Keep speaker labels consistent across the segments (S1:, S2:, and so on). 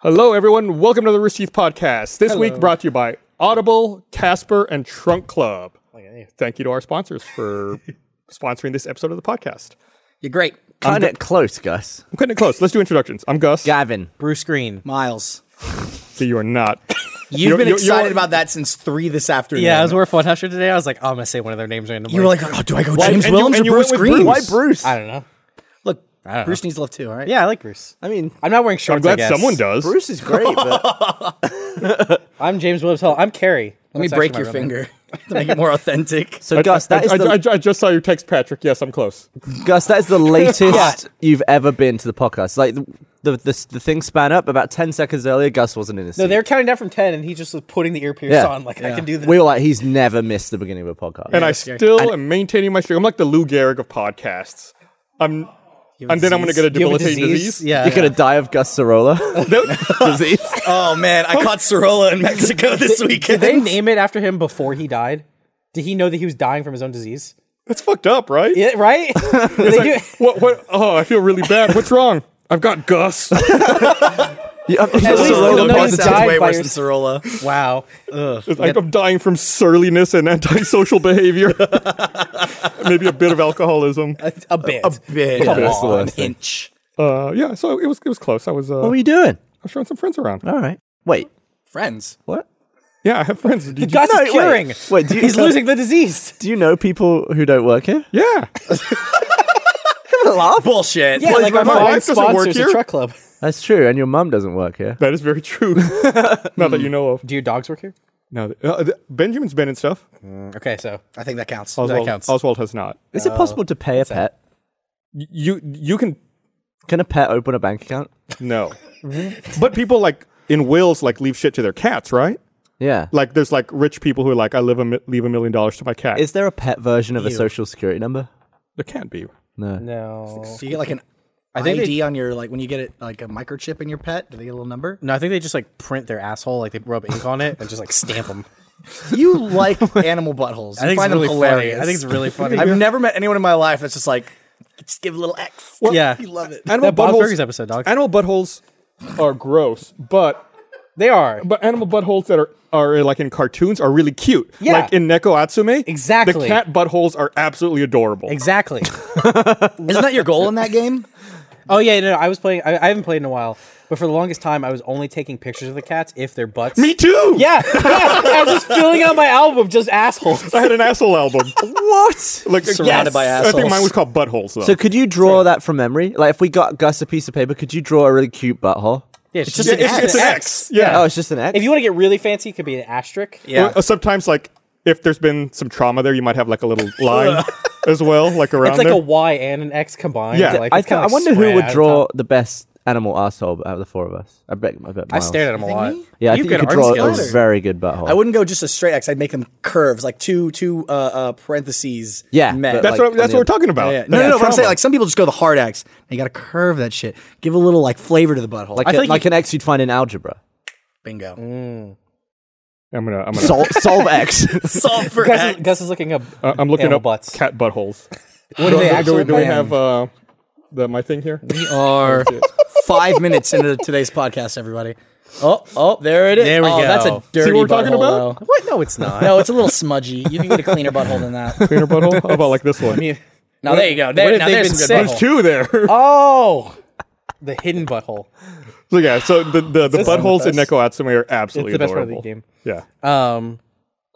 S1: Hello, everyone. Welcome to the Rooster Teeth Podcast. This week
S2: Hello.
S1: brought to you by Audible, Casper, and Trunk Club.
S2: Okay.
S1: Thank you to our sponsors for sponsoring this episode of the podcast.
S2: You're great.
S3: Cut it close, Gus.
S1: I'm cutting it close. Let's do introductions. I'm Gus.
S3: Gavin.
S4: Bruce Green.
S2: Miles,
S1: So you are not.
S2: you've
S1: You're-
S2: been
S1: you're-
S2: excited
S1: you're-
S2: about that since three this afternoon.
S4: Yeah, I was working Funhouser today. I was like, oh, I'm gonna say one of their names randomly.
S2: you were like, oh, do I go
S1: Why-
S2: James
S1: and you-
S2: Williams
S1: and you
S2: or
S1: went
S2: Bruce Ah.
S1: with
S2: Green?
S3: Why Bruce?
S4: I don't know.
S2: Look,
S4: don't
S2: Bruce needs love too. All right.
S4: Yeah, I like Bruce.
S3: I mean,
S4: I'm not wearing shorts.
S1: I'm glad
S4: I guess.
S1: someone does.
S3: Bruce is great, but
S4: I'm James Williams Hall. I'm Carrie.
S2: Let me break your finger to make it more authentic.
S3: so
S1: I,
S3: Gus,
S1: I-
S3: that is
S1: I-
S3: the
S1: I- I just saw your text, Patrick. Yes, I'm close.
S3: Gus, that is the latest you've ever been to the podcast. Like the the, the, the thing span up about ten seconds earlier. Gus wasn't in his
S4: No,
S3: seat.
S4: they're counting down from ten, and he just was putting the ear pierce
S3: Yeah.
S4: on. Like I can do this.
S3: We were like, he's never missed the beginning of a podcast.
S1: And I
S2: scary.
S1: still am maintaining my streak. I'm like the Lou Gehrig of podcasts. I'm, and then I'm going to get a
S4: Do you have a
S1: debilitating disease.
S4: Yeah,
S3: You're gonna die of Gus Sorolla disease.
S2: Oh man, I caught Sorolla in Mexico this
S4: Did
S2: weekend.
S4: they name it after him before he died? Did he know that he was dying from his own disease?
S1: That's fucked up, right?
S4: Yeah, right? Did they do-
S1: What? What? Oh, I feel really bad. What's wrong? I've got Gus.
S3: You- I'm-
S4: least
S3: Sorolla
S4: you'll know
S3: died.
S4: he
S2: sounds
S4: died
S2: way
S4: by
S2: worse
S4: your-
S2: than Sorolla.
S4: wow.
S1: Like I'm dying from surliness and antisocial behavior. Maybe a bit of alcoholism.
S4: A bit.
S2: Big
S3: Yeah, that's the
S2: on,
S3: worst thing.
S2: inch.
S1: Uh, yeah, so it was it was close. I was uh,
S3: What were you doing?
S1: I was showing some friends around.
S3: All right. Wait.
S2: Friends.
S3: What?
S1: Yeah, I have friends. Did you-
S4: Gus
S3: No,
S4: is curing.
S3: Wait. wait do you,
S4: He's losing the disease.
S3: Do you know people who don't work here?
S1: yeah,
S2: Bullshit.
S4: Yeah,
S1: Well,
S4: like
S1: my
S4: my
S1: wife
S4: mom
S1: doesn't work
S4: sponsors a
S1: here.
S4: truck club.
S3: That's true. And your mum doesn't work here.
S1: that is very true. Not that you know of.
S4: Do your dogs work here?
S1: No, uh, th- Benjamin's been and stuff.
S4: Okay, so
S2: I think that counts.
S1: Oswald,
S2: that counts.
S1: Oswald has not.
S3: Is it possible to pay a pet?
S1: Y- You you can
S3: Can a pet open a bank account?
S1: no, but people like in wills like leave shit to their cats, right?
S3: Yeah.
S1: Like there's like rich people who are like I live a mi- leave a million dollars to my cat.
S3: Is there a pet version of a social security number?
S1: there can't be.
S3: No.
S4: no.
S2: Do you get like an
S4: think
S2: ID on your like when you get it like a microchip in your pet? Do they get a little number?
S4: No, I think they just like print their asshole, like they rub ink on it and just like stamp them.
S2: You like animal buttholes. You find them hilarious.
S4: funny. I think it's really funny.
S2: I've never met anyone in my life that's just like, just give a little X.
S4: yeah,
S2: You love it.
S1: Animal
S4: That Bob
S1: buttholes-
S4: Fergus episode, dog.
S1: Animal buttholes are gross, but
S4: they are.
S1: but animal buttholes that are are like in cartoons are really cute.
S4: Yeah.
S1: Like in Neko Atsume. The
S4: Exactly.
S1: cat buttholes are absolutely adorable.
S4: Exactly.
S2: Isn't that your goal in that game?
S4: oh yeah, no, no, I was playing. I, I haven't played in a while, but for the longest time, I was only taking pictures of the cats if their butts.
S1: Me too.
S4: Yeah, yeah, I was just filling out my album of just assholes.
S1: I had an asshole album.
S3: What?
S1: Like
S2: Surrounded by
S1: I think
S2: assholes.
S1: mine was called buttholes though.
S3: So could you draw that from memory? Like if we got Gus a piece of paper, could you draw a really cute butthole?
S4: Yeah, it's just
S1: Yeah,
S4: an
S1: it's,
S4: X.
S1: it's an X. Yeah.
S3: Oh, it's just an X.
S4: If you want to get really fancy, it could be an asterisk.
S1: Or- or sometimes like if there's been some trauma there, you might have like a little line as well, like around
S4: It's like
S1: there.
S4: a Y and an X combined.
S1: Yeah.
S4: like,
S3: I,
S4: it's kinda,
S3: I
S4: like,
S3: wonder who
S4: spread
S3: would
S4: out
S3: draw
S4: top.
S3: the best animal asshole out of the four of us. I bet. I bet.
S4: I
S3: Miles.
S4: stared at him a lot.
S3: Yeah, I
S4: You've
S3: think you
S4: got
S3: could
S4: art
S3: draw
S4: skills.
S3: a very good butthole.
S2: I wouldn't go just a straight X. I'd make them curves, like two two uh, uh, parentheses.
S3: Yeah,
S2: met.
S3: but
S1: that's
S3: like,
S1: what that's
S3: on the
S1: what we're talking about.
S2: Yeah, yeah. No,
S1: Yeah,
S2: no, no. What I'm
S1: trauma.
S2: saying, like some people just go the hard X. And you got to curve that shit. Give a little like flavor to the Mm. butthole.
S3: like
S2: Like
S3: a-
S4: think
S3: like
S4: you-
S3: an X you'd find in algebra.
S2: bingo.
S1: I'm gonna I'm gonna
S3: Sol- solve X.
S2: Solve for
S4: Gus,
S2: X.
S4: is, Gus is looking up.
S1: uh, I'm looking
S4: animal
S1: up
S4: butts.
S1: cat buttholes.
S4: What do they
S1: Do we,
S4: actually
S1: do we
S4: look like?
S1: have uh, the my thing here?
S2: We are five minutes into today's podcast, everybody. Oh, oh, there it is.
S4: There we
S2: Oh,
S4: go.
S2: That's a dirty
S1: See what we're talking
S2: butthole,
S1: about?
S2: though.
S4: What? No, it's not.
S2: No, it's a little smudgy. You can get a cleaner butthole than that.
S1: Cleaner butthole? How about like this one?
S2: Now there you go. There,
S4: if
S2: now
S4: they've
S2: there's
S4: been
S2: some
S4: sick?
S2: good
S1: There's
S2: butthole.
S1: two there.
S4: Oh, the hidden butthole.
S1: So yeah, so the the, the
S4: This is the
S1: buttholes in
S4: best.
S1: Neko Atsume are absolutely
S4: It's the best part of
S1: adorable.
S4: the game.
S1: Yeah,
S4: Um,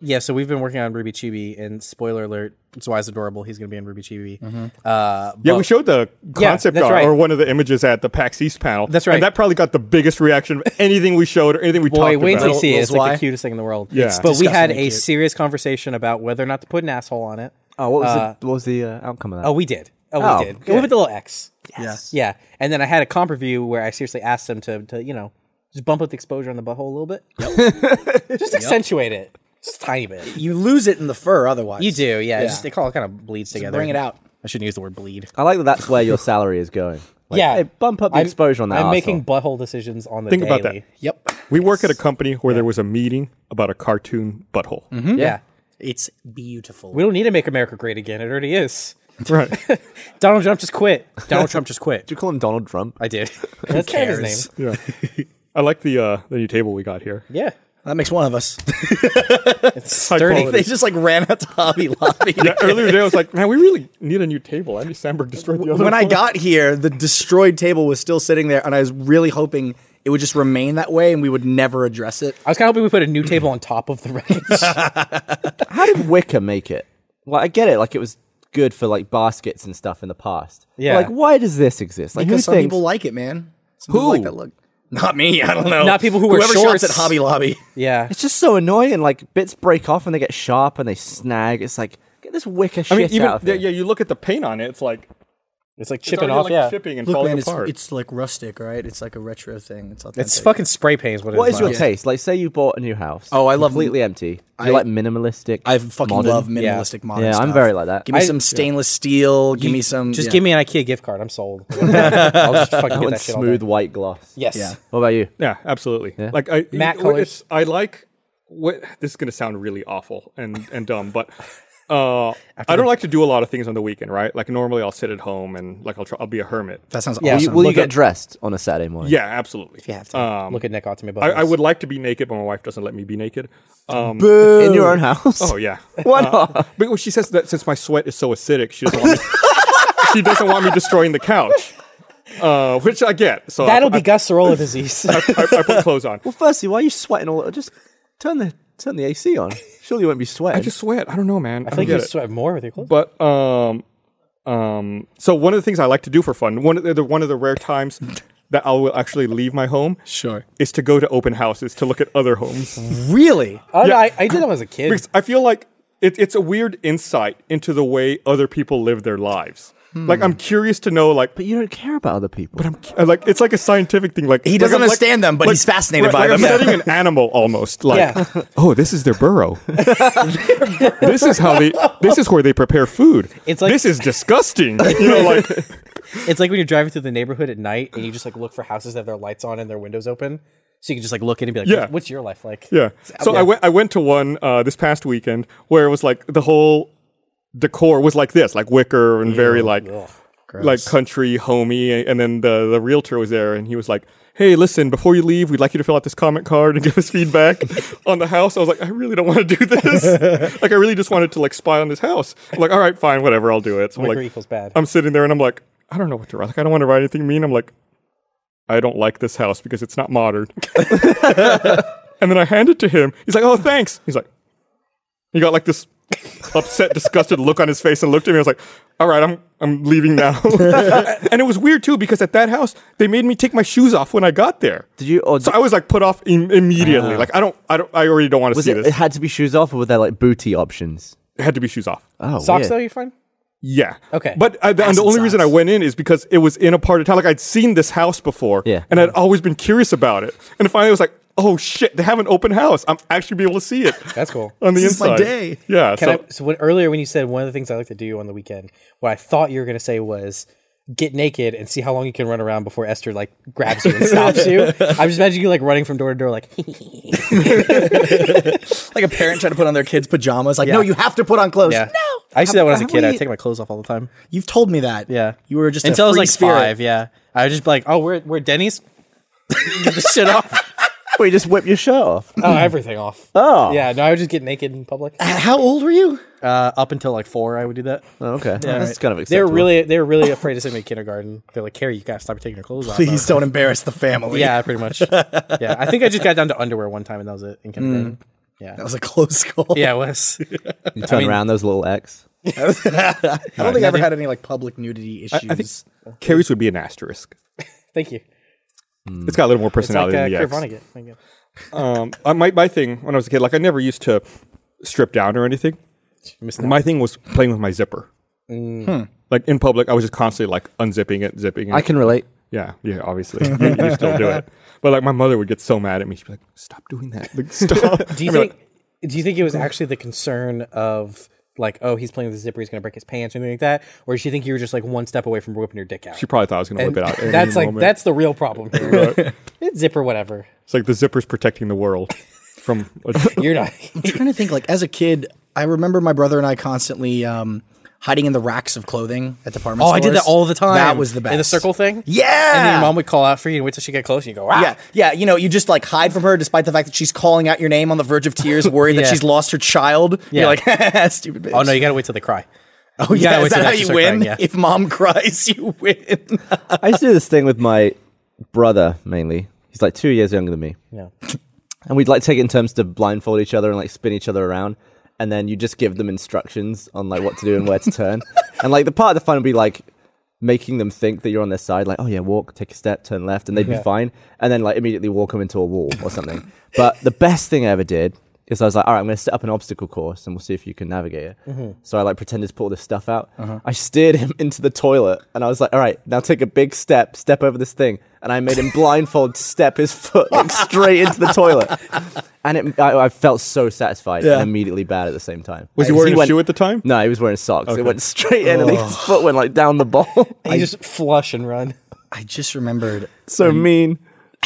S4: yeah. So we've been working on Ruby Chibi, and spoiler alert: Zwei's adorable. He's going to be in Ruby Chibi. Uh,
S1: yeah.
S4: but-
S1: we showed the concept
S4: that's
S1: art
S4: right.
S1: or one of the images at the PAX East panel.
S4: That's right.
S1: And that probably got the biggest reaction of anything we showed or anything we
S4: Boy,
S1: talked
S4: wait
S1: about.
S4: till you see it. It's
S2: Little
S4: like
S2: Zwei.
S4: the cutest thing in the world.
S1: Yeah. It's
S4: But we had a
S2: disgustingly cute.
S4: serious conversation about whether or not to put an asshole on it.
S3: oh, what was the what was the uh, outcome of that?
S4: Oh, we did. Oh,
S3: Oh,
S4: we did.
S3: good.
S4: We put the little X.
S2: Yes.
S4: Yeah. And then I had a comp review where I seriously asked them to, to you know, just bump up the exposure on the butthole a little bit. just accentuate it. Just a tiny bit.
S2: You lose it in the fur otherwise.
S4: You do, yeah. It's just, it all kind of bleeds together.
S2: bring it out.
S4: I shouldn't use the word bleed.
S3: I like that. That's where your salary is going. Like,
S4: Yeah.
S3: hey, bump up the
S4: I'm-
S3: exposure on that.
S4: I'm
S3: asshole.
S4: making butthole decisions on the
S1: Think
S4: daily.
S1: about that.
S2: Yep.
S1: We work at a company where there was a meeting about a cartoon butthole.
S4: Yeah.
S2: It's beautiful.
S4: We don't need to make America great again. It already is.
S1: Right.
S4: Donald Trump just quit. Donald Trump just quit.
S3: you call him Donald Trump?
S4: I did. That's not his name.
S1: Yeah. I like the uh, the new table we got here.
S4: Yeah.
S2: That makes one of us.
S1: High
S4: Sturdy.
S1: quality.
S2: they just like ran out to Hobby Lobby.
S1: Yeah, earlier today I was like, man, we really need a new table. Andy Sandberg destroyed the other
S2: when I
S1: one."
S2: got here, the destroyed table was still sitting there, and I was really hoping it would just remain that way, and we would never address it.
S4: I was kind of hoping we put a new table on top of the wreckage.
S3: How did Wicker make it? Like, I get it. Like, it was good for like baskets and stuff in the past. But,
S4: Yeah.
S3: like, why does this exist? Like, who
S2: Because some
S3: thinks?
S2: people like it, man. Some people
S3: Who?
S2: like that look. Not me. I don't know.
S4: Not people who wear
S2: Whoever
S4: shorts.
S2: shops at Hobby Lobby.
S4: yeah.
S3: it's just so annoying. Like, bits break off and they get sharp and they snag. It's like get this Wicker shit
S1: I mean, even
S3: out of
S1: yeah,
S3: here.
S1: yeah, you look at the paint on it. It's like
S4: It's like
S1: it's
S4: chipping
S1: already,
S4: off.
S1: like,
S4: yeah.
S1: chipping and
S2: Look,
S1: falling
S2: man, it's,
S1: apart.
S2: it's like rustic, all right? It's like a retro thing. It's authentic.
S4: It's fucking spray paint is what it is.
S3: What is your
S4: Miles.
S3: taste? Like, say you bought a new house.
S2: Oh, I love-
S3: completely empty.
S2: I-
S3: You like minimalistic.
S2: I fucking
S3: modern?
S2: love minimalistic modern
S3: Yeah, I'm
S2: stuff.
S3: very like that.
S2: Give me
S4: I-
S2: some stainless steel. Give me some.
S4: Just
S2: yeah.
S4: give me an IKEA gift card. I'm sold. I'll just fucking
S3: That
S4: get
S3: one's
S4: that shit all day.
S3: smooth white gloss.
S4: Yes.
S2: Yeah.
S3: What about you?
S1: yeah, absolutely. Like I,
S4: Matte
S1: w-
S4: colors.
S1: it's- I like. What, this is going to sound really awful and and dumb, but. Uh, I don't like to do a lot of things on the weekend, right? Like normally, I'll sit at home and like I'll try, I'll be a hermit.
S2: That sounds
S4: Yeah.
S3: Will you,
S2: awesome.
S3: will you
S4: Look
S3: get
S4: up-
S3: dressed on a Saturday morning?
S1: Yeah, absolutely.
S4: You have to
S1: Uh,
S4: look at Nick Ottomy
S1: I,
S4: buttons.
S1: I would like to be naked, but my wife doesn't let me be naked. Um,
S3: In your own house?
S1: oh yeah,
S3: Why not?
S1: But when she says that since my sweat is so acidic, she doesn't want me, she doesn't want me destroying the couch, uh, which I get. So I-
S4: That'll
S1: I,
S4: be Gustarola disease.
S1: I, I put clothes on.
S3: Well, firstly, why are you sweating all? Just turn the turn the AC on. Surely you won't be sweating.
S1: I just sweat. I don't know, man. I,
S4: I think
S1: don't
S4: you
S1: get it.
S4: sweat more with your clothes.
S1: But um, um, so one of the things I like to do for fun, one of the, the one of the rare times that I will actually leave my home,
S2: Sure.
S1: is to go to open houses to look at other homes.
S2: Really?
S4: Oh, no, I, I did that when I was a kid.
S1: because I feel like it, it's a weird insight into the way other people live their lives. Like I'm curious to know, like,
S3: but you don't care about other people. But I'm
S1: uh, like it's like a scientific thing. Like
S2: He doesn't
S1: like, I'm-
S2: understand them, but he's fascinated
S1: right,
S2: by
S1: like
S2: them.
S1: I'm studying an animal almost. Like,
S4: Yeah.
S1: oh, this is their burrow. this is how they. This is where they prepare food.
S4: It's like-
S1: this is disgusting. You know, like
S4: It's like when you're driving through the neighborhood at night and you just like look for houses that have their lights on and their windows open, so you can just like look in and be like,
S1: Yeah.
S4: "What- "What's your life like?"
S1: yeah. So I went. I went to one uh, this past weekend where it was like the whole decor was like this, like wicker and very like. like country homey and then the, the realtor was there and he was like hey listen before you leave we'd like you to fill out this comment card and give us feedback on the house i was like i really don't want to do this like i really just wanted to like spy on this house I'm like all right fine whatever i'll do it so i'm
S4: Wicker
S1: like
S4: equals bad.
S1: i'm sitting there and i'm like i don't know what to write like i don't want to write anything mean i'm like i don't like this house because it's not modern and then i hand it to him he's like oh thanks he's like he got like this upset, disgusted look on his face and looked at me. I was like, all right, I'm I'm leaving now. and it was weird too because at that house they made me take my shoes off when I got there.
S3: Did you- or
S1: so
S3: did-
S1: I was like put off Im- immediately. Like I don't I don't I already don't want to
S3: was
S1: see
S3: it,
S1: this.
S3: it had to be shoes off, or were there like booty options?
S1: It had to be shoes off.
S3: Oh,
S4: Socks
S3: weird.
S4: though, you're fine.
S1: Yeah.
S4: Okay.
S1: But I, the, and the
S2: Acid
S1: only reason I
S2: socks.
S1: went in is because it was in a part of town. Like I'd seen this house before.
S3: Yeah.
S1: And I'd always been curious about it. And finally, I was like, oh shit, they have an open house. I'm actually be able to see it.
S4: That's cool.
S1: on the
S2: This is my
S1: inside.
S2: day.
S1: Yeah.
S4: Can
S1: so,
S4: I, so when, earlier when you said one of the things I like to do on the weekend, what I thought you were going to say was get naked and see how long you can run around before Esther like grabs you and stops you. I'm just imagining you like running from door to door, like
S2: Like a parent trying to put on their kids' pajamas. Like, no, you have to put on clothes.
S4: yeah.
S2: No.
S4: I used to do that when I was a
S3: Have-
S4: kid.
S3: have
S4: I
S3: we-
S4: take my clothes off all the time.
S2: You've told me that.
S4: Yeah,
S2: You were just
S4: until I
S2: a
S4: was
S2: free
S4: like
S2: spirit.
S4: five. Yeah, I was just like, oh, we're we're at Denny's. get the shit off.
S3: Well, you just whip your shirt off.
S4: Oh, everything off.
S3: Oh.
S4: yeah. No, I would just get naked in public.
S2: H- How old were you?
S4: Uh, up until like four, I would do that.
S3: Oh, okay, that's
S4: Alright.
S3: kind of
S4: They were
S3: acceptable.
S4: really they were really afraid to send me to kindergarten. They're like, Carrie, you gotta stop taking your clothes off. I was
S2: Please don't embarrass the family.
S4: Yeah, pretty much. yeah, I think I just got down to underwear one time, and that was it in kindergarten.
S2: That was a close call.
S4: Yeah, it was.
S3: You turn around those little X.
S2: I don't think I ever had any like public nudity issues.
S1: I think Carrie's would be an asterisk.
S4: Thank you.
S1: It's got a little more
S4: Mm. It's like
S1: personality
S4: uh, Kurt
S1: than the X.
S4: Vonnegut. Thank you.
S1: Um, I, my, my thing when I was a kid, like I never used to strip down or anything.
S4: missing
S1: My thing was playing with my zipper.
S4: Mm.
S2: Hmm.
S1: Like in public, I was just constantly like unzipping it, zipping it.
S3: I can relate.
S1: yeah, yeah, obviously. you, you still do it. But like my mother would get so mad at me. She'd be like, stop doing that. Like, stop.
S4: Do you
S1: I'd be
S4: think?
S1: like,
S4: do you think it was actually the concern of like, oh, he's playing with the zipper, he's gonna break his pants, or anything like that, or do you think you were just like one step away from whipping your dick out?
S1: she probably thought I was going to whip it out. at
S4: that's
S1: any
S4: like
S1: moment.
S4: that's the real problem. here. it's zipper, whatever.
S1: It's like the zipper's protecting the world from.
S4: You're not.
S2: I'm trying to think. Like as a kid, I remember my brother and I constantly um, hiding in the racks of clothing at department
S4: Oh,
S2: stores.
S4: I did that all the time.
S2: That was the best.
S4: In the circle thing?
S2: Yeah.
S4: And then your mom would call out for you and wait till she get close and you go, ah.
S2: Yeah, yeah. You know, you just like hide from her despite the fact that she's calling out your name on the verge of tears, worried that
S4: Yeah.
S2: she's lost her child.
S4: Yeah.
S2: You're like, stupid bitch.
S4: Oh, no, you got to wait till they cry.
S2: Oh,
S4: gotta
S2: yeah.
S4: wait
S2: Is
S4: till
S2: that how
S4: they
S2: you
S4: start
S2: win?
S4: crying, yeah.
S2: If mom cries, you win.
S3: I used to do this thing with my brother mainly. He's like two years younger than me.
S4: Yeah.
S3: And we'd like take it in terms to blindfold each other and like spin each other around. And then you just give them instructions on like what to do and where to turn. and like the part of the fun would be like making them think that you're on their side, like, oh yeah, walk, take a step, turn left, and they'd be fine. And then like immediately walk them into a wall or something. but the best thing I ever did is I was like, all right, I'm going to set up an obstacle course and we'll see if you can navigate it.
S1: Mm-hmm.
S3: So I like pretended to put all this stuff out.
S1: Uh-huh.
S3: I steered him into the toilet and I was like, all right, now take a big step, step over this thing. And I made him blindfold step his foot like, straight into the toilet. And it, I, I felt so satisfied
S2: Yeah.
S3: and immediately bad at the same time.
S1: Was he
S3: Because
S1: wearing a
S3: went-
S1: shoe at the time? Oh.
S3: No, he was wearing socks. It went straight in and his foot went like down the ball.
S4: You just flush and run.
S2: I just remembered.
S3: so mean.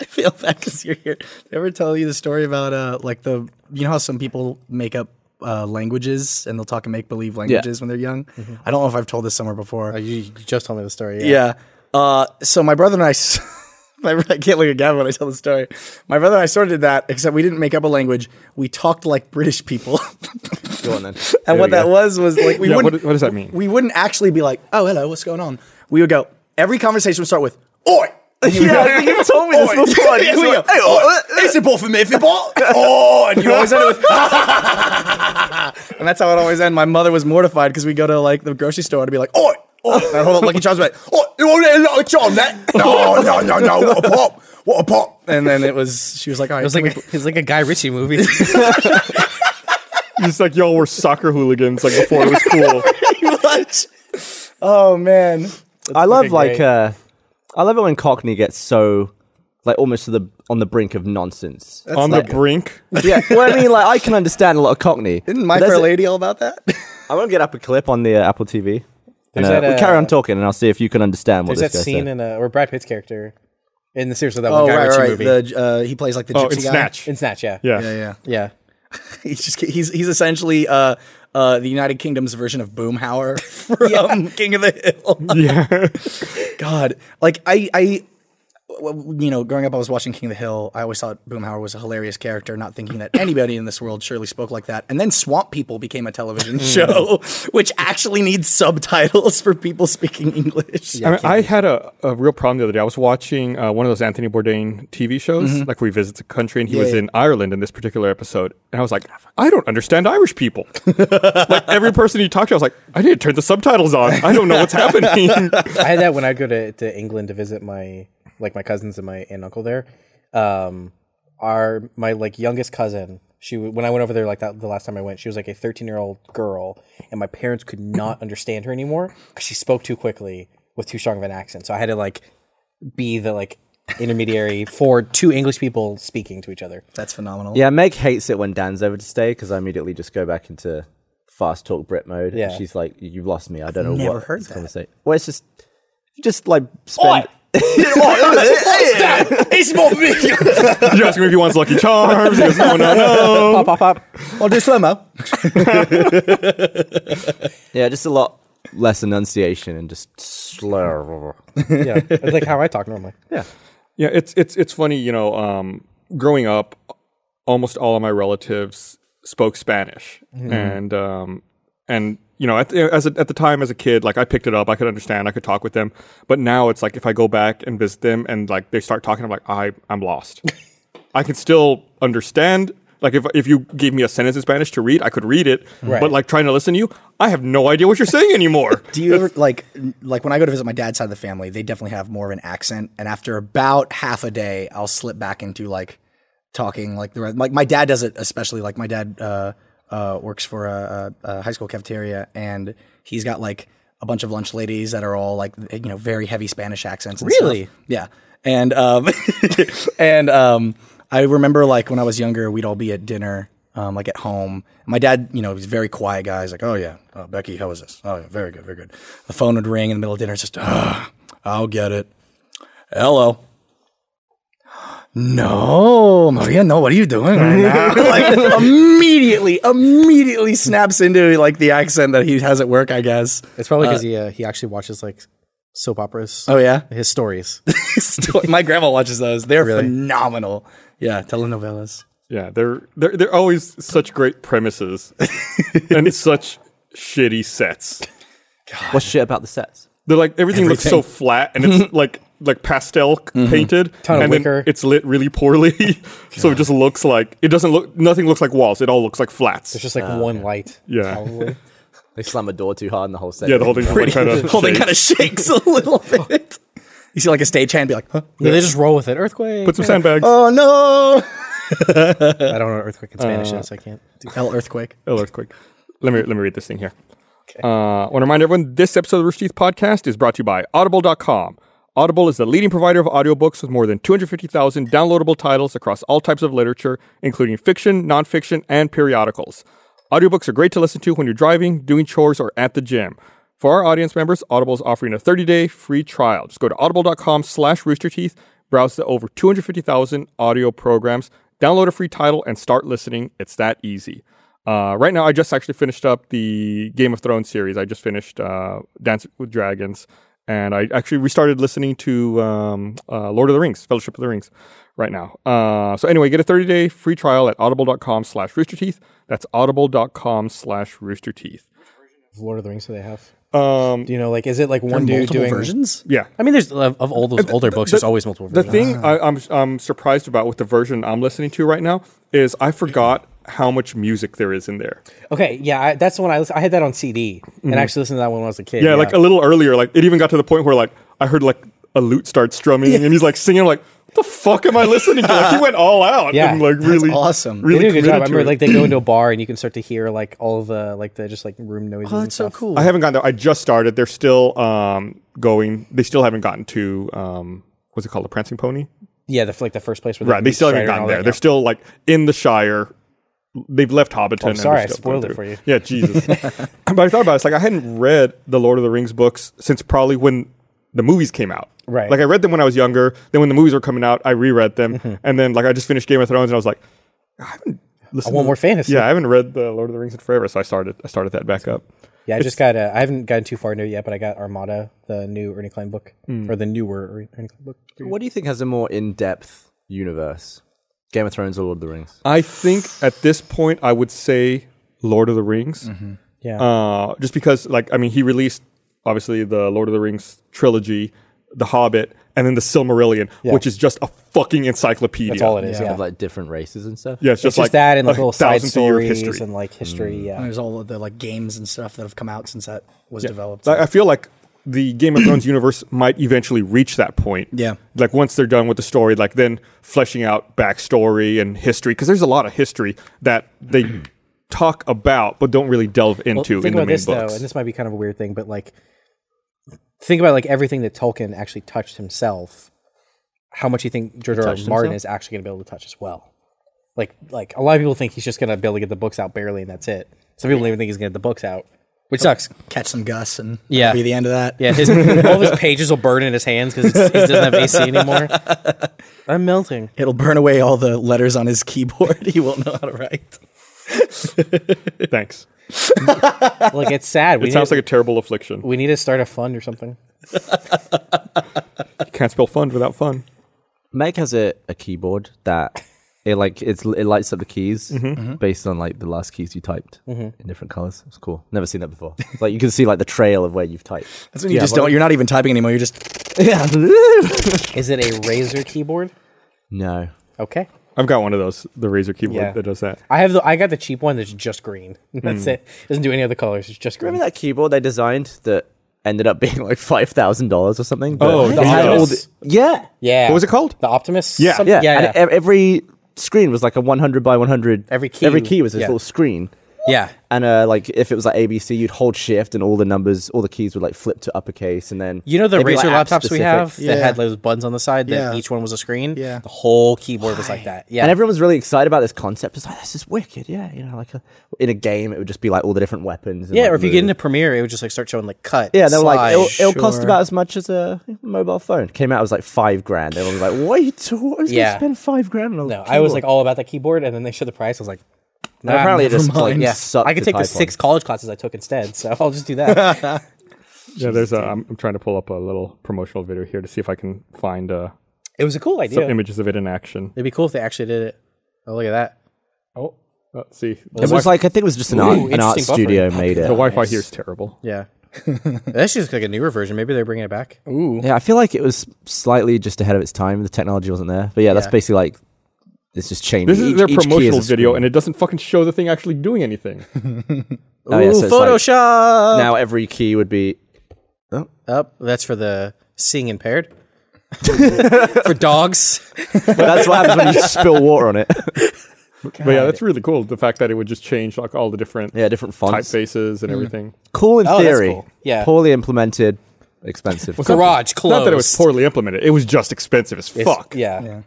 S2: I feel bad because you're here. Did I ever tell you the story about uh, like the you know how some people make up uh, languages and they'll talk in make believe languages when they're young. I don't know if I've told this somewhere before.
S4: Oh, you you just told me the story.
S2: Mm-hmm. Yeah. Uh, so my brother and I, s- my, I can't look at Gavin when I tell the story. My brother and I sort of did that, except we didn't make up a language. We talked like British people.
S3: Go on then.
S2: and what that was was like we
S1: Yeah,
S2: wouldn't.
S1: what- what does that mean?
S2: We wouldn't actually be like, "Oh, hello, what's going on?" We would go. Every conversation would start with "Oi." And you would
S3: Yeah,
S2: go,
S3: I think you've told me this
S1: Oh,
S2: "Oi."
S3: before.
S2: Yes,
S3: You
S2: we
S3: go,
S2: go,
S3: "Hey, oh, uh,
S2: "Oi."
S3: oi."
S2: It's a ball for me if you ball. Oh, and you always end it with, and that's how it always ended. My mother was mortified because we go to like the grocery store to be like, oi, oi, and I hold up Lucky Charms, like, oi, you want a little John? That? No, no, no, no, what a pop, what a pop. And then it was, she was like, all right,
S4: It was like a, it was like a Guy Ritchie movie.
S1: It's like y'all were soccer hooligans like before it was cool.
S2: much. Oh man,
S3: I love
S4: fucking
S3: like
S4: great.
S3: uh, I love it when Cockney gets so like almost to the on the brink of nonsense.
S1: On the brink.
S3: yeah, well, I mean, like I can understand a lot of Cockney.
S2: isn't My
S3: But there's
S2: Fair
S3: a-
S2: Lady all about that?
S3: I'm gonna get up a clip on the uh, Apple TV. And,
S4: There's
S3: uh,
S4: that,
S3: we'll carry
S4: uh,
S3: on talking, and I'll see if you can understand what
S4: There's
S3: this
S4: that
S3: guy
S4: scene
S3: said.
S4: in uh, or Brad Pitt's character in the series of that one
S2: Oh
S4: Guy
S2: right,
S4: Ritchie
S2: right.
S4: movie
S2: The, uh, he plays like the gypsy
S1: Oh, it's
S2: guy.
S1: Snatch.
S4: in Snatch. Yeah,
S1: Yeah.
S2: Yeah, yeah.
S4: yeah.
S2: He's just he's he's essentially uh, uh, the United Kingdom's version of Boomhauer from King of the Hill.
S1: Yeah.
S2: God, like I, I, w- you know, growing up, I was watching King of the Hill. I always thought Boomhauer was a hilarious character, not thinking that anybody in this world surely spoke like that. And then Swamp People became a television show, which actually needs subtitles for people speaking English.
S1: I, mean, I had a, a real problem the other day. I was watching uh, one of those Anthony Bourdain TV shows, like where he visits a country, and he was
S2: Mm-hmm. yeah.
S1: in Ireland in this particular episode. And I was like, I don't understand Irish people. like every person he talked to, I was like, I need to turn the subtitles on. I don't know what's happening.
S4: I had that when I'd go to, to England to visit my like my cousins and my aunt and uncle there. Um, our my like youngest cousin, she w- when I went over there like that the last time I went, she was like a 13 year old girl, and my parents could not understand her anymore because she spoke too quickly with too strong of an accent. So I had to like be the like intermediary for two English people speaking to each other.
S2: That's phenomenal.
S3: Yeah, Meg hates it when Dan's over to stay because I immediately just go back into fast talk Brit mode.
S4: Yeah.
S3: and she's like, "You've lost me. I don't know
S2: never
S3: what."
S2: heard
S3: this
S2: that.
S3: conversation- Well, it's just, you just like spend.
S2: it's more me.
S1: you ask him if he wants Lucky Charms. He goes, no, no, no.
S4: Pop pop pop.
S2: I'll do slow mo.
S3: Yeah, just a lot less enunciation and just slur.
S4: Yeah, it's like how I talk normally.
S3: yeah.
S1: Yeah, it's it's it's funny, you know. Um, growing up, almost all of my relatives spoke Spanish, and um, and you know, at the, as a, at the time as a kid, like I picked it up, I could understand, I could talk with them. But now it's like if I go back and visit them, and like they start talking, I'm like, I I'm lost. I can still understand. Like if if you gave me a sentence in Spanish to read, I could read it. But like trying to listen to you, I have no idea what you're saying anymore.
S2: Do you ever like like when I go to visit my dad's side of the family, they definitely have more of an accent. And after about half a day, I'll slip back into like talking like the rest. Like my dad does it especially. Like my dad uh, uh, works for a, a, a high school cafeteria, and he's got like a bunch of lunch ladies that are all like you know very heavy Spanish accents. And
S4: Really?
S2: stuff. Yeah. And um, and um, I remember like when I was younger, we'd all be at dinner. Um, like at home, my dad, you know, he's a very quiet guy. He's like, "Oh yeah, oh, Becky, how was this? Oh yeah, very good, very good." The phone would ring in the "Ah, middle of dinner. It's just, "Ugh, "I'll get it." Hello. no, Maria, no, what are you doing right now? like immediately, immediately snaps into like the accent that he has at work, I guess.
S4: It's probably because he uh, he actually watches like soap operas.
S2: Oh yeah.
S4: his stories.
S2: Still- My grandma watches those. They're phenomenal. Yeah, telenovelas.
S1: Yeah, they're they're they're always such great premises and such shitty sets.
S3: What's shit about the sets?
S1: They're like everything, looks so flat and it's like like pastel c- painted
S4: Mm-hmm. Ton of
S1: and then
S4: wicker.
S1: it's lit really poorly. so it just looks like it doesn't look nothing looks like walls. It all looks like flats.
S4: It's just
S2: Ah,
S4: like one light.
S1: Yeah.
S4: probably.
S3: They slam a door too hard and the whole set.
S1: yeah, the whole thing
S2: Pretty,
S1: kind of
S2: whole thing kind of shakes a little bit. You see, like a stagehand be like, huh?
S4: No, They just roll with it. Earthquake.
S1: put some sandbags.
S2: "Oh no!"
S4: I don't know earthquake in
S1: Uh,
S4: Spanish, so I can't. Do
S2: Hell, earthquake.
S1: Oh, earthquake. Let me let me read this thing here. Uh, I want to remind everyone this episode of the Rooster Teeth podcast is brought to you by Audible.com. Audible is the leading provider of audiobooks with more than 250,000 downloadable titles across all types of literature, including fiction, nonfiction, and periodicals. Audiobooks are great to listen to when you're driving, doing chores, or at the gym. For our audience members, Audible is offering a 30-day free trial. Just go to audible.com slash roosterteeth, browse the over 250,000 audio programs, download a free title, and start listening. It's that easy. Uh, right now, I just actually finished up the Game of Thrones series. I just finished uh, Dance with Dragons, and I actually restarted listening to um, uh, Lord of the Rings, Fellowship of the Rings, right now. Uh, so anyway, get a 30-day free trial at audible.com slash roosterteeth. That's audible.com slash roosterteeth.
S4: Lord of the Rings, do they have?
S1: Um,
S4: Do you know, like, is it like one dude
S2: Multiple
S4: doing
S2: versions.
S1: yeah.
S4: I mean, there's of, of all those older books. there's always multiple
S1: The
S4: versions.
S1: thing I, I'm, I'm surprised about with the version I'm listening to right now is I forgot how much music there is in there.
S4: Okay, yeah, I, that's the one I lis- I had that on CD and I actually listened to that one when I was a kid.
S1: Mm-hmm. yeah, like a little earlier. Like it even got to the point where like I heard like a lute start strumming, and he's like singing. Like what the fuck am I listening to? Like he went all out.
S4: Yeah,
S1: and, like really
S2: awesome.
S4: they
S2: They
S1: Really
S4: do a good
S1: committed
S4: job. I
S1: to
S4: remember
S1: it.
S4: like they go into a bar and you can start to hear like all of the like the just like room noises.
S2: Oh,
S4: and
S2: that's so
S4: stuff.
S2: cool.
S1: I haven't gotten there. I just started. They're still um going. They still haven't gotten to um what's it called, the Prancing Pony?
S4: Yeah, the, like the first place where
S1: Right. They still haven't gotten there. They're still like in the Shire. They've left Hobbiton. and
S4: Oh, sorry,
S1: they're
S4: I
S1: still going
S4: spoiled
S1: through.
S4: it for you.
S1: Yeah, Jesus. but I thought about it. It's like I hadn't read the Lord of the Rings books since probably when the movies came out.
S4: Right.
S1: Like I read them when I was younger. Then when the movies were coming out, I reread them.
S4: Mm-hmm.
S1: And then like I just finished Game of Thrones, and I was like, I haven't listened.
S4: want
S1: to-
S4: more fantasy.
S1: Yeah, I haven't read the Lord of the Rings in forever, so I started. I started that back up.
S4: yeah. I just got. Uh, I haven't gotten too far into it yet, but I got Armada, the new Ernie Klein book, or the newer Ernie Klein book.
S3: What do you think has a more in-depth universe? Game of Thrones or Lord of the Rings?
S1: I think at this point, I would say Lord of the
S4: Mm-hmm.
S1: Rings.
S4: Yeah,
S1: uh, just because like I mean he released obviously the Lord of the Rings trilogy, The Hobbit, and then the Silmarillion, which is just a fucking encyclopedia.
S4: that's all it is. Yeah,
S3: Of like different races and stuff.
S1: Yeah, it's
S4: it's
S1: just
S4: just
S1: like
S4: that and like
S1: a
S4: little side
S1: thousand year of
S4: stories
S1: history. Hmm.
S4: and like history. Yeah,
S2: And there's all of the like games and stuff that have come out since that was developed.
S1: Like, I feel like the Game of Thrones universe might eventually reach that point.
S2: Yeah.
S1: Like once they're done with the story, like then fleshing out backstory and history because there's a lot of history that they talk about but don't really delve into
S4: think
S1: in the
S4: about
S1: main
S4: this
S1: books.
S4: though, and this might be kind of a weird thing, but like, think about like everything that Tolkien actually touched himself. How much you think George R. R. Martin
S3: touched
S4: is actually going to be able to touch as well? Like, like a lot of people think he's just going to be able to get the books out barely, and that's it. Some people don't even think he's going to get the books out, which sucks.
S2: Catch some Gus, and
S4: Yeah.
S2: that'll be the end of that.
S4: Yeah, his, all of his pages will burn in his hands because he doesn't have AC anymore. I'm melting.
S2: It'll burn away all the letters on his keyboard. he won't know how to write.
S1: Thanks.
S4: Like it's sad. We
S1: It
S4: need,
S1: sounds like a terrible affliction.
S4: we need to start a fund or something.
S1: Can't spell fund without fun.
S3: Meg has a, a keyboard that it like it's it lights up the keys
S1: Mm-hmm.
S3: based on like the last keys you typed in different colors. It's cool. Never seen that before. It's like you can see like the trail of where you've typed.
S2: That's when you just don't. You're not even typing anymore. You're just.
S3: Yeah.
S4: Is it a Razer keyboard?
S3: no.
S4: Okay.
S1: I've got one of those, the Razer keyboard
S4: Yeah.
S1: that does that.
S4: I have the I got the cheap one that's just green. That's it. Doesn't do any other colors. It's just green.
S3: Remember that keyboard they designed that ended up being like five thousand dollars or something? But
S1: Oh,
S3: it
S1: the
S3: had all
S4: Optimus?
S3: the- yeah.
S4: Yeah.
S1: What was it called?
S4: The Optimus.
S1: Yeah.
S4: Something-
S3: Yeah.
S4: Yeah.
S3: and e- every screen was like a one hundred by one hundred.
S4: Every key
S3: Every
S4: was-
S3: key was this
S4: yeah.
S3: little screen.
S4: Yeah.
S3: And uh, like if it was like ABC, you'd hold shift and all the numbers, all the keys would like flip to uppercase, and then
S4: You know the
S3: they'd be,
S4: Razer
S3: like, app
S4: laptops we
S3: specific.
S4: have
S2: Yeah.
S4: that had those buttons on the side that
S2: Yeah.
S4: each one was a screen?
S2: Yeah.
S4: The whole keyboard was like that. Yeah.
S3: And everyone was really excited about this concept. It's like this is wicked, yeah. You know, like a, in a game, it would just be like all the different weapons. And,
S4: yeah,
S3: like,
S4: or if you get
S3: moves.
S4: into Premiere, it would just like start showing like cut.
S3: Yeah, they were like, it'll, it'll cost
S2: Sure.
S3: about as much as a mobile phone. Came out, it was like five grand. Everyone was like, what? What was
S4: Yeah.
S3: yeah. spend five grand on a
S4: No, I was like
S3: keyboard?"
S4: all about the keyboard, and then they showed the price. I was like,
S3: And apparently it just like,
S2: mind.
S3: yeah,
S4: I could take the six college classes I took instead, so I'll just do that.
S1: Yeah, there's a. I'm, I'm trying to pull up a little promotional video here to see if I can find uh,
S4: it was a cool
S1: some
S4: idea.
S1: images of it in action.
S4: It'd be cool if they actually did it. Oh, look at that.
S1: Oh, let's see.
S3: It was like I think it was just an art, an art
S4: oh, interesting
S3: studio
S4: buffering.
S3: made it.
S1: The Wi-Fi here is terrible.
S4: Yeah. Oh, That's just like a newer version. Maybe they're bringing it back.
S3: Yeah, I feel like it was slightly just ahead of its time. The technology wasn't there, but yeah, that's basically like it's just changing.
S1: This is
S3: Each-
S1: their
S3: each key
S1: promotional
S3: is a
S1: video,
S3: screen.
S1: and it doesn't fucking show the thing actually doing anything.
S3: Oh, yeah,
S4: Ooh,
S3: so it's like-
S4: Photoshop!
S3: now every key would be
S4: Up. Oh, That's for the seeing impaired. for dogs.
S3: that's what happens when you spill water on it.
S1: but yeah, that's really cool. The fact that it would just change like all the different
S3: Yeah, different fonts.
S1: typefaces and everything.
S3: Cool in
S4: Oh, that's
S3: theory.
S4: cool. Yeah.
S3: Poorly implemented, expensive.
S4: Garage closed.
S1: Not that it was poorly implemented; it was just expensive as
S4: It's-
S1: fuck.
S4: Yeah.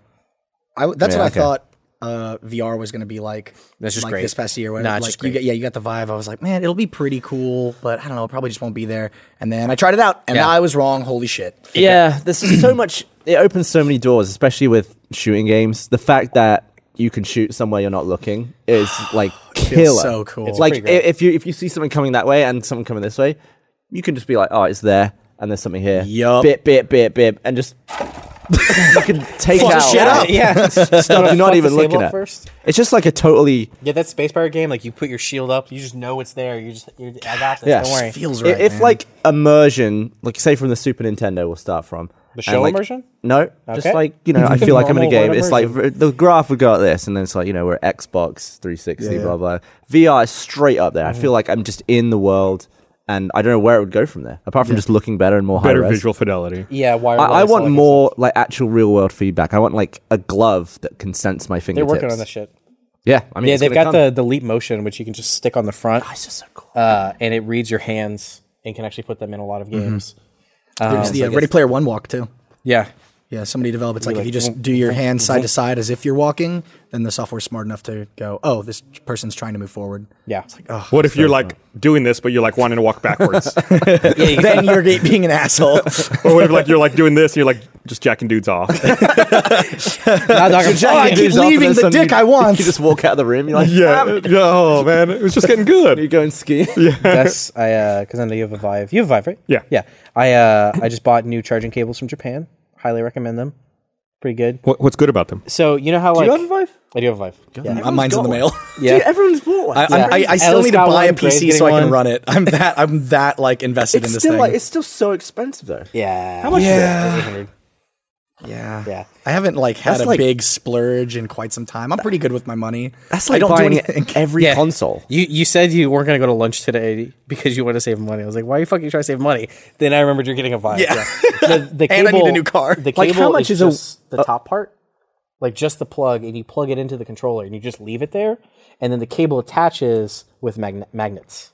S2: I w that's
S3: Yeah,
S2: what
S3: okay.
S2: I thought uh, VR was going to be like.
S4: That's just
S2: like
S4: great.
S2: This past year, where
S4: Nah,
S2: like
S4: it's just
S2: you
S4: great.
S2: get, yeah, you got the vibe. I was like, man, it'll be pretty cool, but I don't know, it probably just won't be there. And then I tried it out, and
S4: Yeah.
S2: I was wrong. Holy shit!
S3: Yeah, there's just so much. It opens so many doors, especially with shooting games. The fact that you can shoot somewhere you're not looking is like killer.
S2: so cool. It's
S3: like i-
S4: pretty great.
S3: if you if you see something coming that way and someone coming this way, you can just be like, oh, it's there, and there's something here.
S2: Yup.
S3: Bip bip bip bip, and just you can take
S2: Fuck
S3: out
S2: shit up.
S4: Yeah.
S3: stuff you're not
S4: Fuck
S3: even
S4: disable
S3: looking
S4: it
S3: at.
S4: first.
S3: It's just like a totally
S4: Yeah, that space bar game, like you put your shield up, you just know it's there. You just, you're, I got this.
S3: Yeah.
S4: Don't worry.
S2: Feels
S3: I-
S2: right.
S3: if
S2: man.
S3: like immersion, like say from the Super Nintendo, we'll start from the
S4: show immersion?
S3: No, just
S4: Okay.
S3: like you know, I feel like I'm in a
S4: Normal
S3: game.
S4: one
S3: It's like v- the graph would go like this, and then it's like you know we're Xbox 360,
S2: yeah.
S3: blah blah. VR is straight up there. I
S4: Mm-hmm.
S3: feel like I'm just in the world, and I don't know where it would go from there, apart from just looking better and more
S1: Better
S3: high res.
S1: visual fidelity.
S4: Yeah, wire.
S3: I, I
S4: wireless, all
S3: want
S4: that good
S3: more like actual real world feedback. I want like a glove that can sense my
S4: stuff. They're
S3: fingertips.
S4: working on this shit.
S3: Yeah, I mean,
S4: Yeah,
S3: it's
S4: they've
S3: gonna
S4: got
S3: come. Ah,
S4: the, the leap motion, which you can just stick on the front,
S3: It's just so cool.
S4: uh, and it reads your hands and can actually put them in a lot of games.
S3: Um,
S2: there's the uh, Ready Player One walk too.
S4: Mm-hmm. Yeah,
S2: Yeah, somebody developed. It's like, if you just do your hands side to side as if you're walking, then the software's smart enough to go, oh, this person's trying to move forward.
S4: yeah,
S1: What if you're like doing this, but you're like wanting to walk backwards,
S4: yeah. You
S2: then you're ge- being an asshole.
S1: or what if like you're like doing this, and you're like just jacking dudes off?
S4: now they're gonna-
S2: I keep
S3: Dudes, after
S2: leaving
S3: this,
S2: the
S3: and
S2: dick
S3: you-
S2: I want.
S3: You just walk out of the room. You're like, yeah,
S1: yeah. Oh man, it was just getting
S3: you
S1: good.
S3: go and ski.
S4: That's I because I know you have a Vive. You have a Vive, right?
S1: Yeah.
S4: yeah. I uh, I just bought new charging cables from Japan. Highly recommend them. Pretty good.
S1: What, what's good about them?
S4: So you know how like
S3: you have a Vive?
S4: I do have a Vive. Yeah.
S2: Uh, Mine's in the mail.
S4: Yeah.
S3: Dude, everyone's bought one.
S2: I, I'm- I, I still
S4: Ellis
S2: need to
S4: got
S2: buy a
S4: one, Gray's
S2: PC so I
S4: getting
S2: can
S4: one.
S2: run it. I'm that I'm that like invested in
S3: it's
S2: this
S3: still
S2: thing.
S3: like it's still so expensive though.
S4: Yeah.
S3: How much is
S2: Yeah.
S4: Eight hundred.
S2: yeah.
S4: Yeah.
S2: I haven't like had
S3: That's
S2: a
S3: like-
S2: big splurge in quite some time. I'm pretty good with my money.
S3: That's
S2: I
S3: like
S2: don't do
S3: buying
S2: anything.
S3: every
S4: Yeah.
S3: console.
S4: You you said you weren't gonna go to lunch today because you want to save money. I was like, why are you fucking trying to save money? Then I remembered you're getting a Vive.
S2: Yeah.
S4: The, the
S2: And
S4: cable,
S2: I need a new car.
S4: The cable
S3: Like, how much
S4: is,
S3: is a-
S4: just the top part, like just the plug, and you plug it into the controller, and you just leave it there, and then the cable attaches with magne- magnets.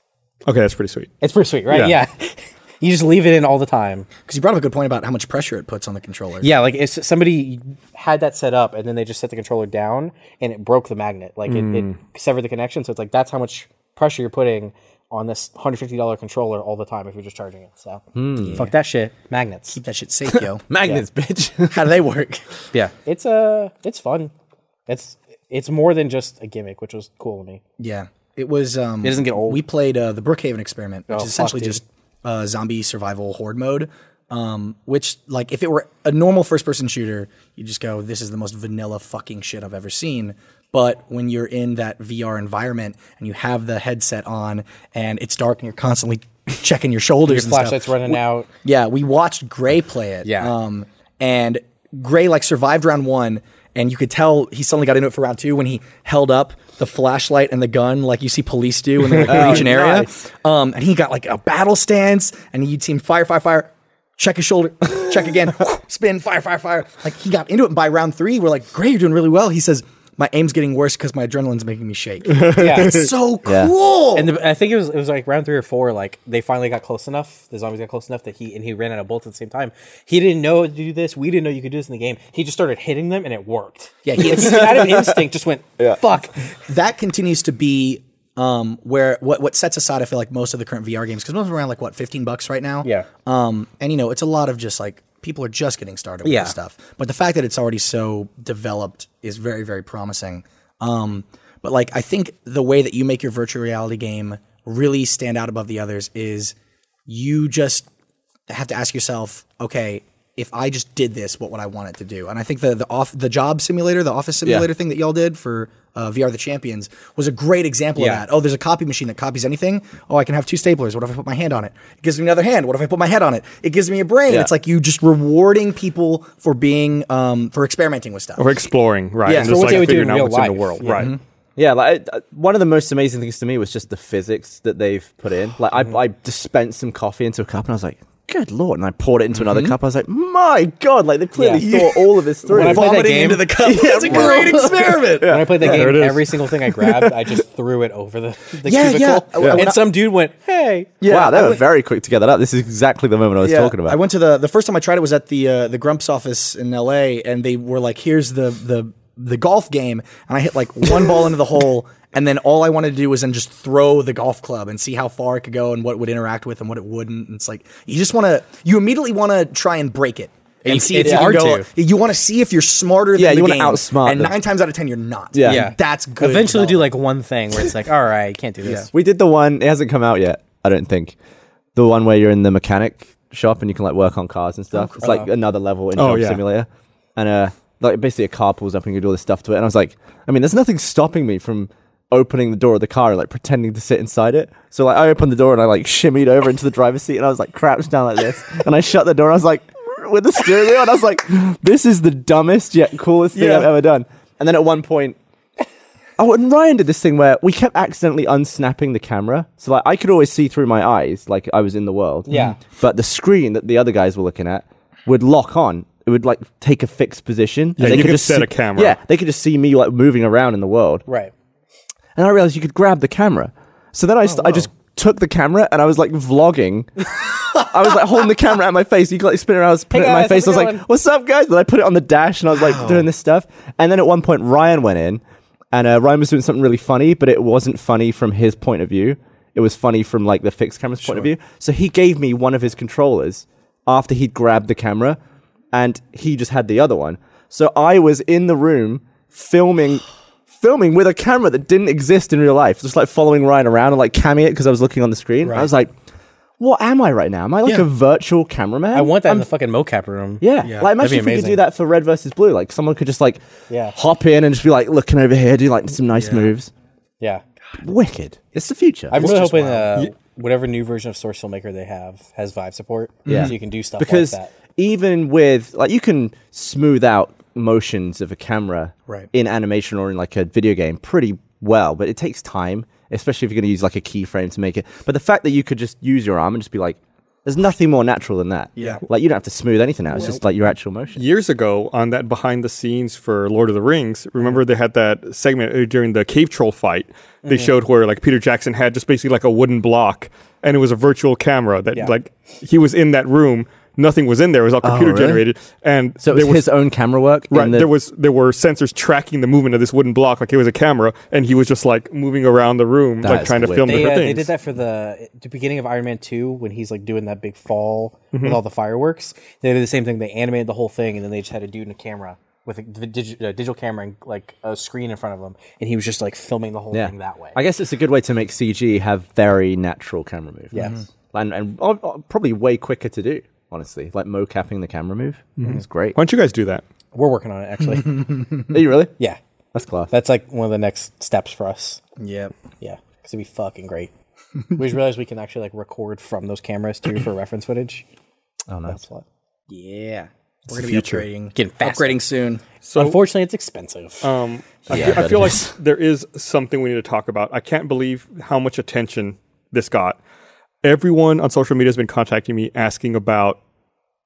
S1: Okay, that's pretty sweet.
S4: It's pretty sweet, right?
S1: Yeah.
S4: Yeah. you just leave it in all the time.
S2: Because you brought up a good point about how much pressure it puts on the controller.
S4: Yeah, like if somebody had that set up and then they just set the controller down and it broke the magnet, like it, it severed the connection. So it's like that's how much pressure you're putting on this $150 controller all the time if you're just charging it. So fuck that shit, magnets.
S2: Keep that shit safe, yo.
S3: Magnets, bitch.
S2: how do they work?
S4: Yeah, it's uh, it's fun. It's it's more than just a gimmick, which was cool to me.
S2: Yeah, it was. Um, it
S4: doesn't get old.
S2: We played uh, the Brookhaven experiment, which
S4: Oh,
S2: is essentially
S4: fuck, dude.
S2: just uh, zombie survival horde mode. Um, which, like, if it were a normal first-person shooter, you just go, "This is the most vanilla fucking shit I've ever seen." But when you're in that VR environment and you have the headset on and it's dark and you're constantly checking your shoulders, and stuff,
S4: Flashlights running out.
S2: yeah, we watched Gray play it.
S4: Yeah.
S2: Um, and Gray like survived round one, and you could tell he suddenly got into it for round two when he held up the flashlight and the gun like you see police do in the Legion area. Um, and he got like a battle stance, and you'd see him fire, fire, fire. Check his shoulder, check again, spin, fire, fire, fire. Like he got into it. And by round three, we're like, Gray, you're doing really well. He says, my aim's getting worse because my adrenaline's making me shake.
S4: Yeah.
S2: It's so
S3: Yeah.
S2: cool.
S4: And the, I think it was it was like round three or four. Like they finally got close enough. The zombies got close enough that he and he ran out of bullets at the same time. He didn't know to do this. We didn't know you could do this in the game. He just started hitting them and it worked.
S2: Yeah, he-
S4: Like, he out of instinct just went fuck.
S2: that continues to be um, where what what sets aside I feel like most of the current VR games because most of them are around like what fifteen bucks right now.
S4: Yeah.
S2: Um, and you know it's a lot of just like people are just getting started with
S4: Yeah.
S2: this stuff, but the fact that it's already so developed is very very promising. Um, but like I think the way that you make your virtual reality game really stand out above the others is you just have to ask yourself, okay, if I just did this, what would I want it to do? And I think the the off the job simulator, the office simulator thing that y'all did for uh, VR the Champions was a great example
S4: Yeah.
S2: of that. Oh, there's a copy machine that copies anything. Oh, I can have two staplers. What if I put my hand on it? It gives me another hand. What if I put my head on it? It gives me a brain.
S3: Yeah.
S2: It's like you just rewarding people for being um, for experimenting with stuff.
S1: Or exploring, right?
S2: Yeah,
S1: and
S2: so
S1: just
S4: what
S1: like
S4: they would do
S1: figuring
S4: in
S1: out
S4: real
S1: what's in
S4: life.
S1: the world,
S4: Yeah. Mm-hmm.
S1: right?
S3: Yeah, like I, I- one of the most amazing things to me was just the physics that they've put in. Like I, I dispensed some coffee into a cup, and I was like, "Good lord!" And I poured it into another cup. I was like, "My god!" Like they clearly
S4: Yeah.
S3: thought all of this through.
S4: When I played that
S2: Vomiting
S4: game-
S2: into the cup. That's a great experiment.
S4: When I played that
S1: there it
S4: game,
S1: is.
S4: every single thing I grabbed, I just threw it over the, the
S2: Yeah, yeah.
S4: cubicle.
S2: I- I- when I-
S4: And some dude went, "Hey,
S3: yeah, wow, they were very quick to get that up. This is exactly the moment I was talking about.
S2: I went to the the first time I tried it was at the uh, the Grumps office in L.A. and they were like, "Here's the the the golf game," and I hit like one ball into the hole, and then all I wanted to do was then just throw the golf club and see how far it could go and what it would interact with and what it wouldn't. And it's like you just want to you immediately want to try and break it. And see if
S4: it's
S2: you can
S4: hard
S2: go.
S4: to.
S2: You want to see if you're smarter.
S3: Yeah,
S2: than
S3: you
S2: the
S3: wanna
S2: game,
S3: outsmart
S2: And
S3: them.
S2: nine times out of ten, you're not.
S3: Yeah.
S2: And
S3: Yeah.
S2: that's good.
S4: Eventually, do
S2: development.
S4: like one thing where it's like, all right, can't do this.
S3: We did the one. It hasn't come out yet. I don't think the one where you're in the mechanic shop and you can like work on cars and stuff. it's like another level in
S1: Oh,
S3: Job
S1: yeah.
S3: Simulator, and uh, like basically a car pulls up and you can do all this stuff to it. And I was like, I mean, there's nothing stopping me from opening the door of the car and like pretending to sit inside it. So like I opened the door and I like shimmied over into the driver's seat and I was like crouched down like this and I shut the door. And I was like with the steering wheel and I was like, this is the dumbest yet coolest thing I've ever done. And then at one point. Oh, and Ryan did this thing where we kept accidentally unsnapping the camera. So like I could always see through my eyes, like I was in the world.
S4: Yeah.
S3: But the screen that the other guys were looking at would lock on. It would like take a fixed position.
S1: Yeah,
S3: they
S1: you could set
S3: see-
S1: a camera.
S3: Yeah, they could just see me like moving around in the world.
S4: Right.
S3: And I realized you could grab the camera. So then I, st- I just took the camera and I was like vlogging. I was like holding the camera at my face. You could like spin it around, I was putting
S4: Hey
S3: it in my
S4: guys,
S3: face. I
S4: how's
S3: was
S4: it
S3: like,
S4: going?
S3: "What's up, guys?" Then I put it on the dash and I was like doing this stuff. And then at one point, Ryan went in, and uh, Ryan was doing something really funny, but it wasn't funny from his point of view. It was funny from like the fixed camera's point of view. So he gave me one of his controllers after he'd grabbed the camera, and he just had the other one. So I was in the room filming. Filming with a camera that didn't exist in real life, just like following Ryan around and like camming it because I was looking on the screen. I was like, what am I right now? Am I like
S2: Yeah.
S3: a virtual cameraman?
S4: I want that in the fucking mocap room.
S3: Yeah. Like
S4: That'd be
S3: imagine if we could
S4: amazing.
S3: do that for red versus blue. Like someone could just like
S4: Yeah.
S3: hop in and just be like looking over here, do like some nice moves.
S4: Yeah.
S3: Wicked. It's the future.
S4: I'm really
S2: just
S4: hoping uh, whatever new version of Source Filmmaker they have has Vive support.
S3: Yeah.
S4: So you can do stuff
S3: because
S4: like that.
S3: even with like you can smooth out motions of a camera
S2: Right.
S3: in animation or in like a video game pretty well, but it takes time, especially if you're going to use like a keyframe to make it. But the fact that you could just use your arm and just be like, there's nothing more natural than that.
S2: Yeah.
S3: Like you don't have to smooth anything out. It's just like your actual motion.
S1: years ago on that behind the scenes for Lord of the Rings, remember they had that segment uh, during the cave troll fight. They
S4: Mm-hmm.
S1: showed where like Peter Jackson had just basically like a wooden block and it was a virtual camera that
S4: Yeah. Oh,
S1: like he was in that room. Nothing was in there. It was all computer
S3: really?
S1: generated. And
S3: So it was, his own camera work. in
S1: right,
S3: the-
S1: there was there were sensors tracking the movement of this wooden block like it was a camera and he was just like moving around the room like
S3: is
S1: trying to
S3: weird.
S1: film
S4: They,
S1: different
S4: uh,
S1: things.
S4: they did that for the, the beginning of Iron Man 2 when he's like doing that big fall
S3: Mm-hmm.
S4: with all the fireworks. They did the same thing. They animated the whole thing and then they just had a dude in a camera with a d- digi- uh, digital camera and like a screen in front of him. And he was just like filming the whole thing that way.
S3: I guess it's a good way to make CG have very natural camera movements.
S4: Yes.
S1: Mm-hmm.
S3: And, and uh, uh, probably way quicker to do, honestly. Like mocapping the camera move
S1: Mm-hmm.
S3: is great.
S1: Why don't you guys do that?
S4: We're working on it actually.
S3: Are you really?
S4: yeah.
S3: That's class.
S4: That's like one of the next steps for us.
S2: yeah.
S4: Yeah, because it'd be fucking great. we just realized we can actually like record from those cameras too for reference footage.
S3: oh, no.
S4: That's what.
S2: Yeah. We're
S1: the
S2: gonna
S1: future.
S2: be upgrading,
S4: Getting faster.
S2: upgrading soon.
S4: Unfortunately, it's expensive.
S1: Um, I
S3: Yeah,
S1: feel, I
S3: that
S1: feel like
S3: is.
S1: there is something we need to talk about. I can't believe how much attention this got. Everyone on social media has been contacting me asking about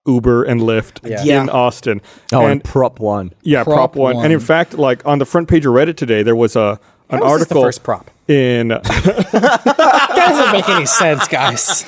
S1: Uber and Lyft
S2: Yeah.
S1: in Austin.
S3: Oh, and,
S1: and
S3: prop one.
S1: yeah, prop,
S2: prop
S1: one. And in
S2: one.
S1: fact, like on the front page of Reddit today, there was a an
S4: How is this the
S1: article
S4: first prop?
S1: in
S4: That doesn't make any sense, guys.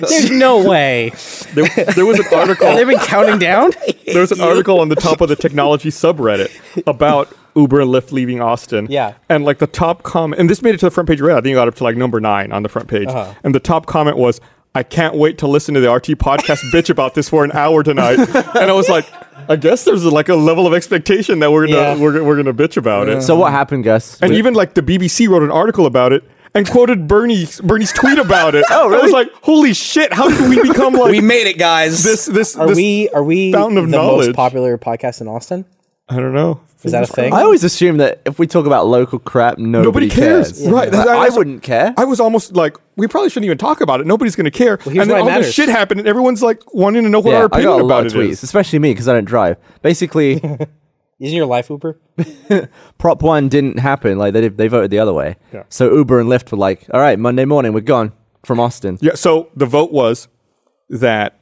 S4: There's no way.
S1: there, there was an article
S4: Have they been counting down?
S1: there was an article on the top of the technology subreddit about Uber and Lyft leaving Austin.
S4: Yeah.
S1: And like the top comment, and this made it to the front page of Reddit. I think it got up to like number nine on the front page.
S4: Uh-huh.
S1: And the top comment was, I can't wait to listen to the RT podcast bitch about this for an hour tonight. and I was like, I guess there's like a level of expectation that we're gonna
S4: Yeah.
S1: we're, we're gonna bitch about it.
S3: So what happened, Gus?
S1: and
S3: We-
S1: even like the BBC wrote an article about it and quoted Bernie's Bernie's tweet about it. oh, I was
S3: really?
S1: like, holy shit! How did we become like
S2: We made it, guys.
S1: this? This
S4: Are
S1: this,
S4: we are we
S1: fountain
S4: the
S1: of
S4: most
S1: knowledge.
S4: popular podcast in Austin?
S1: I don't know.
S4: Is that a thing?
S3: I always assume that if we talk about local crap, nobody,
S1: Nobody cares, right?
S3: I,
S1: That's-
S3: I
S1: that's-
S3: wouldn't care.
S1: I was almost like, we probably shouldn't even talk about it. Nobody's going to care.
S4: here's
S1: and then
S4: why it
S1: all
S4: matters.
S1: this shit happened, and everyone's like wanting to know what our
S3: I
S1: opinion
S3: got a
S1: about
S3: lot
S1: it
S3: of tweets,
S1: is.
S3: especially me because I don't drive. Basically,
S4: Isn't your life Uber?
S3: Prop One didn't happen. Like they they voted the other way.
S1: Yeah.
S3: So Uber and Lyft were like, "All right, Monday morning, we're gone from Austin."
S1: Yeah. So the vote was that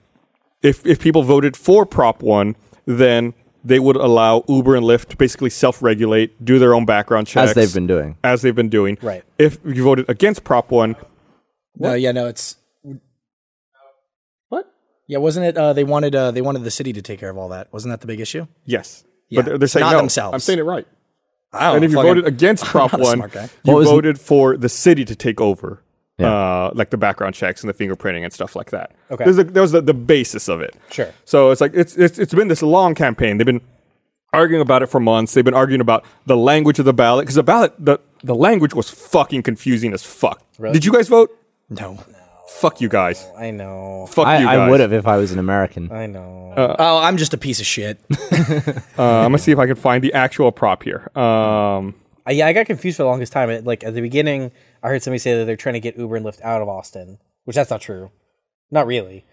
S1: if if people voted for Prop One, then they would allow Uber and Lyft to basically self-regulate, do their own background checks,
S3: As they've been doing.
S1: as they've been doing.
S4: Right.
S1: If you voted against Prop One,
S2: No, yeah, no, it's what? Yeah, wasn't it? Uh, they wanted uh, they wanted the city to take care of all that. Wasn't that the big issue?
S1: yes.
S2: Yeah,
S1: But they're, they're saying
S2: not
S1: no.
S2: themselves.
S1: I'm saying it right.
S2: I don't
S1: and if you
S2: fucking-
S1: voted against Prop
S2: not a
S1: One,
S2: smart guy.
S1: you
S3: What was-
S1: voted for the city to take over, uh, like the background checks and the fingerprinting and stuff like that.
S4: Okay.
S1: There's a- that was the, the basis of it.
S4: Sure.
S1: So it's like it's, it's it's been this long campaign. They've been arguing about it for months. They've been arguing about the language of the ballot because the ballot the the language was fucking confusing as fuck. Did you guys vote?
S2: no.
S1: Fuck you guys.
S2: Oh,
S4: I know.
S1: Fuck
S3: I,
S1: you guys.
S3: I would have if I was an American.
S4: I know.
S2: Oh, I'm just a piece of shit.
S1: Uh, I'm gonna see if I can find the actual prop here. Um,
S4: I, yeah, I got confused for the longest time. It, like at the beginning, I heard somebody say that they're trying to get Uber and Lyft out of Austin, which that's not true, not really.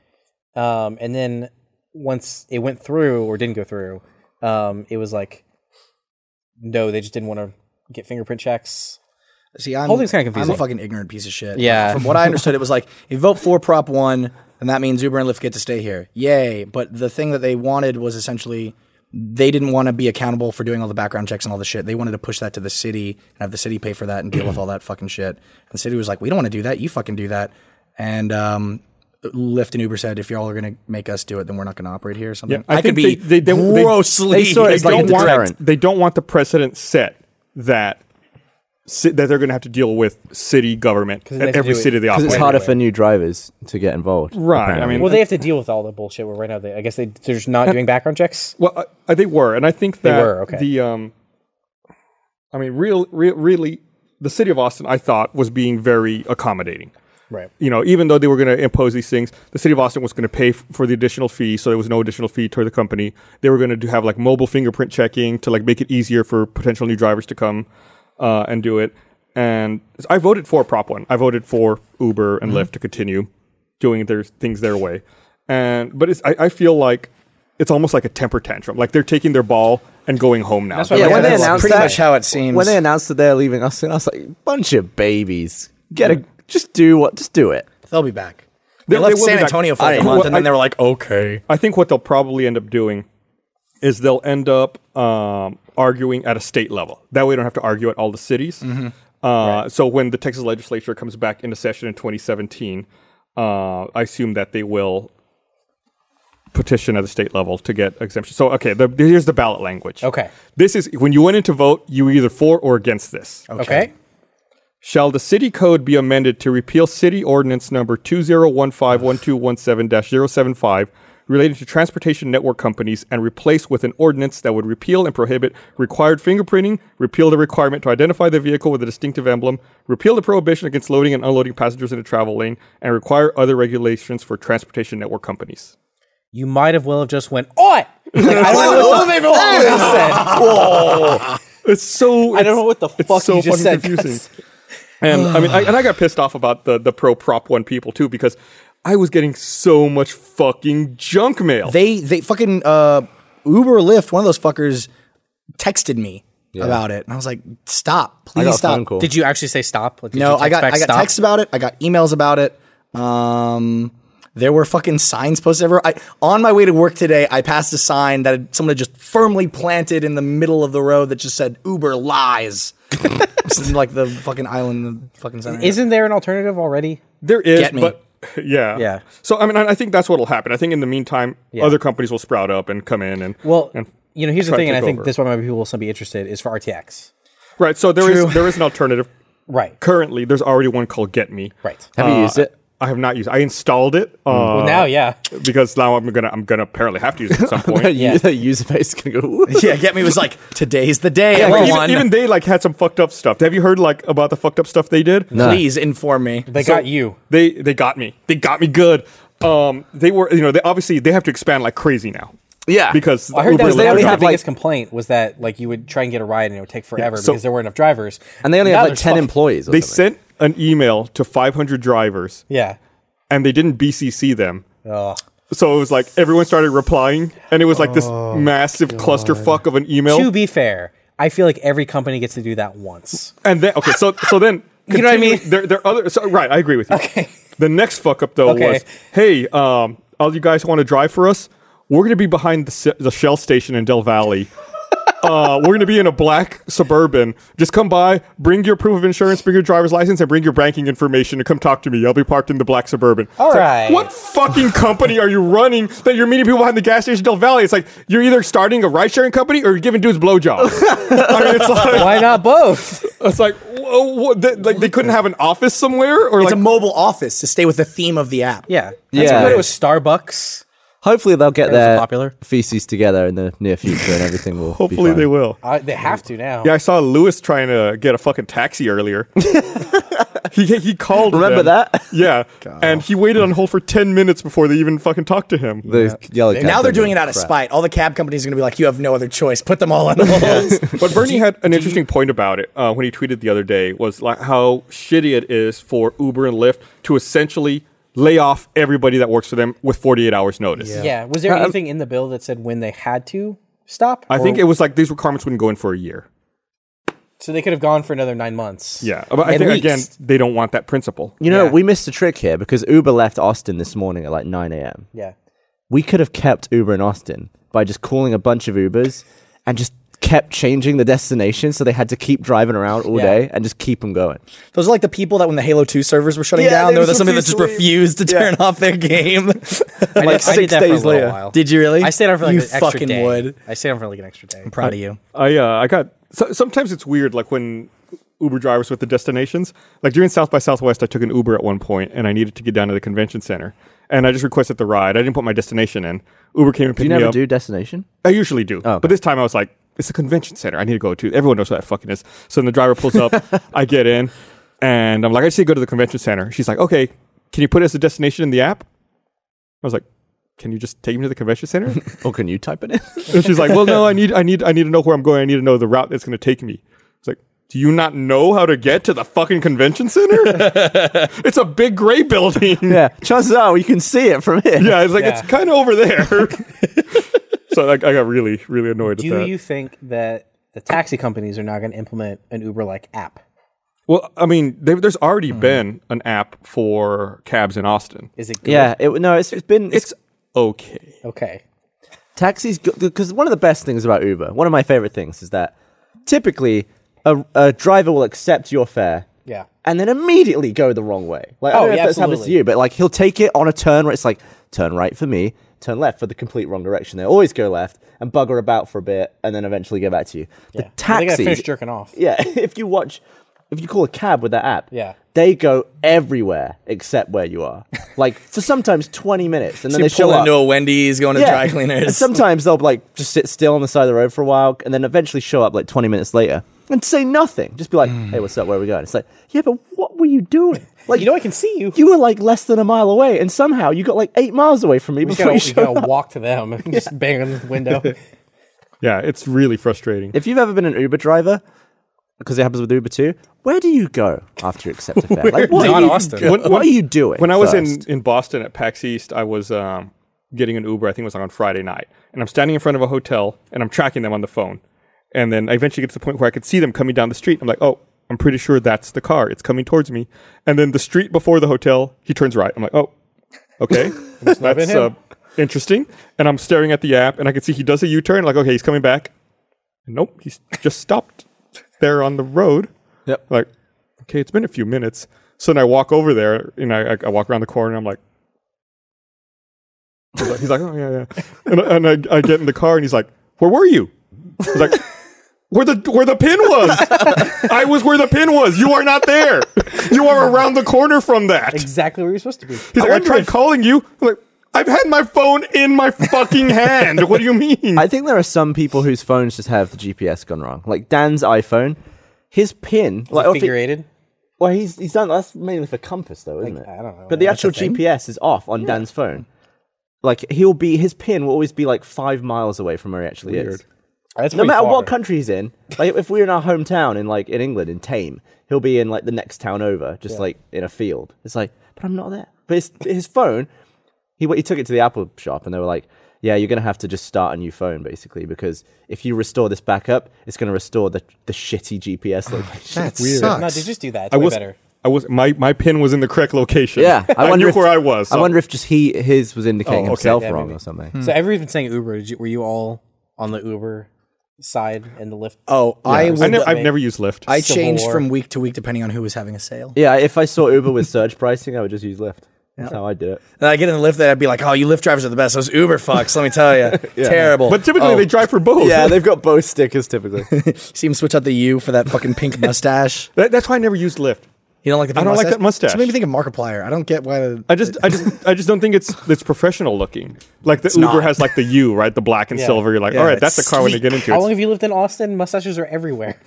S4: Um, and then once it went through or didn't go through, um, it was like, no, they just didn't want to get fingerprint checks.
S2: See, I'm
S4: Whole thing's kinda
S2: I'm
S4: confusing.
S2: a fucking ignorant piece of shit.
S4: Yeah.
S2: From what I understood, it was like if you vote for Prop One, then that means Uber and Lyft get to stay here. Yay! But the thing that they wanted was essentially they didn't want to be accountable for doing all the background checks and all the shit. They wanted to push that to the city and have the city pay for that and deal with all that fucking shit. And the city was like, "We don't want to do that. You fucking do that." And um, Lyft and Uber said, "If y'all are gonna make us do it, then we're not gonna operate here." Or something.
S1: I
S2: I,
S1: think
S2: could be
S1: they- they don't- they-
S2: grossly.
S3: they saw it as
S1: they
S3: like
S1: don't
S3: a
S1: want
S3: deterrent.
S1: they don't want the precedent set that ci- that they're going to have to deal with city government
S4: they have
S1: at
S4: to
S1: every
S4: do it-
S1: city they
S3: Because
S1: operate.
S3: it's
S1: in.
S3: harder for new drivers to get involved.
S1: Right, I mean-
S4: Well, they have to deal with all the bullshit we're right now. They, I guess they they're just not doing background checks.
S1: Well, uh, uh, they were, and I think that
S4: were, okay.
S1: the um, I mean, real, real, really, the city of Austin, I thought, was being very accommodating.
S4: Right.
S1: You know, even though they were going to impose these things, the city of Austin was going to pay f- for the additional fee, so there was no additional fee to the company. They were going to have like mobile fingerprint checking to like make it easier for potential new drivers to come uh, and do it. And so I voted for Prop One. I voted for Uber and Lyft to continue doing their things their way. And but it's I, I feel like it's almost like a temper tantrum. Like they're taking their ball and going home now.
S4: what
S3: yeah,
S4: Yeah,
S3: when they
S4: that's
S3: announced
S2: pretty
S3: that,
S2: much how it seems.
S3: When they announced that they're leaving us, I was like, "Bunch of babies, get a just do what, just do it."
S2: They'll be back. They,
S1: They-
S2: left
S1: they will be
S2: San
S1: back.
S2: Antonio for
S1: I
S2: like a
S1: know.
S2: month,
S1: Well,
S2: and
S1: I-
S2: then they were like, "Okay."
S1: I think what they'll probably end up doing is they'll end up um, arguing at a state level. That way, we don't have to argue at all the cities.
S4: Mm-hmm.
S1: Uh, So when the Texas legislature comes back into session in 2017, uh, I assume that they will petition at the state level to get exemption. So okay, the, here's the ballot language.
S4: Okay.
S1: this is when you went in to vote, you were either for or against this.
S4: Okay.
S1: Shall the city code be amended to repeal city ordinance number 20151217-075 relating to transportation network companies and replace with an ordinance that would repeal and prohibit required fingerprinting, repeal the requirement to identify the vehicle with a distinctive emblem, repeal the prohibition against loading and unloading passengers in a travel lane, and require other regulations for transportation network companies?
S4: You might have well have just went oi. Like, I don't know what the fuck you just said.
S1: It's so
S4: I don't know what the
S1: it's
S4: fuck
S1: so
S4: you just
S1: fucking
S4: said.
S1: confusing. And I mean, I, and I got pissed off about the the pro prop one people too because I was getting so much fucking junk mail.
S2: They they fucking uh, Uber or Lyft. One of those fuckers texted me about it, and I was like, "Stop, please
S3: I got a
S2: stop."
S3: phone call.
S4: Did you actually say stop? Like, did
S2: No,
S4: you
S2: I got
S4: back
S2: I got
S4: stop?
S2: texts about it. I got emails about it. Um, There were fucking signs posted everywhere. I, on my way to work today, I passed a sign that someone had just firmly planted in the middle of the road that just said "Uber lies." It's in, like the fucking island, in the fucking center.
S4: Isn't there an alternative already?
S1: There is,
S2: Get me.
S1: but yeah,
S4: Yeah.
S1: So I mean, I, I think that's what'll happen. I think in the meantime, other companies will sprout up and come in and
S4: Well,
S1: and-
S4: you know, here's the
S1: try to
S4: thing, and I
S1: take
S4: think
S1: over.
S4: this one might be people will still be interested is for RTX.
S1: right. So there is there is an alternative.
S4: Right.
S1: Currently, there's already one called Get Me. Uh,
S4: Right.
S3: Have you used it?
S1: I have not used. I installed it uh,
S4: Mm. Well, now, yeah.
S1: because now I'm gonna I'm gonna apparently have to use it at some point.
S3: yeah. The user base is gonna go. "Ooh."
S2: yeah, get me was like today's the day.
S1: Like,
S2: everyone.
S1: even, even they like had some fucked up stuff. Have you heard like about the fucked up stuff they did?
S2: Please inform me.
S4: They got you.
S1: They they got me. They got me good. Um, they were you know they obviously they have to expand like crazy now.
S3: Yeah.
S1: because
S4: I heard that
S1: Uber
S4: was
S1: let
S3: they
S1: them
S4: literally
S3: only
S1: down.
S4: the
S3: have, like-
S4: biggest complaint was that like you would try and get a ride and it would take forever
S1: so-
S4: because there weren't enough drivers.
S3: And they only
S4: Now
S3: have like
S4: there's
S3: ten
S4: fuck-
S3: employees. Or
S1: they
S3: something.
S1: sent an email to 500 drivers
S4: Yeah.
S1: and they didn't BCC them.
S4: Ugh.
S1: So it was like everyone started replying, and it was like this massive clusterfuck of an email.
S4: To be fair, I feel like every company gets to do that once.
S1: And then okay, so so then
S4: You know what I mean?
S1: continuing- There there are other so, right. I agree with you.
S4: Okay.
S1: The next fuck up though
S4: Okay.
S1: was hey, um, all you guys want to drive for us? We're gonna be behind the, se- the Shell station in Del Valley. Uh, we're gonna be in a black suburban. Just come by, bring your proof of insurance, bring your driver's license, and bring your banking information, and come talk to me. I'll be parked in the black suburban.
S4: All
S1: All right.
S4: right.
S1: What fucking company are you running that you're meeting people behind the gas station in Del Valley? It's like you're either starting a ride sharing company or you're giving dudes blowjobs. I mean, it's like
S4: Why not both?
S1: it's like, whoa, whoa, they, like they couldn't have an office somewhere, or
S2: It's
S1: like,
S2: a mobile office to stay with the theme of the app.
S4: yeah. That's
S3: Yeah.
S4: what it was Starbucks.
S3: Hopefully they'll get
S4: was
S3: their
S4: popular.
S3: feces together in the near future, and everything will.
S1: hopefully they will.
S4: Uh, they have to now.
S1: Yeah, I saw Lewis trying to get a fucking taxi earlier. he he called.
S3: Remember
S1: them.
S3: that?
S1: Yeah, and he waited on hold for ten minutes before they even fucking talked to him.
S3: The yellow
S2: Now
S3: cab
S2: they're
S3: thing
S2: doing
S3: is
S2: it out of
S3: crap.
S2: spite. All the cab companies are going to be like, you have no other choice. Put them all on hold.
S1: But Bernie had an interesting point about it uh, when he tweeted the other day was like how shitty it is for Uber and Lyft to essentially lay off everybody that works for them with 48 hours notice.
S4: Yeah. Was there anything in the bill that said when they had to stop?
S1: I think
S4: Or-
S1: it was like these requirements wouldn't go in for a year.
S4: so they could have gone for another nine months.
S1: Yeah, but I
S4: At
S1: think
S4: least.
S1: again they don't want that principle.
S3: You know,
S4: Yeah.
S3: we missed a trick here because Uber left Austin this morning at like 9 a.m.
S4: Yeah.
S3: We could have kept Uber in Austin by just calling a bunch of Ubers and just kept changing the destination so they had to keep driving around all
S4: Yeah.
S3: day and just keep them going.
S2: Those are like the people that when the Halo 2 servers were shutting
S3: Yeah,
S2: down,
S3: they
S2: there were
S3: just
S2: some people that just
S3: refused to leave.
S2: refused to turn off their game.
S4: I did, I did
S3: six
S4: that for a
S3: days
S4: little
S3: later.
S4: while.
S2: Did you really?
S4: I stayed on for like
S2: you
S4: an extra
S2: fucking
S4: day.
S2: would.
S4: I stayed on for like an extra day.
S2: Proud of you.
S1: I uh, I got so, sometimes it's weird like when Uber drivers with the destinations. Like during South by Southwest, I took an Uber at one point and I needed to get down to the convention center, and I just requested the ride. I didn't put my destination in. Uber came and
S3: Do
S1: picked me
S3: you never
S1: up.
S3: do destination?
S1: I usually do,
S3: okay.
S1: but this time I was like, it's a convention center. I need to go to. Everyone knows what that fucking is. So then the driver pulls up. I get in, and I'm like, I just need to go to the convention center. She's like, okay, can you put it as a destination in the app? I was like, can you just take me to the convention center?
S3: Or can you type it in?
S1: And she's like, "Well, no, I need, I need, I need to know where I'm going. I need to know the route that's going to take me." It's like, "Do you not know how to get to the fucking convention center? it's a big gray building.
S3: yeah. Chances are you can see it from here.
S1: Yeah, it's like
S4: Yeah.
S1: it's kind of over there." so I, I got really, really annoyed
S4: Do
S1: at that.
S4: you think that the taxi companies are not going to implement an Uber like app?
S1: well, I mean, there, there's already been an app for cabs in Austin.
S4: Is it good?
S3: Yeah. It, no, it's, it's been. It's,
S1: It's okay.
S4: Okay.
S3: Taxis, because one of the best things about Uber, one of my favorite things is that typically a, a driver will accept your fare.
S4: Yeah.
S3: And then immediately go the wrong way. Like, I
S4: Oh,
S3: don't know
S4: yeah,
S3: if that's happens to
S4: absolutely.
S3: you, but like he'll take it on a turn where it's like, turn right for me, turn left for the complete wrong direction. They always go left and bugger about for a bit and then eventually go back to you.
S4: Well, They
S3: The
S4: got to
S3: taxis,
S4: finish jerking off.
S3: yeah, if you watch, if you call a cab with that app,
S4: Yeah.
S3: they go everywhere except where you are. Like for sometimes 20 minutes and then
S2: You
S3: they show
S2: pull
S3: up.
S2: into a Wendy's, going to dry
S3: And
S2: cleaners.
S3: sometimes they'll like just sit still on the side of the road for a while, and then eventually show up like twenty minutes later and say nothing. Just be like, "Hey, what's up? Where are we going?" It's like, "Yeah, but what were you doing? Like,
S4: You know, I can see you.
S3: you were like less than a mile away, and somehow you got like eight miles away from me
S4: You
S3: before
S4: gotta,
S3: you
S4: you
S3: showed
S4: gotta
S3: up."
S4: walk to them and just bang on the window.
S1: Yeah, it's really frustrating.
S3: If you've ever been an Uber driver, because it happens with Uber too, where do you go after you accept a fare? Like, what,
S4: Not
S3: are you,
S4: Austin.
S3: go- what are you doing?
S1: when I was in,
S3: first?
S1: in Boston at PAX East, I was um, getting an Uber. I think it was on Friday night, and I'm standing in front of a hotel and I'm tracking them on the phone. And then I eventually get to the point where I could see them coming down the street. I'm like, oh, I'm pretty sure that's the car. It's coming towards me. And then the street before the hotel, he turns right. I'm like, oh, Okay, that's uh, interesting. And I'm staring at the app, and I can see he does a U-turn. Like, okay, he's coming back. Nope, he's just stopped there on the road.
S3: Yep.
S1: Like, okay, it's been a few minutes. So then I walk over there, and I, I, I walk around the corner. and I'm like, he's like, he's like, oh yeah, yeah. And, and I, I get in the car, and he's like, where were you? He's like. Where the where the pin was? I was where the pin was. You are not there. You are around the corner from that.
S4: Exactly where you're supposed to be.
S1: He's like, I tried calling you. I'm like, I've had my phone in my fucking hand. What do you mean?
S3: I think there are some people whose phones just have the GPS gone wrong. Like Dan's iPhone, his pin, like or if it-
S4: Figure eighted.
S3: well, he's he's done that's mainly for compass though, isn't it?
S4: I don't know,
S3: But the actual GPS is off on Dan's phone. Like he'll be his pin will always be like five miles away from where he actually is.
S4: That's
S3: No
S4: pretty
S3: matter what
S4: far.
S3: country he's in, like if we're in our hometown in like in England in Tame, he'll be in like the next town over, just like in a field. It's like, but I'm not there. But his, his phone, he he took it to the Apple shop and they were like, yeah, you're gonna have to just start a new phone basically because if you restore this back up, it's gonna restore the the shitty GPS location.
S2: That sucks.
S4: No, did just do that. It's
S1: I
S4: way
S1: was
S4: better.
S1: I was my my pin was in the correct location.
S3: yeah,
S1: I,
S3: wonder
S1: knew
S3: if-
S1: where I was.
S3: I
S1: so- Oh,
S3: wonder if just he his was indicating
S1: okay,
S3: himself
S4: yeah,
S3: wrong
S4: maybe. Hmm.
S3: or something.
S4: So everyone's been saying Uber. Did you, were you all on the Uber side and the Lyft?
S2: Oh, I
S1: I
S2: would,
S1: nev- I've never used Lyft.
S2: I
S4: Civil
S2: changed
S4: War.
S2: from week to week depending on who was having a sale.
S3: Yeah, if I saw Uber with surge pricing, I would just use Lyft. That's how I did it.
S2: And I get in the lift, and I'd be like, "Oh, you lift drivers are the best. Those Uber fucks, let me tell you, terrible."
S1: but typically
S2: Oh,
S1: they drive for both.
S3: Yeah, they've got both stickers typically.
S2: see him switch out the U for that fucking pink mustache.
S1: That- that's why I never used Lyft.
S2: You don't like the pink
S1: I don't like that mustache.
S2: It made me think of Markiplier. I don't get why. The,
S1: I just I just I just don't think it's it's professional looking. Like the Uber
S2: not.
S1: has like the U right, the black and
S4: Yeah.
S1: silver. You're like,
S2: Yeah,
S1: all right, that's the
S2: it's
S1: car when they
S2: sleek.
S1: get into
S4: How long
S1: it.
S4: have you lived in Austin? Mustaches are everywhere.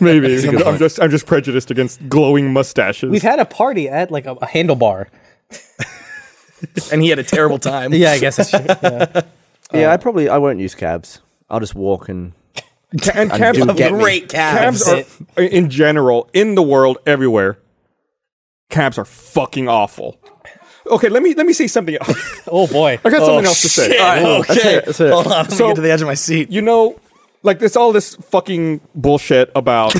S1: Maybe I'm, I'm just I'm just prejudiced against glowing mustaches.
S4: We've had a party at like a, a handlebar.
S2: and he had a terrible time.
S4: Yeah, I guess that's true.
S3: yeah,
S4: Uh,
S3: I probably I won't use cabs. I'll just walk and
S1: and cabs,
S3: do get me.
S2: great
S1: cabs
S2: calves.
S1: are, in general in the world everywhere. Cabs are fucking awful. Okay, let me let me say something. else.
S4: Oh boy.
S1: I got something else to say.
S2: Shit.
S1: All right.
S2: okay,
S3: That's it, that's it.
S2: hold on. I'm
S1: So-
S2: gonna get to the edge of my seat.
S1: you know, like there's all this fucking bullshit about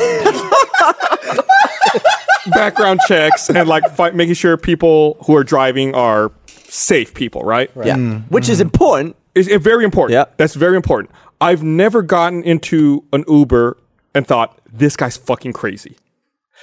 S1: background checks and like fi- making sure people who are driving are safe people, right?
S3: yeah, which
S4: Hmm.
S3: is important.
S1: It's, it's very important.
S3: Yeah.
S1: That's very important. I've never gotten into an Uber and thought, this guy's fucking crazy.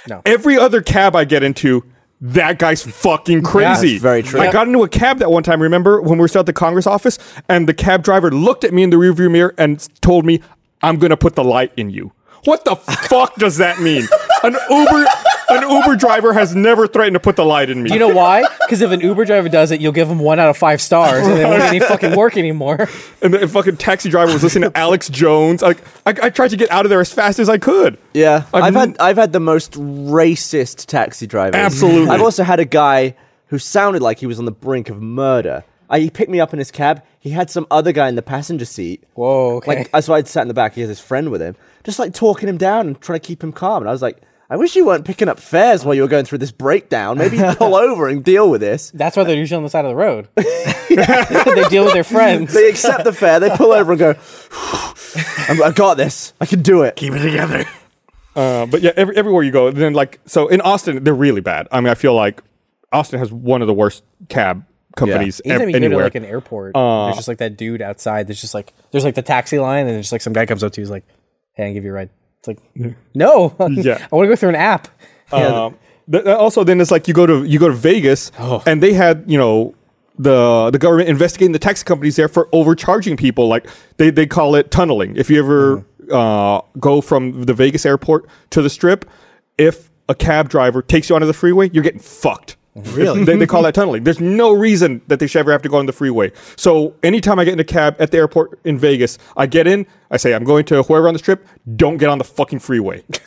S4: No.
S1: Every other cab I get into, that guy's fucking crazy.
S3: That's very true.
S1: I got into a cab that one time, remember, when we were still at the Congress office, and the cab driver looked at me in the rearview mirror and s- told me, I'm going to put the light in you. What the fuck does that mean? An Uber an Uber driver has never threatened to put the light in me.
S4: You know why? Because if an Uber driver does it, you'll give them one out of five stars, and they won't get any fucking work anymore.
S1: and the fucking taxi driver was listening to Alex Jones. Like I, I tried to get out of there as fast as I could.
S3: Yeah,
S1: I've
S3: I've,
S1: n-
S3: had I've had the most racist taxi drivers.
S1: Absolutely.
S3: I've also had a guy who sounded like he was on the brink of murder. I, he picked me up in his cab. He had some other guy in the passenger seat.
S4: Whoa, okay.
S3: Like that's why I sat in the back. He has his friend with him, just like talking him down and trying to keep him calm. And I was like, I wish you weren't picking up fares while you were going through this breakdown. Maybe pull over and deal with this.
S4: That's why they're usually on the side of the road. they deal with their friends.
S3: They accept the fare. They pull over and go. "I'm- I got this. I can do it.
S2: Keep it together.
S1: Uh, but yeah, every, everywhere you go, then like so in Austin, they're really bad. I mean, I feel like Austin has one of the worst cab companies ev-
S4: Anytime you go to
S1: anywhere.
S4: like an airport,
S3: Uh,
S4: there's just like that dude outside. There's just like there's like the taxi line, and just like some guy comes up to you, he's like, "Hey, I give you a ride." It's like, no,
S1: Yeah.
S4: I want to go through an app.
S1: Um, Oh. th- th- also, then it's like you go to you go to Vegas, and they had you know the the government investigating the taxi companies there for overcharging people. Like they they call it tunneling. If you ever uh, go from the Vegas airport to the Strip, if a cab driver takes you onto the freeway, you're getting fucked. Mm-hmm. Really? they, they call that tunneling. There's no reason that they should ever have to go on the freeway. So anytime I get in a cab at the airport in Vegas, I get in, I say I'm going to wherever on the strip. Don't get on the fucking freeway.
S4: Do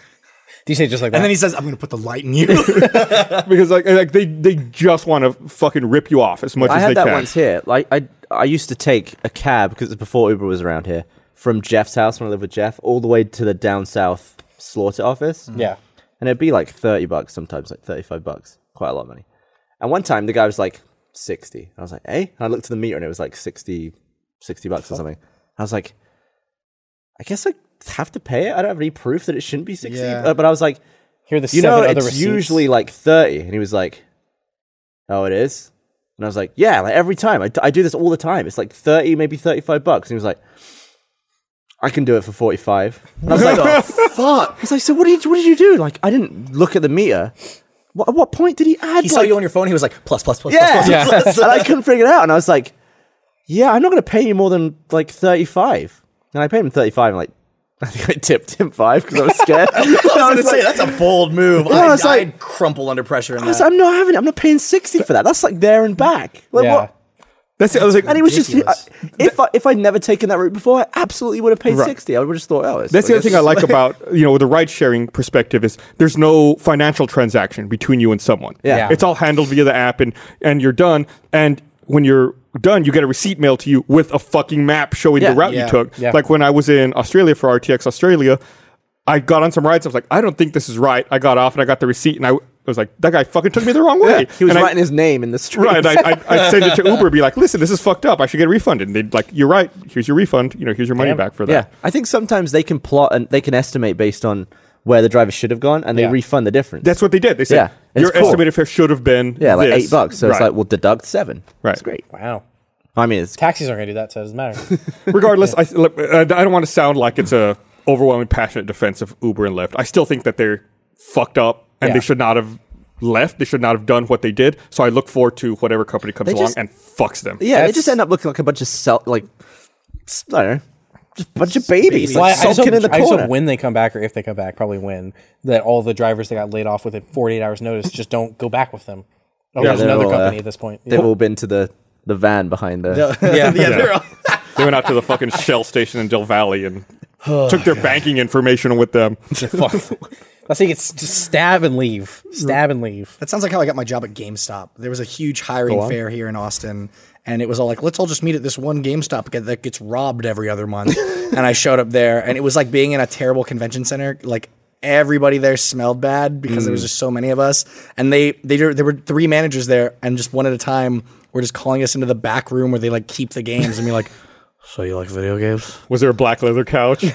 S4: you say it just like that?
S2: And then he says, "I'm gonna put the light in you."
S1: because like, like they they just want to fucking rip you off as much
S3: I
S1: as they
S3: had that
S1: can.
S3: once here. Like I, I used to take a cab because before Uber was around here from Jeff's house when I lived with Jeff all the way to the down south slaughter office.
S4: Mm. yeah,
S3: and it'd be like thirty bucks sometimes, like thirty-five bucks, quite a lot of money. And one time the guy was like sixty. And I was like, eh? And I looked at the meter and it was like 60, 60 bucks or something. I was like, I guess I have to pay it. I don't have any proof that it shouldn't be sixty.
S2: Yeah.
S3: Uh, But I was like,
S4: here are the
S3: you
S4: seven
S3: know,
S4: other
S3: it's
S4: receipts.
S3: usually like 30. And he was like, oh, it is? And I was like, yeah, like every time. I, d- I do this all the time. It's like 30, maybe 35 bucks. And he was like, I can do it for 45. And I was like, fuck. He's like, so what did, you, what did you do? Like, I didn't look at the meter. What, at what point did he add?
S2: He saw
S3: like-
S2: you on your phone. He was like, plus, plus, plus, plus,
S3: yeah.
S2: plus, plus, plus.
S3: and I couldn't figure it out. And I was like, yeah, I'm not going to pay you more than like 35. And I paid him 35 and like, I think I tipped him five because I was scared. I was
S2: I was
S3: like-
S2: gonna say that's a bold move. I,
S3: I
S2: I
S3: was like-
S2: would crumple under pressure. In
S3: I was
S2: that.
S3: like, I'm not having it. I'm not paying 60 for that. That's like there and back. Like,
S4: Yeah.
S3: what?
S1: That's the other thing.
S3: And he was just, I,
S2: Ridiculous.
S3: if, I, if I'd never taken that route before, I absolutely would have paid 60. I would have just thought, oh, it's-
S1: That's the other thing I
S3: it's-
S1: like about you know the ride sharing perspective is there's no financial transaction between you and someone.
S3: Yeah. Yeah.
S1: it's all handled via the app, and and you're done. And when you're done, you get a receipt mailed to you with a fucking map showing
S3: Yeah.
S1: the route
S2: Yeah.
S1: you took.
S4: Yeah.
S1: Like when I was in Australia for RTX Australia, I got on some rides. I was like, I don't think this is right. I got off and I got the receipt, and I was like, that guy fucking took me the wrong way.
S3: He was
S1: And I-
S3: writing his name in the street.
S1: Right, I, I, I'd send it to Uber, be like, "Listen, this is fucked up. I should get refunded." And they'd like, "You're right. Here's your refund. You know, here's your money
S4: Damn.
S1: back for that."
S3: Yeah, I think sometimes they can plot and they can estimate based on where the driver should have gone, and they
S4: Yeah.
S3: refund the difference.
S1: That's what they did. They said
S3: Yeah, and
S1: your
S3: it's cool.
S1: estimated fare should have been
S3: yeah, like
S1: this."
S3: eight bucks. So it's
S1: Right.
S3: like we'll deduct seven.
S1: Right.
S3: it's great.
S4: Wow.
S3: I mean, it's
S4: Taxis aren't going to do that, so it doesn't matter.
S1: regardless. I, look, I I don't want to sound like it's a overwhelming passionate defense of Uber and Lyft. I still think that they're fucked up and
S4: Yeah.
S1: they should not have left. They should not have done what they did. So I look forward to whatever company comes
S3: They
S1: along
S3: just-
S1: and fucks them.
S3: yeah, they
S4: That's-
S3: just end up looking like a bunch of sel- like s- I don't know, just a bunch of babies
S4: Well, I-
S3: like,
S4: I just
S3: sulking
S4: hope,
S3: in the
S4: I just
S3: corner.
S4: hope when they come back, or if they come back, probably when that all the drivers that got laid off with a 48 hours notice just don't go back with them. Oh, there's
S3: they're
S4: another
S3: all, uh,
S4: company at this point.
S3: They've all been to the the van behind the.
S2: yeah, they're all-
S1: They went out to the fucking Shell station in Del Valley and
S3: Oh,
S1: took their banking information with them.
S4: Fuck. Let's see, it's just stab and leave, stab and leave.
S2: That sounds like how I got my job at GameStop. There was a huge hiring fair here in Austin, and it was all like, let's all just meet at this one GameStop get- that gets robbed every other month. and I showed up there, and it was like being in a terrible convention center. Like everybody there smelled bad because there
S4: Mm.
S2: was just so many of us, and they they did- there were three managers there, and just one at a time were just calling us into the back room where they like keep the games and be like. So you like video games?
S1: Was there a black leather couch?
S5: Do they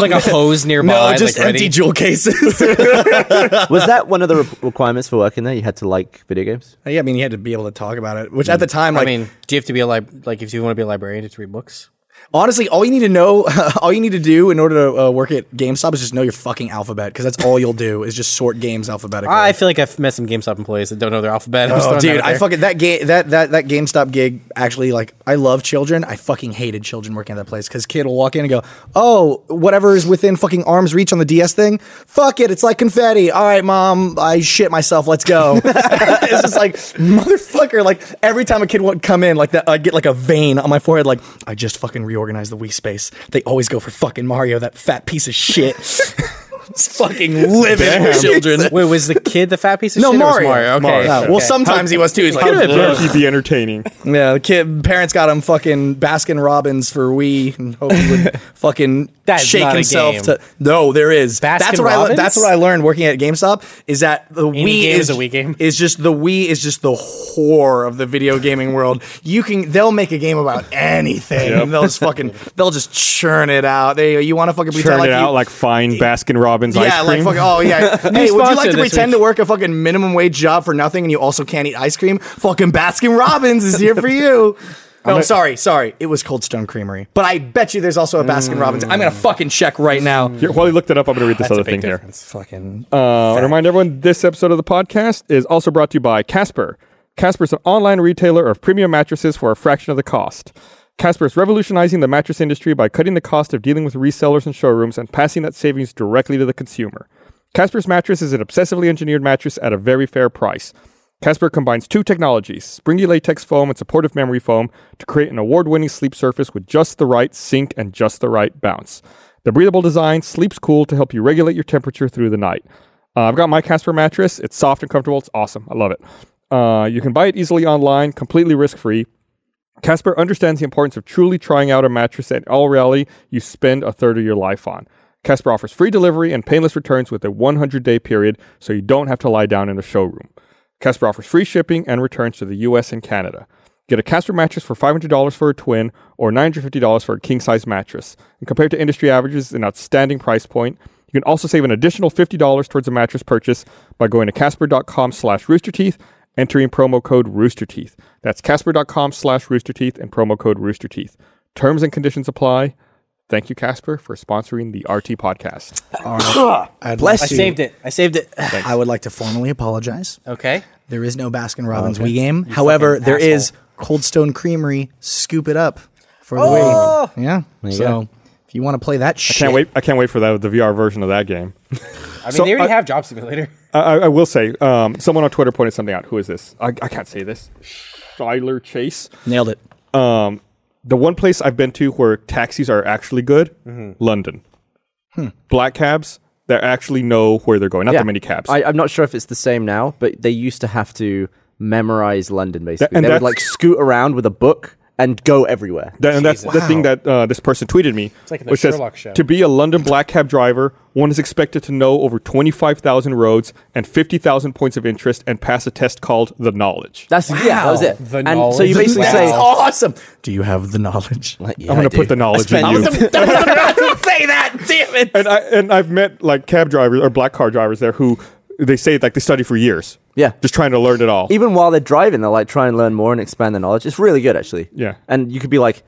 S5: like a hose nearby?
S2: No,
S5: like,
S2: just
S5: ready?
S2: empty jewel cases.
S3: Was that one of the re- requirements for working there? You had to like video games.
S2: yeah, I mean, you had to be able to talk about it, which at the time,
S4: Mm. I
S2: like,
S4: mean, do you have to be a lib- like if you want to be a librarian, you have to read books?
S2: Honestly, all you need to know, all you need to do in order to uh, work at GameStop is just know your fucking alphabet because that's all you'll do is just sort games alphabetically.
S4: I feel like I've met some GameStop employees that don't know their alphabet. I'm just
S2: oh,
S4: throwing
S2: dude,
S4: that out
S2: I
S4: there.
S2: fucking that game that that that GameStop gig actually like I love children. I fucking hated children working at that place because kid will walk in and go, "Oh, whatever is within fucking arm's reach on the DS thing, fuck it, it's like confetti." All right, mom, I shit myself. Let's go. it's just like motherfucker. Like every time a kid would come in, like that, I'd get like a vein on my forehead. Like I just fucking reorganized the Wii space. They always go for fucking Mario, that fat piece of shit. It's fucking living with children.
S4: Wait, was the kid the fat piece of
S2: No,
S4: shit? or was
S2: Mario.
S4: Mario. Okay.
S2: Yeah, Well, sometimes he was too. He's like,
S1: How dare he be entertaining?
S2: yeah, the kid parents got him fucking Baskin Robbins for Wii and hope he would fucking
S4: That's
S2: shake
S4: not a
S2: himself
S4: game.
S2: to No, there is. that's what I
S4: Baskin-Robbins?
S2: that's what I learned working at GameStop is that the Wii
S4: game is
S2: is,
S4: a Wii game.
S2: Is just the Wii is just the whore of the video gaming world. You can they'll make a game about anything
S1: Yep.
S2: and they'll just fucking they'll just churn it out. They you want to fucking pretend
S1: Turn
S2: like
S1: it
S2: you,
S1: out like fine Baskin Robbins ice
S2: yeah,
S1: cream.
S2: like fucking. Oh yeah. hey, would you
S4: sponsor
S2: like to
S4: this
S2: pretend to work a fucking minimum wage job for nothing and you also can't eat ice cream? Fucking Baskin Robbins is here for you. No, sorry, sorry. It was Cold Stone Creamery, but I bet you there's also a Baskin Robbins. I'm gonna
S1: Mm.
S2: fucking check right now.
S1: Here, while he looked it up, I'm going to read this other thing here.
S2: Fucking.
S1: Uh, I want to remind everyone this episode of the podcast is also brought to you by Casper. Casper is an online retailer of premium mattresses for a fraction of the cost. Casper is revolutionizing the mattress industry by cutting the cost of dealing with resellers and showrooms and passing that savings directly to the consumer. Casper's mattress is an obsessively engineered mattress at a very fair price. Casper combines two technologies, springy latex foam and supportive memory foam, to create an award winning sleep surface with just the right sink and just the right bounce. The breathable design sleeps cool to help you regulate your temperature through the night. Uh, I've got my Casper mattress. It's soft and comfortable. It's awesome. I love it. Uh, you can buy it easily online, completely risk free. Casper understands the importance of truly trying out a mattress that, in all reality, you spend a third of your life on. Casper offers free delivery and painless returns with a 100 day period, so you don't have to lie down in a showroom. Casper offers free shipping and returns to the US and Canada. Get a Casper mattress for $500 for a twin or $950 for a king size mattress. And compared to industry averages, it's an outstanding price point. You can also save an additional $50 towards a mattress purchase by going to casper.com slash roosterteeth entering promo code roosterteeth. That's casper.com slash roosterteeth and promo code roosterteeth. Terms and conditions apply. Thank you, Casper, for sponsoring the RT podcast.
S2: I'd
S4: I
S2: Bless
S4: saved it. I saved it.
S2: I would like to formally apologize.
S4: okay.
S2: There is no
S1: Oh,
S2: Baskin Robbins Wii game. However, there is Cold Stone Creamery. Scoop it up for the
S1: Oh!
S2: Wii. Yeah. So if you want to play that shit,
S1: Can't wait! I can't wait for that the VR version of that game.
S4: I mean, they already have Job Simulator.
S1: I, I I will say, um, someone on Twitter pointed something out. Who is this? I, I can't say this. Shyler Chase.
S2: Nailed it.
S1: Um, the one place I've been to where taxis are actually good,
S4: Mm-hmm.
S1: London. Black cabs that actually know where they're going. Not
S3: Hmm. Yeah.
S1: the mini cabs.
S3: I, I'm not sure if it's the same now, but they used to have to memorize London basically.
S1: and
S3: they would
S1: that's-
S3: like scoot around with a book and go everywhere.
S1: That- and that's the thing that uh, this person tweeted me,
S4: like in the
S1: which
S4: Sherlock
S1: says,
S4: show.
S1: "To be a London black cab driver, one is expected to know over twenty-five thousand roads and fifty thousand points of interest, and pass a test called the knowledge."
S3: That's yeah, that was it.
S4: The
S3: and so
S4: knowledge.
S3: you basically
S4: Wow.
S3: say,
S2: That's awesome. Do you have the knowledge?
S1: I'm going to put the knowledge in you.
S2: say that. Damn it.
S1: and I and I've met like cab drivers or black car drivers there who they say like they study for years.
S3: Yeah.
S1: just trying to learn it all.
S3: even while they're driving, they'll like try and learn more and expand their knowledge. It's really good, actually.
S1: Yeah.
S3: And you could be like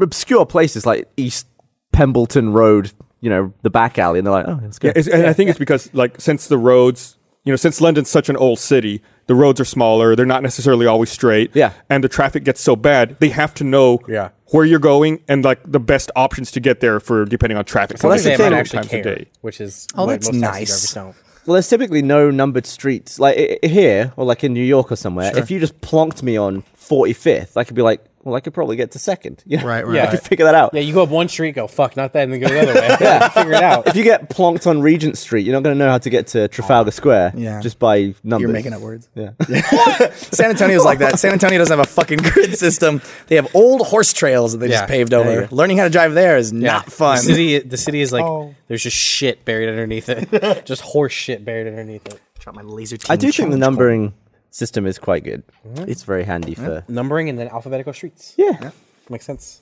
S3: obscure places like East Pembleton Road, you know, the back alley, and they're like, oh, that's
S1: Yeah,
S3: good.
S1: it's, and I think it's because like since the roads, you know, since London's such an old city, the roads are smaller. They're not necessarily always straight.
S3: Yeah.
S1: and the traffic gets so bad, they have to know
S4: Yeah.
S1: where you're going and like the best options to get there for depending on traffic.
S4: Well,
S1: conditions
S4: that's the
S1: at
S4: thing.
S1: different
S4: actually
S1: times of
S4: care,
S1: day.
S4: which is
S2: Oh,
S4: what
S2: that's
S4: most taxi
S2: nice.
S4: drivers don't.
S3: well, there's typically no numbered streets like i- i- here or like in New York or somewhere. If you just plonked me on 45th, I could be like, well, I could probably get to second. You know?
S2: Right, right,
S3: I
S4: right.
S3: could figure that out.
S4: Yeah, you go up one street, go fuck, not that, and then go the other way. yeah, figure it out.
S3: If you get plonked on Regent Street, you're not going to know how to get to Trafalgar Square
S2: Yeah.
S3: just by numbers.
S2: You're making up words.
S3: Yeah.
S2: San Antonio's like that. San Antonio doesn't have a fucking grid system. They have old horse trails that they
S4: Yeah.
S2: just paved over.
S3: Yeah, yeah.
S2: Learning how to drive there is
S4: Yeah.
S2: not fun.
S4: The city, the city is like
S2: Oh.
S4: there's just shit buried underneath it, just horse shit buried underneath it.
S2: Drop my laser
S3: I do think the numbering system is quite good. It's very handy for
S4: Numbering and then alphabetical streets.
S3: yeah.
S4: Makes sense.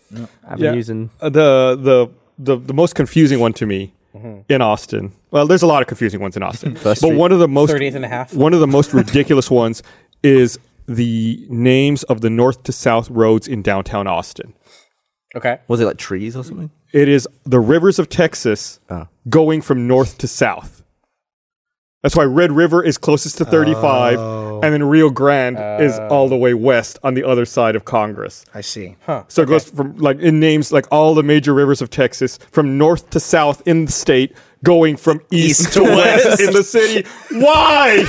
S3: avenues and
S1: Uh, the the the the most confusing one to me
S4: Mm-hmm.
S1: in Austin. Well, there's a lot of confusing ones in Austin, but
S3: Street.
S1: one of the most
S4: 30th and a half.
S1: One of the most ridiculous ones is the names of the north to south roads in downtown Austin.
S4: Okay.
S3: was it like trees or something?
S1: It is the rivers of Texas
S2: Ah.
S1: going from north to south. That's why Red River is closest to 35,
S2: Oh.
S1: and then Rio Grande is all the way west on the other side of Congress.
S2: I see.
S1: So it goes from like it names like all the major rivers of Texas from north to south in the state, going from east,
S2: East
S1: to
S2: to
S1: west
S2: west.
S1: in the city. Why?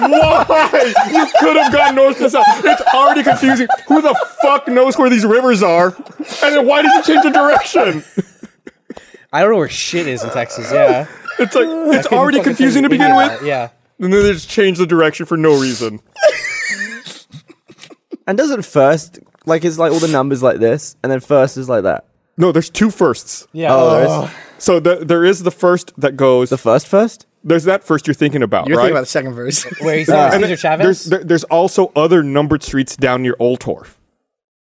S1: Why? You could have gone north to south. It's already confusing. Who the fuck knows where these rivers are? And then why did you change the direction?
S4: I don't know where shit is in Texas. Yeah.
S1: It's like it's
S4: Couldn't
S1: already
S4: fucking
S1: confusing to
S4: tell you
S1: begin
S4: where
S1: with,
S4: you are. Yeah.
S1: and then they just change the direction for no reason.
S3: And doesn't first like it's like all the numbers like this, and then first is like that.
S1: No, there's two firsts.
S4: Yeah.
S3: Oh, there is
S1: So the, there is the first that goes.
S3: the first first.
S1: there's that first you're thinking about,
S2: You're
S1: right?
S2: thinking about the second verse.
S4: where he's uh,
S1: And
S4: Cesar
S1: th-
S4: Chavez.
S1: There's, there- there's also other numbered streets down near Old Torf.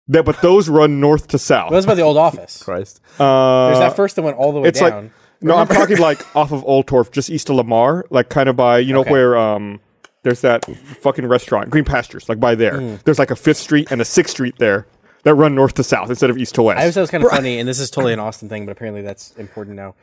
S1: That, but those run north to south.
S4: That was by the old office.
S2: Uh,
S3: Christ.
S4: There's that first that went all the way
S1: it's
S4: down.
S1: like no, I'm talking like off of Old Torf, just east of Lamar, like kind of by you know
S4: Okay.
S1: where um there's that fucking restaurant, Green Pastures, like by there.
S4: Hmm.
S1: There's like a Fifth Street and a Sixth Street there that run north to south instead of east to west.
S4: I always thought it was kind of funny, and this is totally an Austin thing, but apparently that's important now.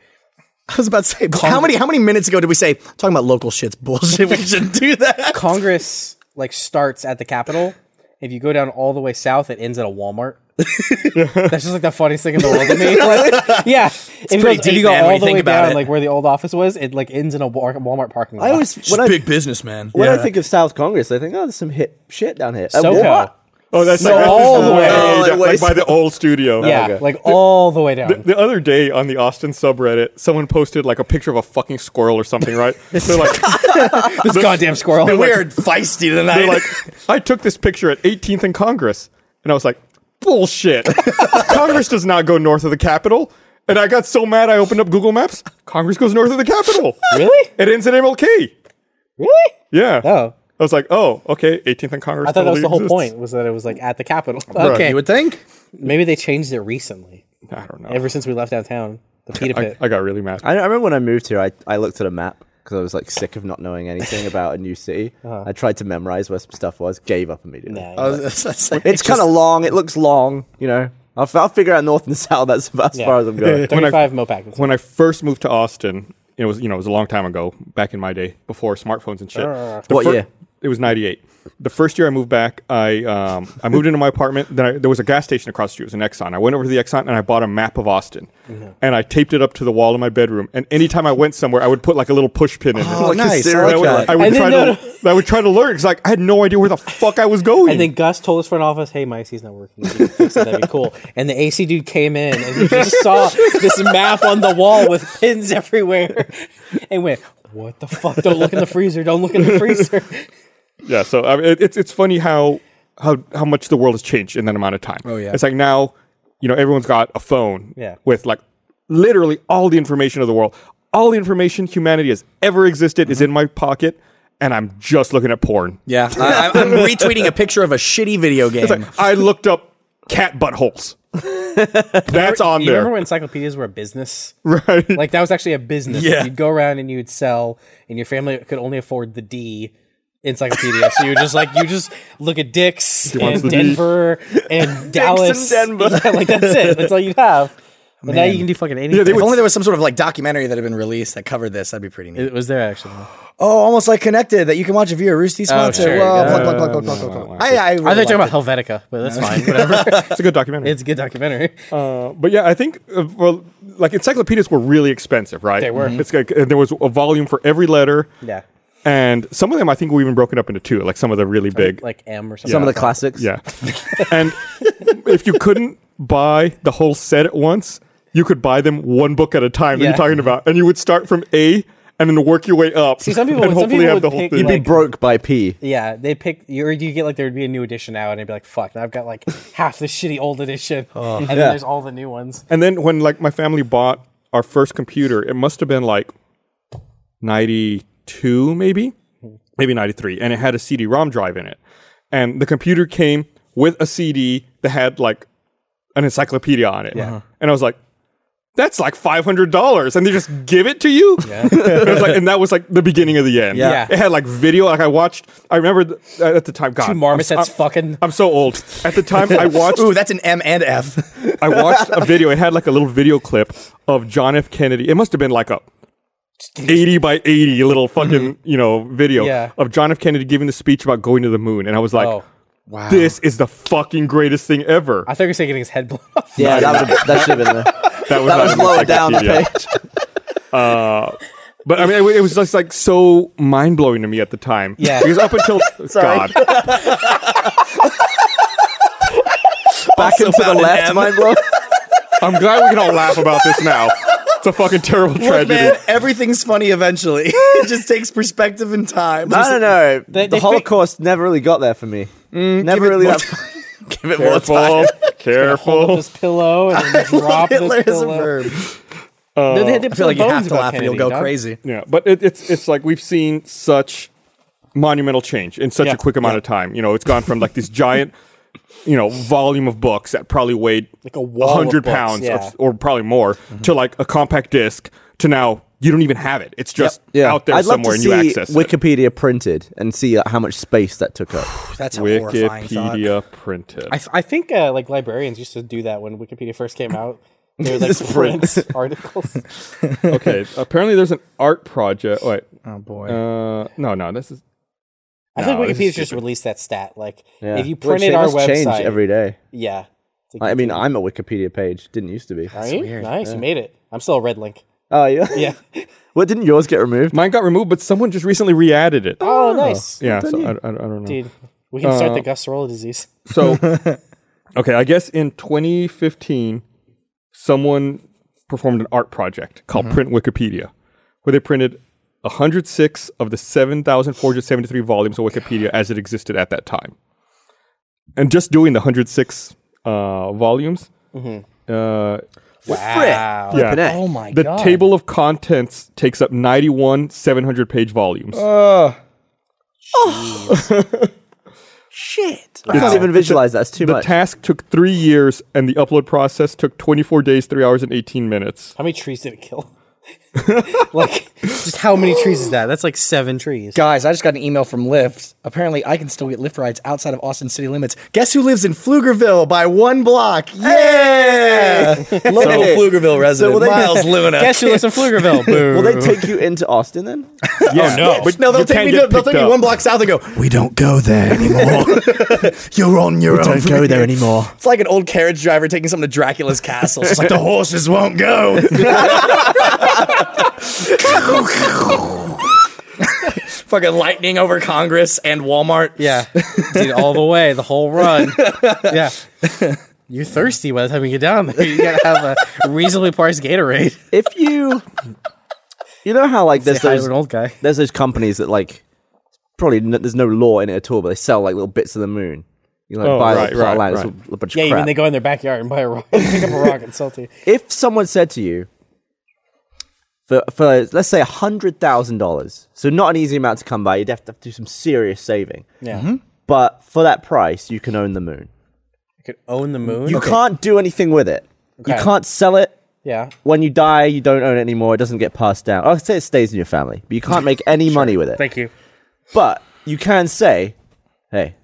S2: I was about to say, how many how many minutes ago did we say talking about local shit's bullshit? We should do that.
S4: Congress like starts at the Capitol. If you go down all the way south, it ends at a Walmart. That's just like the funniest thing in the world to me. Like, yeah, if, you go-
S2: pretty
S4: if you
S2: deep,
S4: go
S2: man,
S4: all
S2: when you
S4: the
S2: think
S4: way
S2: about
S4: down,
S2: it.
S4: like where the old office was, it like ends in a Wa- Walmart parking lot.
S3: I always when I
S2: business, man.
S3: when I think of South Congress, I think oh, there's some hit shit down here. Uh,
S4: SoCal.
S3: what?
S1: oh, that's
S4: No,
S1: like, that's
S4: all
S1: just
S4: the way.
S1: down,
S2: No, it
S1: like
S2: was-
S1: by the old studio. Oh
S4: Yeah,
S3: Oh, okay.
S4: like all the way down.
S1: The other day on the Austin subreddit, someone posted like a picture of a fucking squirrel or something, right? They're like,
S4: This goddamn squirrel.
S2: We're feisty tonight.
S1: They're like, I took this picture at 18th and Congress, and I was like, bullshit. Congress does not go north of the Capitol. And I got so mad, I opened up Google Maps. Congress goes north of the Capitol.
S4: Really?
S1: It ends at MLK.
S4: Really?
S1: Yeah.
S4: Oh.
S1: I was like, oh, okay, 18th and Congress.
S4: I thought that was the whole
S1: totally
S4: point was that it was like at the Capitol.
S2: you would think.
S4: Maybe they changed it recently.
S1: exists. I don't know.
S4: Ever since we left downtown, the pita
S1: I,
S4: pit.
S1: I got really mad.
S3: I, I remember when I moved here, I, I looked at a map because I was like sick of not knowing anything about a new city. I tried to memorize where some stuff was, gave up immediately.
S4: Nah,
S2: I was- it's like-
S3: It's kind of long. It looks long, you know. I'll, f- I'll figure out north and south. That's about as
S4: Yeah.
S3: far as I'm going.
S1: When I-
S4: 35 Mopac. That's
S1: when I first moved to Austin, it was you know it was a long time ago, back in my day, before smartphones and shit. The
S3: What year?
S1: It was '98. The first year I moved back, I um, I moved into my apartment. Then I, there was a gas station across the street. It was an Exxon. I went over to the Exxon and I bought a map of Austin, and I taped it up to the wall of my bedroom. And anytime I went somewhere, I would put like a little push pin in it.
S2: Oh,
S3: Like a
S2: nice. I
S3: serial
S1: And I would,
S2: like
S3: killer.
S2: that.
S1: I would
S4: And
S1: try
S4: then
S1: to I would try to learn because like I had no idea where the fuck I was going.
S4: And then Gus told his front office, "Hey, my AC's not working. If you can fix it, that'd be cool." And the AC dude came in and he just saw this map on the wall with pins everywhere, and went, "What the fuck? Don't look in the freezer! Don't look in the freezer!"
S1: Yeah, so I mean, it, it's it's funny how how how much the world has changed in that amount of time. Oh
S2: yeah.
S1: it's like now you know everyone's got a phone
S4: Yeah.
S1: with like literally all the information of the world, all the information humanity has ever existed
S4: Mm-hmm.
S1: is in my pocket, and I'm just looking at porn.
S2: yeah, I, I- I'm retweeting a picture of a shitty video game.
S1: I looked up cat buttholes. That's on
S4: You remember
S1: there,
S4: when encyclopedias were a business?
S1: right?
S4: Like that was actually a business.
S2: Yeah.
S4: You'd go around and you'd sell, and your family could only afford the D encyclopedia. so you just like you just look at Dicks
S1: wants
S4: and
S1: the D.
S4: Denver and Dallas.
S3: Denver.
S4: Yeah, like that's it. That's all you have. But now
S2: Man.
S4: you can do fucking anything.
S1: they
S2: if
S1: would-
S2: only there was some sort of like documentary that had been released that covered this, that'd be pretty neat.
S4: it was there actually.
S2: Oh, almost like connected that you can watch a view of Roosty sponsor.
S4: Oh, sure.
S2: Well,
S4: Yeah.
S2: plug, plug, plug, plug, plug, plug, plug. I, I, really
S4: I thought you were talking
S2: liked
S4: about Helvetica, but that's fine. Whatever.
S1: It's a good documentary.
S4: it's a good documentary.
S1: Uh, but yeah, I think uh, well, like encyclopedias were really expensive, right?
S4: They were. Mhm.
S1: It's like uh, there was a volume for every letter.
S4: Yeah.
S1: And some of them, I think, were even broken up into two, like some of the really big.
S4: Like M or something.
S3: Some of the classics.
S1: yeah. and if you couldn't buy the whole set at once, you could buy them one book at a time that
S4: Yeah.
S1: you're talking about. And you would start from A and then work your way up.
S4: See, some people
S1: and
S4: would- some
S1: hopefully have
S4: people would
S1: the whole
S4: pick,
S1: thing.
S4: like-
S3: Broke by P.
S4: Yeah, they pick you or you get like there'd be a new edition out and it'd be like, fuck, now I've got like half the shitty old edition. and then there's all the new ones.
S1: and then when like my family bought our first computer, it must have been like 92 maybe maybe 93 and it had a cd-rom drive in it and the computer came with a cd that had like an encyclopedia on it and i was like that's like $500 and they just give it to you It was like- and that was like the beginning of the end
S4: Yeah.
S1: it had like video like i watched i remember th- at the time god
S4: Two
S1: I'm-
S4: marmosets
S1: I'm,
S4: fucking
S1: I'm so old at the time i watched
S2: it. Ooh, that's an M and F.
S1: I watched a video. It had like a little video clip of John F. Kennedy. It must have been like a 80 by 80 little fucking, you know, video
S4: Mm-hmm. Yeah.
S1: of John F. Kennedy giving the speech about going to the moon. And I was like,
S4: Oh.
S1: this is the fucking greatest thing ever.
S4: I thought you were saying getting his head blown off.
S3: Yeah, that, would've- that should have been there.
S1: that was,
S3: That was
S1: on the
S3: lower down the
S1: encyclopedia.
S3: page.
S1: But I mean, it, it was just like so mind blowing to me at the time.
S4: Yeah.
S1: Because up until, God,
S3: Back into the left, mind blow.
S1: I'm glad we can all laugh about this now. It's a fucking terrible
S2: Look,
S1: tragedy.
S2: man, everything's funny eventually. it just takes perspective and time.
S3: I don't know.
S4: they
S3: the
S4: pick-
S3: Holocaust never really got there for me. never really.
S2: more
S3: That,
S2: give it more time.
S1: Careful,
S4: Hold up
S1: careful.
S4: this pillow and then drop this
S2: Hitler is a
S4: pillow.
S2: verb.
S4: They- they had to
S2: I feel like you
S4: bones
S2: have to
S4: about
S2: laugh and you'll
S4: Kennedy,
S2: go
S4: dog.
S2: crazy.
S1: Yeah, but it, it's it's like we've seen such monumental change in such
S4: Yeah.
S1: a quick amount of time. You know, it's gone from like this giant, you know, volume of books that probably weighed
S4: Like a wall of
S1: hundred
S4: books,
S1: pounds
S4: yeah. Mm-hmm.
S1: of- or probably more to like a compact disc to now you don't even have it. It's just
S3: yeah,
S1: out there
S3: I'd love
S1: somewhere
S3: to
S1: and
S3: see
S1: you access it.
S3: Wikipedia printed and see like, how much space that took up.
S2: That's a horrifying thought.
S1: Wikipedia printed.
S4: I, I think uh, like librarians used to do that when Wikipedia first came out. They would like
S3: Just print.
S4: print articles.
S1: okay, apparently there's an art project. Wait,
S2: Oh boy.
S1: uh, no, no, this is
S4: I think
S1: No, this is
S4: Wikipedia just
S1: stupid.
S4: released that stat. Like
S3: Yeah.
S4: if you
S3: Which they
S4: printed our
S3: must change
S4: website,
S3: every day.
S4: yeah. It's like,
S3: I mean, I'm a Wikipedia page. Didn't used to be.
S4: Are you? Nice, you made it. I'm still a red link.
S3: Oh yeah.
S4: Yeah.
S3: What didn't yours get removed?
S1: mine got removed, but someone just recently re-added it.
S4: Oh, nice.
S1: yeah, so I, I, I don't know.
S4: Dude, we can start the Gusterola disease.
S1: So, okay, I guess in 2015, someone performed an art project called
S2: Mm-hmm.
S1: Print Wikipedia, where they printed 106 of the 7,473 volumes of Wikipedia as it existed at that time. And just doing the 106 uh, volumes, uh,
S4: Wow.
S1: yeah,
S3: Flippin' heck.
S2: Mm-hmm. oh my
S1: the
S2: god.
S1: table of contents takes up 91 700 page volumes.
S2: Oh, Shit.
S3: I can't even visualize that. It's too
S1: the
S3: much.
S1: task took three years, and the upload process took 24 days, 3 hours, and 18 minutes.
S4: How many trees did it kill? like, just how many trees is that? That's like seven trees.
S2: Guys, I just got an email from Lyft. Apparently, I can still get Lyft rides outside of Austin city limits. Guess who lives in Pflugerville by one block? Yeah! Local Pflugerville resident
S3: will they-
S2: Miles Limina.
S4: Guess who lives in Pflugerville? Boo.
S3: Will they take you into Austin then?
S1: Yeah, no.
S2: But no, they'll take me. to- They'll take me one block south and go. We don't go there anymore. You're on your own. Don't go there anymore. It's like an old carriage driver taking someone to Dracula's castle. It's just like the horses won't go. Fucking lightning over Congress and Walmart.
S4: Yeah, Dude, all the way, the whole run. Yeah, you're thirsty by the time you get down there. You gotta have a reasonably priced Gatorade.
S3: If you, you know how like there's
S4: Say hi to
S3: those
S4: an old guy.
S3: there's those companies that like probably n- there's no law in it at all, but they sell like little bits of the moon. You like
S1: Oh,
S3: buy
S1: right,
S3: like, plot
S1: right,
S3: lands
S1: right.
S3: with a bunch
S4: Yeah,
S3: of
S4: you
S3: crap.
S4: mean they go in their backyard and buy a rock, pick up a rock and sell to you.
S3: if someone said to you for, for let's say hundred thousand dollars, so not an easy amount to come by, you'd have to do some serious saving.
S4: Yeah,
S3: But for that price, you can own the moon.
S4: you could own the moon.
S3: You can't do anything with it.
S4: Okay.
S3: You can't sell it.
S4: yeah,
S3: When you die, you don't own it anymore. It doesn't get passed down. I'll say it stays in your family, but you can't make any money with it.
S4: thank you.
S3: But you can say, "Hey,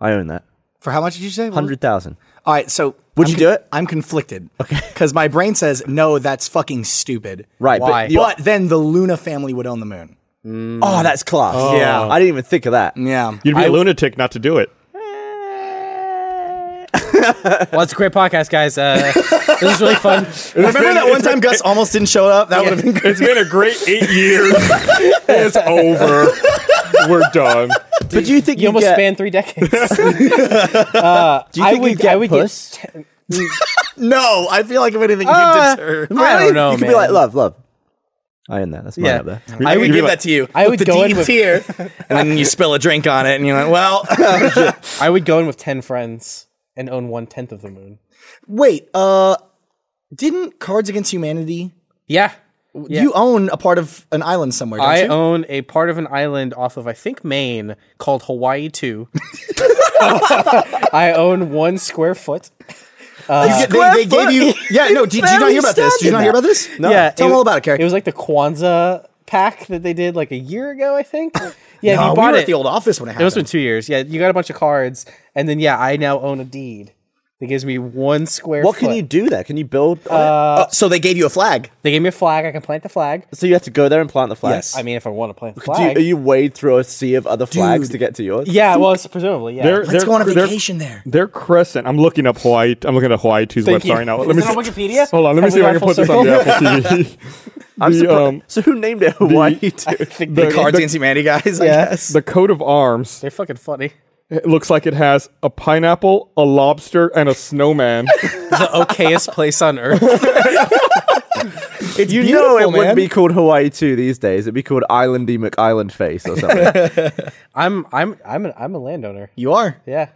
S3: I own that
S2: For how much did you say?
S3: hundred thousand.
S2: All right, so
S3: Would
S2: I'm
S3: you do it?
S2: I'm conflicted. Okay, because my brain says no. That's fucking stupid.
S3: Right, but
S4: Why?
S3: you-
S2: But then the Luna family would own the moon.
S3: oh, that's class.
S2: Yeah.
S3: I didn't even think of that.
S2: Yeah.
S1: You'd be a lunatic not to do it.
S4: Well, it's a great podcast, guys. Uh, this is really fun.
S2: Remember that one time Gus almost didn't show up? That would have been good.
S1: It's been a great eight years. it's over. We're done.
S3: But do you think
S4: You
S3: you
S4: almost
S3: get?
S4: span three decades. Uh,
S3: do you think you get puss?
S4: ten-
S2: No, I feel like if anything,
S4: Uh,
S2: you deserve.
S4: I
S3: Really?
S4: don't know,
S3: You could
S4: man.
S3: be like, love, love. I own that. That's mine
S4: Yeah.
S3: up there.
S2: I would
S1: You'd be
S2: give
S1: like-
S2: that to you.
S4: I
S2: Put
S4: would
S2: the
S4: go
S2: D
S4: in with-
S2: tier, and then you spill a drink on it, and you're like, "Well,
S4: I would go in with ten friends and own one tenth of the moon.
S2: wait, uh, didn't Cards Against Humanity?
S4: Yeah,
S2: You own a part of an island somewhere, don't
S4: I
S2: you?
S4: own a part of an island off of I think Maine called Hawaii Two. I own one square foot.
S2: you get, they, they gave you. Yeah, no. Did, did you not hear about this? Did you not hear about this? No.
S4: Yeah,
S2: Tell
S4: it
S2: them
S4: wa-
S2: all about it, Carrie.
S4: It was like the Kwanzaa pack that they did like a year ago, I think. Yeah,
S2: No,
S4: you
S2: we
S4: bought
S2: were
S4: it.
S2: at the old office when it
S4: it must have
S2: happened.
S4: been two years. Yeah, you got a bunch of cards, and then yeah, I now own a deed that gives me one square.
S3: What
S4: foot.
S3: can you do there? Can you build? on it?
S2: Uh, so they gave you a flag.
S4: They gave me a flag. I can plant the flag.
S3: So you have to go there and plant the flag.
S2: Yes.
S4: I mean, if I want to plant the
S3: Do you,
S4: flag.
S3: are you wade through a sea of other flags
S2: Dude.
S3: to get to yours?
S4: yeah, well, it's presumably yeah.
S1: They're-
S2: Let's
S1: they're-
S2: go on a
S1: they're-
S2: vacation there.
S1: Their crescent. I'm looking up Hawaii. I'm looking at Hawaii 2's
S4: Thank
S1: website
S4: you.
S1: right now.
S4: Is
S1: Let me
S4: it on
S1: see-
S4: Wikipedia?
S1: Hold on. Let me
S4: Has
S1: see
S4: it
S1: if I
S4: gone
S1: can put
S4: full
S1: this on the
S4: circle?
S1: Apple TV.
S3: I'm
S1: The,
S3: surprised.
S1: um,
S3: so who named it Hawaii? dude?
S1: the,
S2: The Cards
S1: the-
S2: Against Humanity guys. I guess.
S1: the coat of arms
S4: They're fucking funny.
S1: it looks like it has a pineapple, a lobster, and a snowman.
S4: The okayest place on earth.
S3: you know it
S2: beautiful, man.
S3: wouldn't be called Hawaii 2 these days. It'd be called Islandy McIsland Face or something.
S4: I'm I'm I'm an, I'm a landowner.
S2: You are.
S4: Yeah.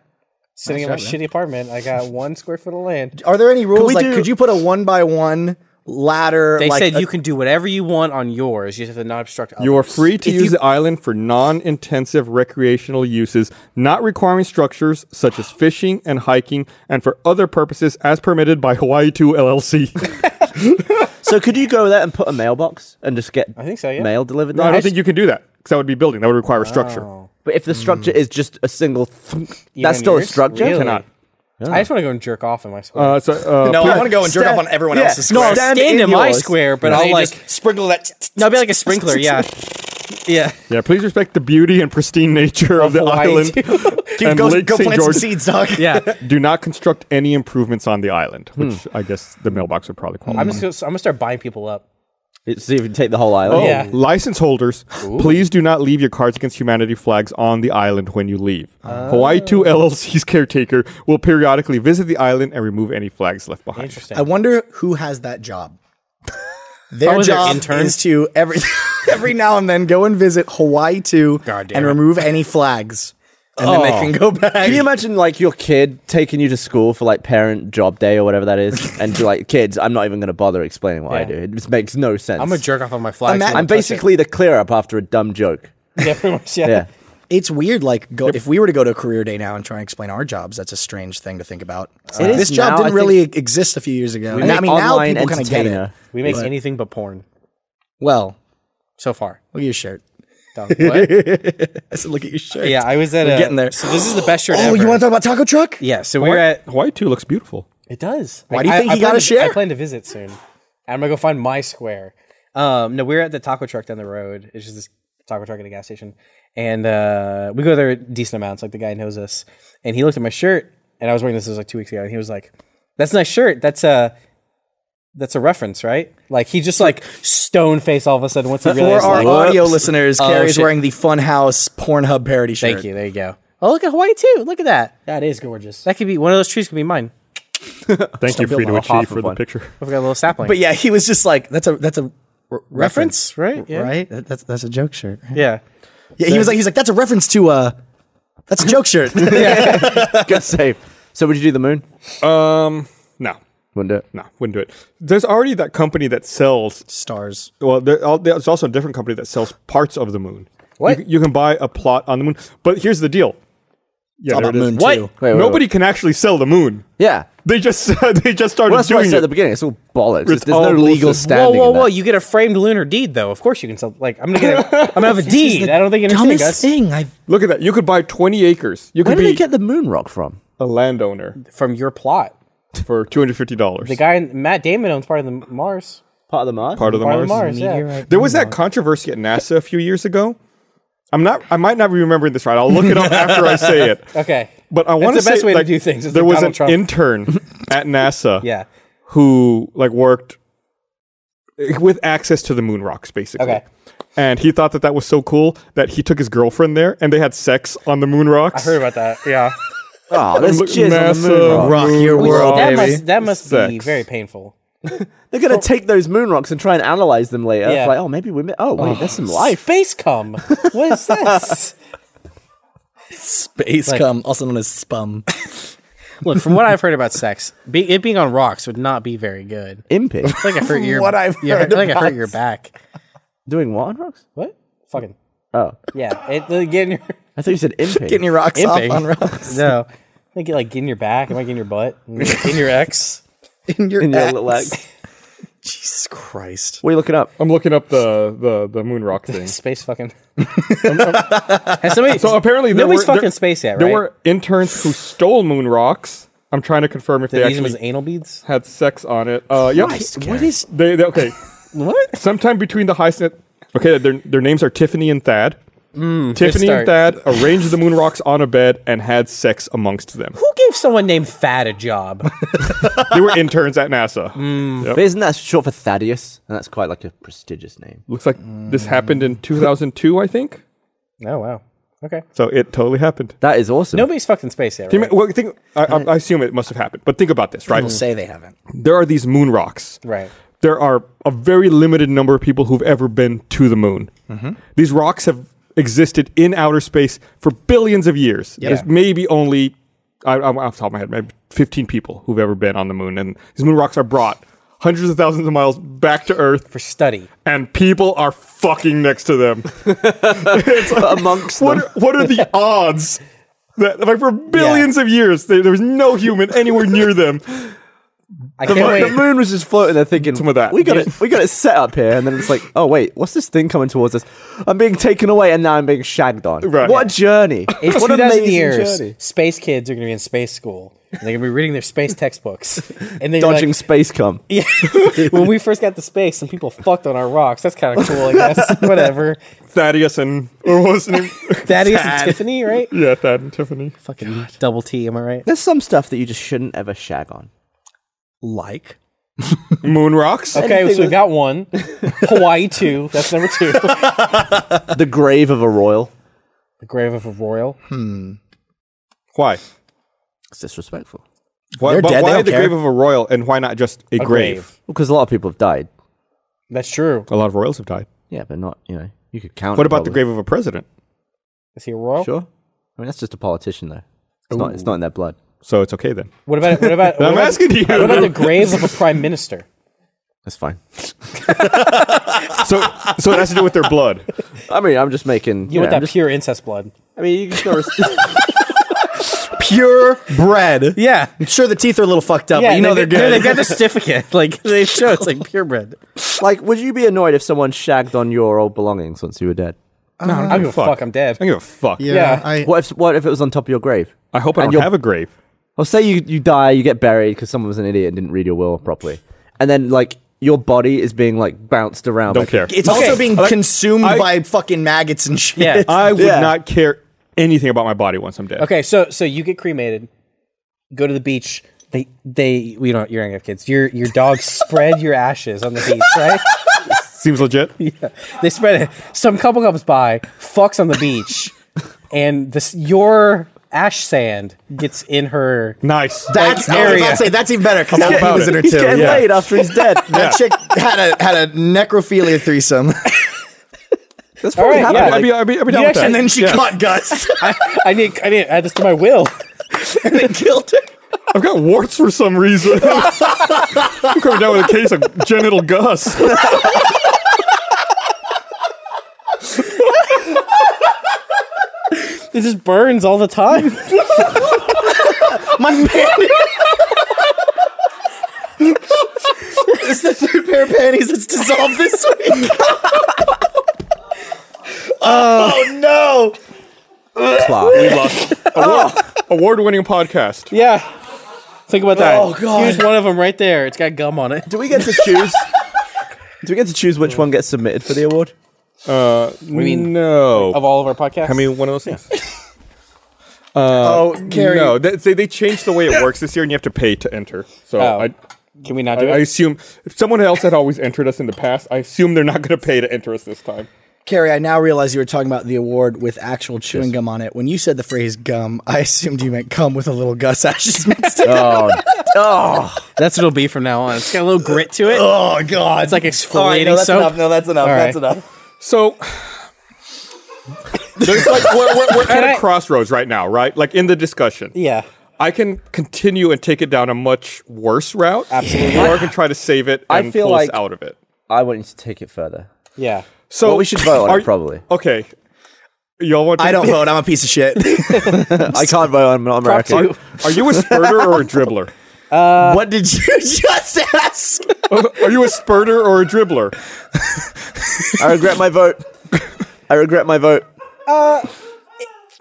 S4: Sitting in my
S2: job,
S4: shitty apartment, I got one square foot of land.
S2: Are there any rules?
S3: we
S2: Like,
S3: do-
S2: could you put a one by one ladder?
S4: They
S2: like
S4: said
S2: a-
S4: you can do whatever you want on yours. You just have to not obstruct. Others.
S1: you are free to use the island for non-intensive recreational uses, not requiring structures such as fishing and hiking, and for other purposes as permitted by Hawaii 2 LLC.
S3: so could you go there and put a mailbox and just get
S4: I think so, yeah.
S3: mail delivered
S1: No, I
S3: there?
S1: don't think you can do that because that would be building. That would require a structure.
S3: But if the structure is just a single, thunk,
S4: Even
S3: that's still a
S4: yours?
S3: structure.
S4: Really?
S1: Cannot.
S4: I just want to go and jerk off in my square.
S1: Uh, so, uh,
S2: No, I
S1: please-
S2: want to go and jerk
S3: Stand-
S2: off on everyone
S3: yeah.
S2: else's
S3: No,
S2: square.
S3: stand-
S4: Stand in,
S3: in
S4: my
S3: yours.
S4: sprinkler, but
S2: And
S4: I'll
S2: they
S4: like
S2: just sprinkle that.
S4: no, I'll be like a sprinkler. Yeah, yeah.
S1: Yeah, please respect the beauty and pristine nature of the
S4: Hawaii
S1: island.
S4: too.
S1: and
S2: go
S1: Lake
S2: go
S1: St.
S2: plant
S1: George.
S2: some seeds, dog.
S4: Yeah,
S1: Do not construct any improvements on the island, which I guess the mailbox would probably qualify.
S4: I'm just gonna, I'm gonna start buying people up.
S3: It's- See if you can take the whole island.
S1: Oh,
S4: Yeah.
S1: license holders, please do not leave your Cards Against Humanity flags on the island when you leave. Hawaii 2
S3: Oh.
S1: LLC's caretaker will periodically visit the island and remove any flags left behind.
S4: Interesting.
S2: I wonder who has that job. Their
S4: Probably their
S2: job
S4: intern.
S2: is to every every now and then go and visit Hawaii too,
S4: God damn
S2: and
S4: it.
S2: remove any flags, and then they Oh. can go back.
S3: Can you imagine like your kid taking you to school for like parent job day or whatever that is, and be like, "Kids, I'm not even going to bother explaining what I
S4: Yeah.
S3: do. It just makes no sense.
S4: I'm a jerk off on my flag.
S2: Ima-
S4: so
S3: I'm
S4: don't touch
S3: basically the clear up after a dumb joke.
S4: it. yeah, pretty much. Yeah.
S3: Yeah,
S2: It's weird. Like, go, if we were to go to career day now and try and explain our jobs, that's a strange thing to think about.
S3: It is
S2: this job
S3: now,
S2: didn't
S3: I
S2: really exist a few years ago. And I
S3: make
S2: mean, now
S3: online
S2: people kind of get
S3: entertainer.
S2: it.
S4: We make anything but porn.
S2: Well,
S4: so far.
S2: look at your shirt.
S4: Dog, what?
S2: I said, look at your shirt.
S4: yeah, I was at
S2: We're
S4: a,
S2: getting there.
S4: So this is the best shirt
S2: Oh,
S4: ever.
S2: you want to talk about Taco Truck?
S4: Yeah, so we were at.
S1: Hawaii too looks beautiful.
S4: It does.
S2: Why do you think he got
S4: plan
S2: a
S4: to-
S2: share?
S4: I plan to visit soon. I'm gonna go find my square. Um, no, we we're at the taco truck down the road. It's just this taco truck at a gas station, and uh, we go there decent amounts. Like the guy knows us, and he looked at my shirt, and I was wearing this. It was like two weeks ago, and he was like, "That's a nice shirt. That's a." That's a reference, right? Like he just like stone face all of a sudden once he
S2: For
S4: realized.
S2: our
S4: Like,
S2: audio listeners, Carrie's
S4: shit.
S2: wearing the Funhouse Pornhub parody shirt.
S4: Thank you. There you go. Oh, look at Hawaii too. Look at that. That is gorgeous. That could be one of those trees. Could be mine.
S1: Thank you,
S3: building
S1: Frida
S3: a Hoffman
S1: Chi, for the
S3: one.
S1: picture.
S4: I've got a little sapling.
S2: But yeah, he was just like, that's a that's a re- reference,
S4: right? Yeah.
S2: Right? That- That's that's a joke shirt. right?
S4: yeah.
S2: Yeah, he was like he's like that's a reference to uh that's a joke shirt.
S3: Good save. So would you do the moon?
S1: Um, no,
S3: Wouldn't do it.
S1: no, wouldn't do it. There's already that company that sells.
S2: Stars.
S1: Well, there, al- there's also a different company that sells parts of the moon.
S4: What?
S1: You, you can buy a plot on the moon, but here's the deal. Yeah,
S2: All
S1: there
S2: about
S1: it is.
S2: moon too.
S3: wait, wait.
S1: Nobody can actually sell the moon.
S3: Yeah.
S1: They just they just started
S3: Well, that's what I
S1: doing
S3: said at
S1: it.
S3: the beginning. It's all bollocks.
S1: It's
S3: There's
S1: all
S3: no legal
S1: bullshit.
S3: standing.
S4: Whoa,
S3: in
S4: whoa, whoa!
S3: that.
S4: You get a framed lunar deed, though. Of course you can sell. Like I'm gonna get. A, I'm gonna have a deed. I don't think anything.
S2: Dumbest
S4: Dumbest
S2: thing I've
S1: Look at that. You could buy 20 acres. You
S3: Where
S1: could
S3: did
S1: be
S3: they get the moon rock from?
S1: a landowner
S4: from your plot.
S1: for 250 dollars.
S4: The guy Matt Damon owns part of the Mars.
S3: Part of the Mars.
S1: part of the
S4: Part
S1: Mars.
S4: of the Mars. Yeah.
S1: There was that controversy at NASA a few years ago. I'm not. I might not be remembering this right. I'll look it up after I say it.
S4: Okay.
S1: But I want
S4: That's the
S1: say
S4: best way to
S1: like,
S4: do things, is
S1: There
S4: like
S1: was
S4: Donald
S1: an
S4: Trump.
S1: intern at NASA.
S4: Yeah.
S1: who like worked with access to the moon rocks basically.
S4: Okay.
S1: And he thought that that was so cool that he took his girlfriend there and they had sex on the moon rocks.
S4: I heard about that. Yeah.
S3: Oh, there's
S1: Look,
S3: jizz on the
S1: NASA
S3: moon rock.
S2: rock your world,
S4: that
S2: baby.
S4: must that must be
S1: Sex.
S4: very painful.
S3: They're gonna take those moon rocks and try and analyze them later.
S4: Yeah.
S3: Like, oh, maybe women. Oh, wait, there's some life.
S4: Space cum. What is this?
S2: Space cum, also known as spum.
S4: Look, from what I've heard about sex, be, it being on rocks would not be very good.
S3: Impid.
S4: It's like I hurt your.
S2: what I've
S4: yeah,
S2: heard
S4: it's like I
S2: about
S4: hurt your back.
S3: Doing what on rocks?
S4: What? Fucking.
S3: Oh,
S4: Yeah. It, getting your.
S3: I thought you said impid.
S2: Getting your rocks
S4: Imping.
S2: off on rocks.
S4: No. I think it, like get in your back. It might get in your butt. In your ex.
S2: In your,
S3: in your
S2: ass.
S3: little legs.
S2: Jesus Christ.
S3: What are you looking up?
S1: I'm looking up the the, the moon rock thing.
S4: Space fucking. Has somebody,
S1: So apparently there
S4: nobody's
S1: were,
S4: fucking
S1: there,
S4: space yet, right?
S1: There were interns who stole moon rocks. I'm trying to confirm if they
S4: They use them
S1: actually
S4: as anal beads.
S1: had sex on it. Uh, yep.
S2: What is
S1: They, they- okay. what? Sometime between the high set. Okay, their their names are Tiffany and Thad. Tiffany and
S4: Mm, start.
S1: Thad arranged the moon rocks on a bed and had sex amongst them.
S4: Who gave someone named Fat a job?
S1: they were interns at NASA.
S4: Mm.
S3: But isn't that short for Thaddeus? And that's quite like a prestigious name.
S1: Looks like this happened in 2002, I think.
S4: oh wow. Okay.
S1: So it totally happened.
S3: That is awesome.
S4: Nobody's fucked in space yet,
S1: Think-
S4: right? Mm.
S1: well, think, I, I I assume it must have happened, but think about this, right?
S2: People say they haven't.
S1: There are these moon rocks.
S4: Right.
S1: There are a very limited number of people who've ever been to the moon. These rocks have existed in outer space for billions of years. There's maybe only, I, I'm off the top of my head, maybe 15 people who've ever been on the moon. And these moon rocks are brought hundreds of thousands of miles back to Earth,
S4: For study.
S1: and people are fucking next to them.
S3: amongst
S1: what
S3: them.
S1: are, what are the odds that like for billions of years there, there was no human anywhere near them
S4: I can't
S3: Like, the
S4: wait.
S3: moon was just floating there thinking
S1: Some of that.
S3: we got it we got it set up here and then it's like oh wait what's this thing coming towards us i'm being taken away and now i'm being shagged on
S1: Right.
S3: what a journey
S4: In
S3: what
S4: 2,000
S3: amazing
S4: years,
S3: journey
S4: space kids are going to be in space school. And they're going to be reading their space textbooks. And they're
S3: dodging
S4: like,
S3: space cum
S4: Yeah. when we first got to space, some people fucked on our rocks. That's kind of cool, I guess. Whatever.
S1: thaddeus and or what was his name
S4: Thaddeus and Tiffany, right?
S1: yeah thad and tiffany
S4: Fucking double T, am I right?
S3: there's some stuff that you just shouldn't ever shag on
S2: Like
S1: moon rocks
S4: Okay,
S3: Anything
S4: so we've
S3: with-
S4: got one. Hawaii two. That's number two. the
S3: the grave of a royal
S4: grave of a royal.
S1: why
S3: it's disrespectful
S1: why,
S2: They're
S1: but
S2: dead, they
S1: why
S2: don't
S1: the
S2: care.
S1: grave of a royal and why not just a,
S4: A
S1: grave?
S3: because a lot of people have died
S4: That's true.
S1: a lot of royals have died
S3: yeah but not you know you could count
S1: what
S3: it,
S1: about the
S3: probably.
S1: grave of a president
S4: Is he a
S1: Oh.
S4: royal?
S3: sure i mean that's just a politician though it's not it's not in their blood
S1: so it's okay then
S4: What about what about what
S1: i'm
S4: about,
S1: asking you
S4: what about the grave of a prime minister?
S3: that's fine
S1: so so it has to do with their blood
S3: i mean i'm just making
S4: You
S3: you know,
S4: want that
S3: I'm just-
S4: pure incest blood.
S3: i mean you can still res-
S2: pure bread.
S4: Yeah.
S2: Sure, the teeth are a little fucked up,
S4: Yeah,
S2: but you know
S4: they,
S2: they're
S4: They
S2: good.
S4: got the certificate. Like they show it's like purebred.
S3: Like, would you be annoyed if someone shagged on your old belongings once you were dead?
S1: No, I don't
S4: I don't give a fuck. I'm dead.
S1: I don't give a fuck.
S6: Yeah,
S4: Yeah.
S6: I,
S3: What if what if it was on top of your grave?
S1: I hope I
S3: And
S1: don't
S3: you'll-
S1: have a grave.
S3: Well, say you, you die, you get buried because someone was an idiot and didn't read your will properly, and then like your body is being like bounced around.
S1: Don't
S3: by-
S1: care.
S2: It's also being consumed by fucking maggots and shit.
S4: Yeah.
S1: I would
S3: Yeah.
S1: not care anything about my body once I'm dead.
S4: Okay, so so you get cremated, go to the beach. They they you know you're gonna have kids. Your your dogs spread your ashes on the beach, right?
S1: Seems legit.
S4: They spread it. Some couple comes by, fucks on the beach, and this your ash sand gets in her.
S1: Nice.
S2: That's
S4: Like,
S2: I was
S4: area.
S2: about to say that's even better because
S1: all
S2: he
S1: about
S2: was
S1: it.
S2: in her
S3: He's
S2: too.
S3: getting
S2: Yeah.
S3: laid after he's dead.
S2: That chick had a had a necrophilia threesome,
S3: That's probably
S4: right,
S3: happened.
S4: yeah.
S1: I'd be, I'd be, I'd be down
S4: You
S1: with that.
S4: actually-
S2: and then she
S1: Yeah.
S2: caught Gus
S4: I need I need to add this to my will.
S2: and killed her.
S1: I've got warts for some reason. I'm coming down with a case of genital gus.
S4: This just burns all the time.
S2: My it's the third pair of panties that's dissolved this week. oh no!
S3: Clark.
S1: Award winning podcast.
S4: Yeah. Think about that.
S2: Oh, God.
S4: Here's one of them right there. It's got gum on it.
S3: Do we get to choose? Do we get to choose which one gets submitted for the award?
S4: We mean
S1: Uh, No.
S4: of all of our podcasts.
S1: I mean, one of those things.
S2: Oh,
S4: Uh,
S2: Carrie.
S1: No, they, they, they changed the way it works this year, and you have to pay to enter. So
S2: uh,
S4: Oh.
S1: I,
S4: can we not
S1: I,
S4: do
S1: I
S4: it?
S1: assume if someone else had always entered us in the past, I assume they're not going to pay to enter us this time.
S2: Carrie, I now realize you were talking about the award with actual chewing gum on it. When you said the phrase gum, I assumed you meant cum with a little Gus Ashes mixed in.
S4: Oh.
S1: Oh.
S3: Oh.
S4: That's what it'll be from now on. It's got a little grit to it.
S2: oh God!
S4: It's like exfoliating
S2: All right, no, that's
S4: soap.
S2: enough. No, that's enough.
S4: All
S2: That's
S4: right.
S2: enough.
S1: So there's like we're, we're, we're at
S4: I-
S1: a crossroads right now, right? Like in the discussion.
S4: Yeah.
S1: I can continue and take it down a much worse route. Absolutely. Or I can try to save it
S3: I
S1: and
S3: feel
S1: pull
S3: like-
S1: us out of it.
S3: I want you to take it further.
S4: Yeah.
S1: So
S3: Well, we should vote on
S1: are
S3: it,
S1: you-
S3: probably.
S1: Okay. Y'all want to
S2: I don't vote. I'm a piece of shit.
S3: I can't vote. I'm not American.
S1: Are, are you a spurter or a dribbler?
S2: what did you just ask?
S1: Are you a spurter or a dribbler?
S3: I regret my vote. I regret my vote.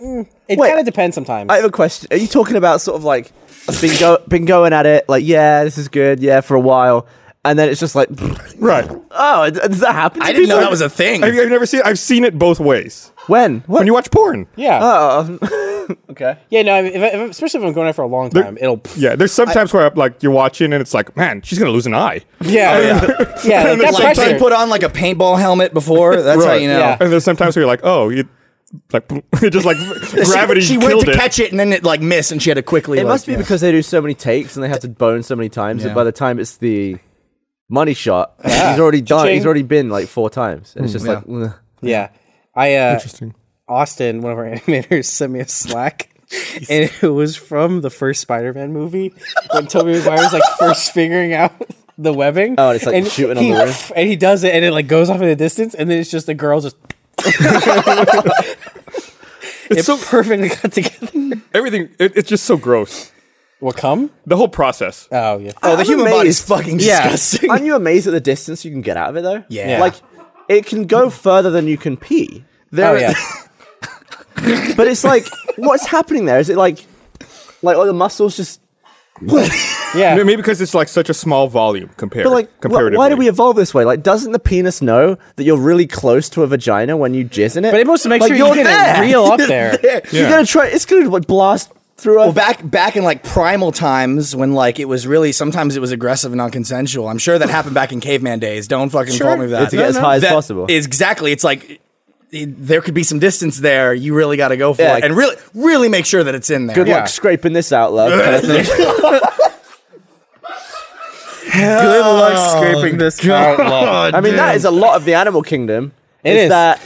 S4: It
S3: Wait.
S4: kind of depends sometimes.
S3: I have a question. Are you talking about sort of like I've been go- been going at it like yeah, this is good, yeah, for a while, and then it's just like
S1: Right.
S3: oh, it- does that happen? to
S2: I didn't know
S3: people?
S2: that was a thing.
S1: I've, I've never seen. I've seen it both ways.
S3: when what
S1: When you watch porn,
S4: yeah.
S2: uh,
S3: Oh, okay.
S4: yeah, no, I mean, if I, if, I- especially if I'm going out for a long time, it'll. pff,
S1: yeah. There's sometimes where like you're watching and it's like, man, she's gonna lose an eye.
S3: Oh,
S4: Yeah. Yeah. yeah
S1: Like,
S4: that
S2: like
S4: pressure.
S2: you put on like a paintball helmet before. That's how
S1: Right.
S2: you know.
S4: Yeah.
S1: And there's sometimes where you're like, oh, you like it just like gravity
S2: She, she
S1: killed
S2: went to
S1: it.
S2: catch it and then it like missed, and she had to quickly.
S3: It
S2: like,
S3: must be
S2: yeah.
S3: because they do so many takes and they have to bone so many times that
S2: Yeah.
S3: by the time it's the money shot, he's already done. He's
S4: Cha-ching.
S3: already been like four times, and it's just like. ugh.
S4: yeah. I, uh, Austin, one of our animators, sent me a Slack. And it was from the first Spider-Man movie when Tobey Maguire was like first figuring out the webbing.
S3: Oh, and it's, like, shooting on
S4: he,
S3: the roof.
S4: And he does it, and it like goes off in the distance, and then it's just the girl just. it's so perfectly cut together.
S1: Everything. It, it's just so gross.
S4: What come?
S1: The whole process.
S4: Oh yeah.
S2: oh, the
S3: I'm
S2: human body is
S3: amazed.
S2: fucking
S4: Yeah.
S2: disgusting.
S3: Aren't you amazed at the distance you can get out of it though?
S2: Yeah.
S3: Like it can go further than you can pee. There
S4: Oh, yeah.
S3: but it's like what's happening there? Is it like like all the muscles just
S4: yeah.
S1: Maybe because it's like such a small volume compared.
S3: but like wh-
S1: comparatively.
S3: why do we evolve this way? Like doesn't the penis know that you're really close to a vagina when you jizz in it?
S4: But it wants to make
S3: Like,
S4: sure you get
S3: there.
S4: it real up there.
S3: You're gonna try it's gonna like, blast through
S2: Well, back back in like primal times when like it was really sometimes it was aggressive and non-consensual. I'm sure that happened back in caveman days. Don't fucking call me that.
S3: It's to get as high as
S2: That
S3: possible.
S2: is exactly. It's like it- there could be some distance there. You really got to go for
S3: Yeah.
S2: it and really really make sure that it's in there.
S3: Good luck scraping this out, love. kind of thing.
S4: Good luck
S1: Oh.
S4: scraping Oh, this.
S3: I mean, that is a lot of the animal kingdom.
S4: It
S3: is
S4: is.
S3: that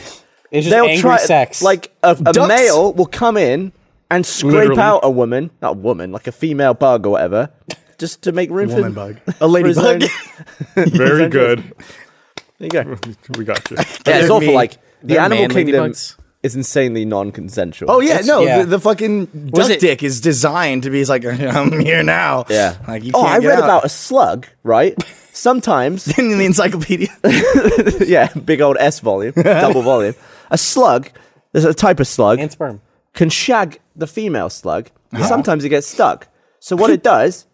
S4: It's just
S3: they'll
S4: angry
S3: try
S4: sex.
S3: like a, a
S2: Ducks-
S3: male will come in and scrape
S1: Literally.
S3: out a woman, not a woman, like a female bug or whatever, just to make room
S2: Woman
S3: for
S2: bug. A ladybug.
S3: for his own-
S1: Very good.
S3: There you go.
S1: We got you.
S3: Yeah, it's
S4: They're
S3: awful.
S4: mean.
S3: Like the
S4: They're
S3: animal
S4: man
S3: kingdom,
S4: ladybugs.
S3: is insanely non-consensual.
S2: Oh yeah, no,
S4: yeah.
S2: The, the fucking
S5: Was
S2: duck
S5: it-
S2: dick is designed to be he's like I'm here now.
S3: yeah.
S2: like you.
S3: oh,
S2: Can't
S3: I
S2: get
S3: read
S2: out.
S3: about a slug, right? Sometimes
S2: in the encyclopedia.
S3: yeah, big old S volume, double volume. A slug, there's a type of slug,
S4: and sperm.
S3: can shag the female slug. but Sometimes it gets stuck. So what it does,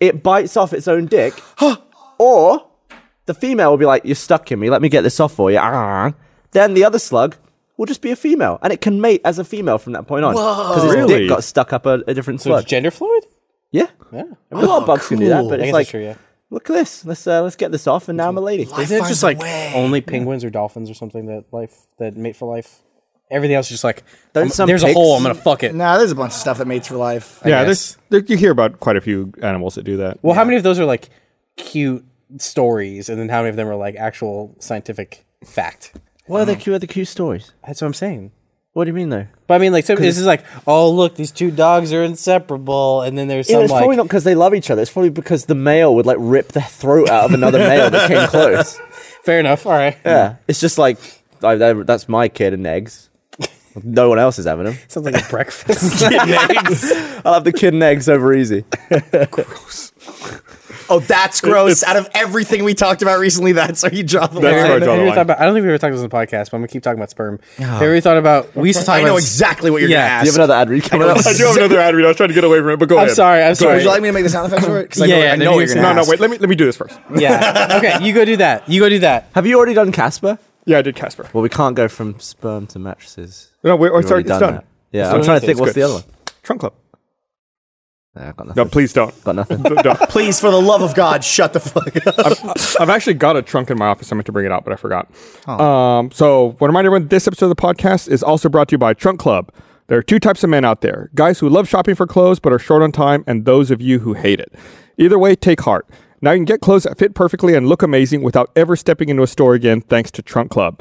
S3: it bites off its own dick, or the female will be like, "You're stuck in me. Let me get this off for you." Ah. Then the other slug will just be a female, and it can mate as a female from that point on because its
S1: Really?
S3: dick got stuck up a, a different
S4: So
S3: slug.
S4: it's gender fluid?
S3: yeah, yeah. Oh, I mean, a lot of bugs can do that,
S2: cool.
S3: but
S4: I
S3: it's
S4: guess
S3: like,
S4: that's true, yeah.
S3: look at this. Let's uh, let's get this off, and now I'm a lady.
S5: Isn't it
S2: find
S5: just
S2: a
S5: like
S2: way.
S5: only penguin?
S4: Penguins or dolphins or something that life that mate for life. Everything else is just like
S3: Don't
S4: I'm-
S3: some
S4: there's a
S3: pigs-
S4: hole. I'm gonna fuck it.
S2: nah, there's a bunch of stuff that mates for life.
S1: yeah,
S4: guess.
S1: there's there, you hear about quite a few animals that do that.
S4: Well, how many of those are like cute stories, and then how many of them are like actual scientific fact?
S3: What are the Q? Are the Q stories?
S4: That's what I'm saying.
S3: What do you mean though?
S4: But I mean, like, so this is like, oh look, these two dogs are inseparable, and then there's
S3: Yeah,
S4: some
S3: it's probably
S4: like,
S3: not because they love each other. It's probably because the male would like rip the throat out of another male that came close.
S4: fair enough, all right.
S3: Yeah, it's just like I, I- that's my kid and eggs. No one else is having them.
S4: Sounds like a breakfast.
S3: I'll have the kid and eggs over easy.
S2: Oh, that's gross. Out of everything we talked about recently, that's where you draw the
S1: That's
S4: Have
S2: line.
S1: right. I
S4: you ever
S1: draw the
S4: thought
S1: line.
S4: about- I don't think we ever talked about this on the podcast, but I'm gonna keep talking about sperm. Have you ever thought about? We used to talk
S2: I
S4: about.
S2: know exactly what you're
S4: Yeah.
S2: gonna ask.
S3: Do you have another ad read coming up?
S1: I do have another ad read. I was trying to get away from it, but go
S4: I'm
S1: ahead.
S4: sorry. I'm sorry.
S2: Would you like me to make the sound effects for it? 'Cause I
S4: Yeah,
S2: know,
S4: yeah,
S2: I
S4: then
S2: know what
S4: you
S2: you're
S4: can-
S2: gonna
S1: No,
S2: ask.
S1: no, wait. Let me let me do this first.
S4: yeah. Okay. You go do that. You go do that.
S3: Have you already done Casper?
S1: Yeah, I did Casper.
S3: Well, we can't go from sperm to mattresses.
S1: No, wait,
S3: We've
S1: it's, already,
S3: already
S1: it's done.
S3: that. Yeah,
S1: It's
S3: I'm
S1: done.
S3: trying to think.
S1: It's
S3: What's
S1: good.
S3: the other one?
S1: Trunk Club.
S3: Nah, I've got nothing.
S1: No, please don't.
S3: Got nothing.
S1: D- don't.
S2: Please, for the love of God, shut the fuck up.
S1: I've, I've actually got a trunk in my office. I meant to bring it out, but I forgot. Um, so, want to remind everyone this episode of the podcast is also brought to you by Trunk Club. There are two types of men out there guys who love shopping for clothes but are short on time, and those of you who hate it. Either way, take heart. Now you can get clothes that fit perfectly and look amazing without ever stepping into a store again thanks to Trunk Club.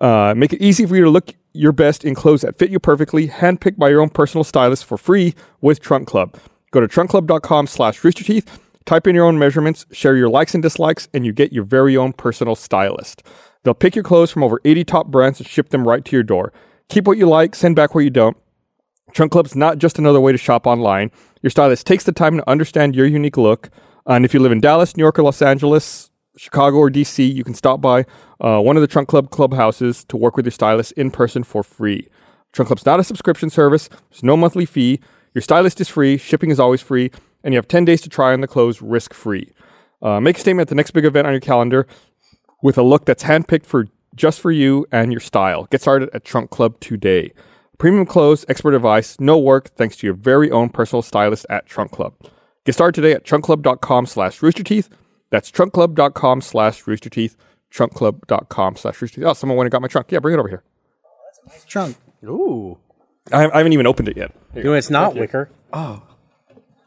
S1: Uh, make it easy for you to look your best in clothes that fit you perfectly, handpicked by your own personal stylist for free with Trunk Club. Go to trunkclub.com slash roosterteeth Type in your own measurements, share your likes and dislikes, and you get your very own personal stylist. They'll pick your clothes from over 80 top brands and ship them right to your door. Keep what you like, send back what you don't. Trunk Club's not just another way to shop online. Your stylist takes the time to understand your unique look. And if you live in Dallas, New York, or Los Angeles, Chicago, or DC, you can stop by uh, one of the Trunk Club clubhouses to work with your stylist in person for free. Trunk Club's not a subscription service, there's no monthly fee. Your stylist is free, shipping is always free, and you have 10 days to try on the clothes risk free. Uh, make a statement at the next big event on your calendar with a look that's handpicked for just for you and your style. Get started at Trunk Club today. Premium clothes, expert advice, no work, thanks to your very own personal stylist at Trunk Club. Get started today at trunkclub.com slash roosterteeth. That's trunkclub.com slash roosterteeth. Trunkclub.com slash roosterteeth. Oh, someone went and got my trunk. Yeah, bring it over here.
S2: Trunk.
S4: Ooh.
S1: I, I haven't even opened it yet.
S4: You know, it's not wicker.
S2: I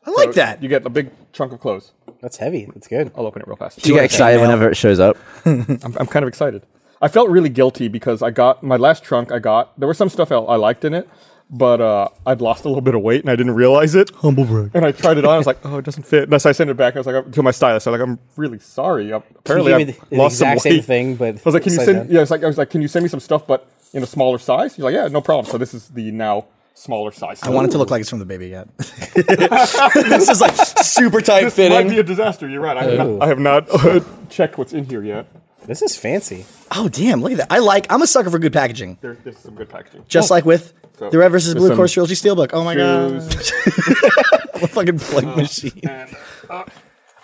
S2: like that.
S1: You get a big trunk of clothes.
S4: That's heavy. That's good.
S1: I'll open it real fast.
S3: Do you get excited whenever it shows up?
S1: I'm, I'm kind of excited. I felt really guilty because I got my last trunk. I got there was some stuff I, I liked in it, but uh, I'd lost a little bit of weight and I didn't realize it. Humble brag. And I tried it on. I was like, oh, it doesn't fit. And so I sent it back. I was like I'm- to my stylist. I was like, I'm really sorry. I, apparently,
S4: gave
S1: I
S4: me the- the
S1: lost some
S4: exact same
S1: weight.
S4: thing, but
S1: I was like, can you
S4: upside
S1: send?
S4: down.
S1: Yeah, it's like I was like, can you send me some stuff, but in a smaller size? He's like, yeah, no problem. So this is the now smaller size.
S2: I want it to look like it's from the baby yet. this is like super tight
S1: This might be
S2: fitting.
S1: a disaster. You're right. I have not, I have not uh, checked what's in here yet.
S4: This is fancy.
S2: Oh damn, look at that. I like I'm a sucker for good packaging.
S1: There, there's some good packaging.
S2: Just like with
S1: So,
S2: the Red versus
S1: there's
S2: Blue
S1: some
S2: Course Trilogy Steelbook. Oh my god.
S1: Shoes
S2: What a fucking plug machine.
S1: and uh,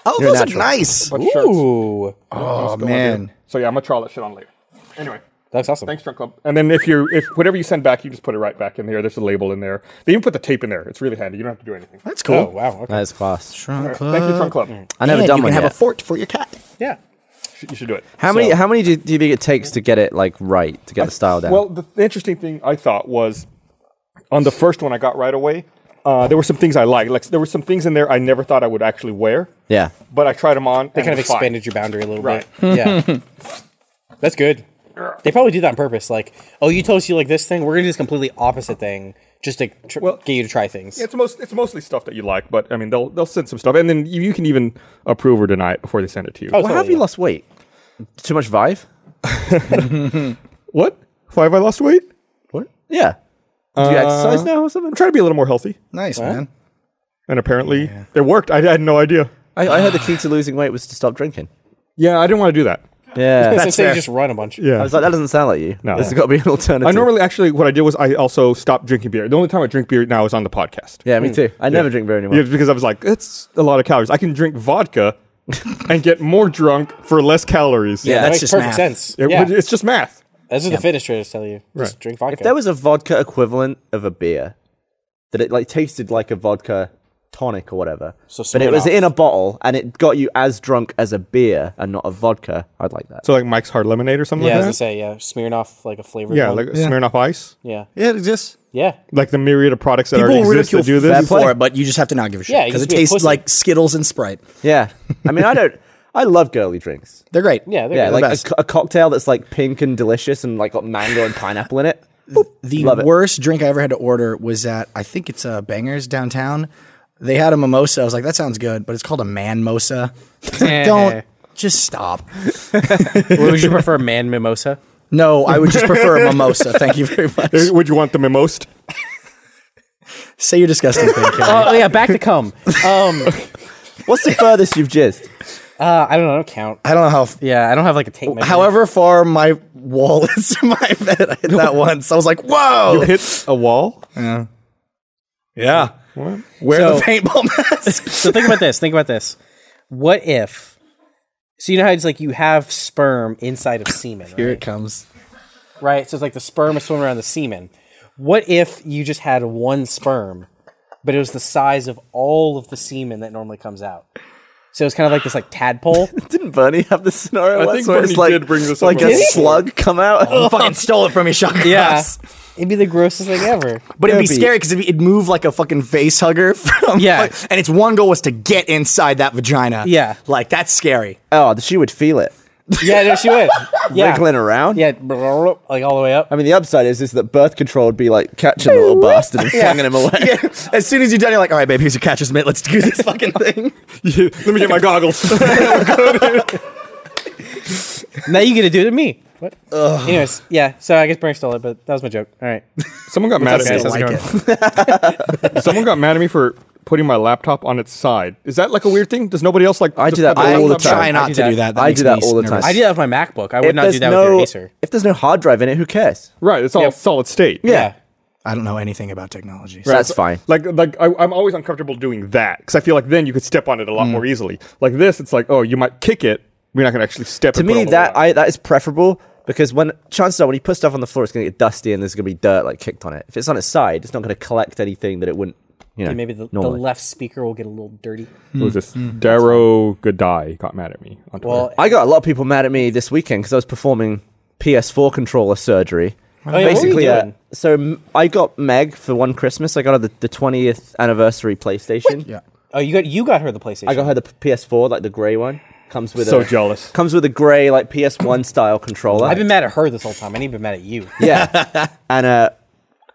S2: Oh,
S3: You're
S2: those are
S3: natural.
S2: nice.
S1: bunch of shirts.
S4: Ooh.
S1: Uh,
S2: Oh
S1: Don't wanna do
S2: man.
S1: it. So yeah, I'm gonna try all that shit on later. Anyway,
S4: That's awesome.
S1: thanks, Drunk Club. And then if you're if whatever you send back, you just put it right back in there. There's a label in there. They even put the tape in there. It's really handy. You don't have to do anything.
S2: That's
S4: Oh,
S2: cool.
S4: wow. Okay.
S3: That's fast.
S2: Trunk
S1: Thank you, Trunk Club.
S3: I never
S2: And
S3: done
S2: you
S3: one
S2: can have
S3: yet.
S2: a fort for your cat.
S4: Yeah.
S1: Sh- You should do it.
S3: how many?
S4: so-
S3: How many do, do you think it takes to get it like right to get the style down?
S1: Well, the th- interesting thing I thought was on the first one I got right away. Uh, there were some things I liked. Like there were some things in there I never thought I would actually wear.
S3: yeah.
S1: But I tried them on.
S4: They kind of expanded your boundary a little
S1: Right.
S4: bit. Yeah. That's good. They probably do that on purpose. Like, oh, you told us you like this thing. We're going to do this completely opposite thing just to tr- get you to try things.
S1: It's most it's mostly stuff that you like, but I mean they'll they'll send some stuff, and then you, you can even approve or deny it before they send it to you.
S4: Oh,
S3: Well, how have
S4: totally,
S3: you
S4: yeah.
S3: lost weight? Too much Vive?
S1: What? Why have I lost weight?
S3: What? Yeah. Do you exercise now or something?
S1: I'm trying to be a little more healthy.
S2: Nice man.
S1: And apparently it worked. I, I had no idea.
S3: I, I heard the key to losing weight was to stop drinking.
S1: Yeah, I didn't want to do that.
S3: Yeah.
S4: That's say you just run a bunch.
S1: Yeah.
S3: I was like, that doesn't sound like you.
S1: No.
S3: There's got to be an alternative.
S1: I normally actually what I did was I also stopped drinking beer. The only time I drink beer now is on the podcast.
S3: Hmm. Yeah, me too. I never drink beer anymore.
S1: Yeah, because I was like, it's a lot of calories. I can drink vodka and get more drunk for less calories.
S2: Yeah,
S4: that
S2: that's
S4: makes
S2: just
S4: perfect
S2: math.
S4: sense.
S1: It-
S4: yeah,
S1: it's just math.
S4: that's what the fitness traders tell you. Just
S1: Right.
S4: drink vodka.
S3: If there was a vodka equivalent of a beer, that it like tasted like a vodka tonic or whatever,
S4: So
S3: but it was
S4: Smirnoff.
S3: in a bottle and it got you as drunk as a beer and not a vodka, I'd like that.
S1: So like Mike's Hard Lemonade or something
S4: yeah, as I
S1: like that.
S4: say, yeah, smearing off like a flavored.
S1: Yeah,
S4: one.
S1: like Smirnoff Ice.
S4: yeah,
S2: Yeah, it exists.
S4: yeah.
S1: Like the myriad of products that
S2: People
S1: already exist
S2: ridicule
S1: that do
S2: food
S1: this.
S2: for it, but you just have to not give a shit
S4: Yeah, you
S2: because
S4: just
S2: it
S4: be a
S2: tastes
S4: pussy.
S2: like Skittles and Sprite.
S3: yeah, I mean, I don't. I love girly drinks.
S2: They're great.
S4: Yeah, they're
S3: Yeah,
S4: good.
S3: like a,
S2: best.
S3: co- a cocktail that's like pink and delicious and like got mango and pineapple in it.
S2: The
S3: Love it.
S2: worst drink I ever had to order was at I think it's uh, Bangers downtown. They had a mimosa. I was like, that sounds good, but it's called a man mosa.
S4: Eh.
S2: Don't just stop.
S5: Would you prefer man mimosa?
S2: No, I would just prefer a mimosa. Thank you very much.
S1: Would you want the mimosa?
S2: Say your disgusting thing, Kelly.
S4: Oh yeah, back to cum. Um,
S3: What's the furthest you've jizzed?
S4: uh, I don't know. I don't count.
S2: I don't know how. f-
S4: Yeah, I don't have like a tape. measure.
S2: However far my wall is to my bed, I hit that once. I was like,
S1: You
S2: whoa.
S1: hit a wall.
S2: Yeah. Where
S4: So-
S2: the paintball mask?
S4: so think about this. Think about this. What if? So you know how it's like you have sperm inside of semen,
S2: Here
S4: right?
S2: it comes.
S4: right? So it's like the sperm is swimming around the semen. What if you just had one sperm, but it was the size of all of the semen that normally comes out? So it's kind of like this like tadpole.
S3: Didn't Bernie have this scenario?
S1: I
S3: once
S1: think
S3: where it's
S1: Bernie
S3: like,
S1: did bring this up
S3: like a
S1: once.
S3: slug come out.
S2: You fucking stole it from me, Shaka.
S4: yeah, it'd be the grossest thing ever.
S2: But it'd be,
S3: That'd be-
S2: scary because it'd move like a fucking face hugger. From
S4: Yeah.
S2: and its one goal was to get inside that vagina.
S4: Yeah.
S2: Like, that's scary.
S3: Oh, she would feel it
S4: Yeah, no, she would. Yeah,
S3: wriggling around.
S4: yeah, blah, blah, blah, like all the way up.
S3: I mean, the upside is is that birth control would be like catching the little bastard and flinging him away.
S2: As soon as you're done, you're like, all right, babe, here's your catcher's mitt. Let's do this fucking thing.
S1: Let me get my goggles.
S4: Now you get to do it to me. What? Anyways, yeah. So I guess Bernie stole it, but that was my joke. All right.
S1: Someone got mad
S2: I
S1: at
S2: still
S1: me.
S2: like it.
S1: Someone got mad at me for putting my laptop on its side. Is that like a weird thing? Does nobody else like?
S3: I
S1: just
S3: do that
S1: have their
S3: all the
S1: laptop?
S2: Try
S3: time.
S2: not
S4: I do
S2: to
S4: that.
S2: do that.
S3: I do
S2: makes
S3: that
S2: me
S3: all the
S2: nervous.
S3: time.
S4: I do that with my MacBook. I would not do
S3: there's
S4: that
S3: no,
S4: with your Acer.
S3: If there's no hard drive in it, who cares?
S1: Right. It's all
S4: Yep.
S1: solid state.
S4: Yeah.
S2: I don't know anything about technology. so-
S3: That's fine.
S1: Like, like I, I'm always uncomfortable doing that because I feel like then you could step on it a lot
S3: Mm.
S1: more easily. Like this, it's like, oh, you might kick it. We're not gonna actually step.
S3: To me, that I that is preferable because when chances are when you put stuff on the floor, it's gonna get dusty and there's gonna be dirt like kicked on it. If it's on its side, it's not gonna collect anything that it wouldn't. You know,
S4: Maybe the, the
S3: normally.
S4: left speaker will get a little dirty.
S1: it
S3: Mm,
S1: was this Darrow Godai got mad at me. On Twitter.
S4: Well,
S3: I got a lot of people mad at me this weekend because I was performing PS4 controller surgery.
S4: Oh, yeah, what were you
S3: Basically, uh,
S4: doing?
S3: so m- I got Meg for one Christmas. I got her the, the 20th anniversary PlayStation. Yeah.
S4: oh, you got you got her the PlayStation.
S3: I got her the p- PS4, like the grey one. Comes with
S1: So
S3: a,
S1: jealous.
S3: Comes with a grey like PS1 style controller.
S4: I've been mad at her this whole time. I need to be mad at you.
S3: yeah, and uh,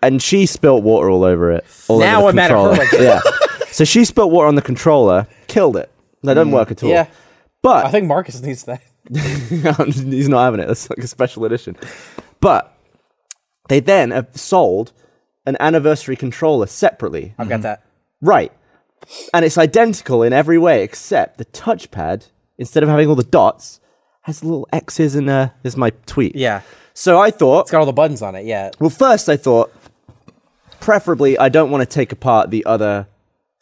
S3: and she spilt water all over it. All
S4: Now
S3: over
S4: I'm
S3: the
S4: mad at her
S3: controller.
S4: like
S3: yeah. So she spilt water on the controller, killed it. That doesn't work at all.
S4: Mm, Yeah.
S3: But
S4: I think Marcus needs that.
S3: he's not having it. That's like a special edition. But they then have sold an anniversary controller separately.
S4: I've got that.
S3: Right. And it's identical in every way except the touchpad, instead of having all the dots, has little X's and uh there's my tweet.
S4: Yeah.
S3: So I thought
S4: It's got all the buttons on it. Yeah.
S3: well first I thought preferably I don't want to take apart the other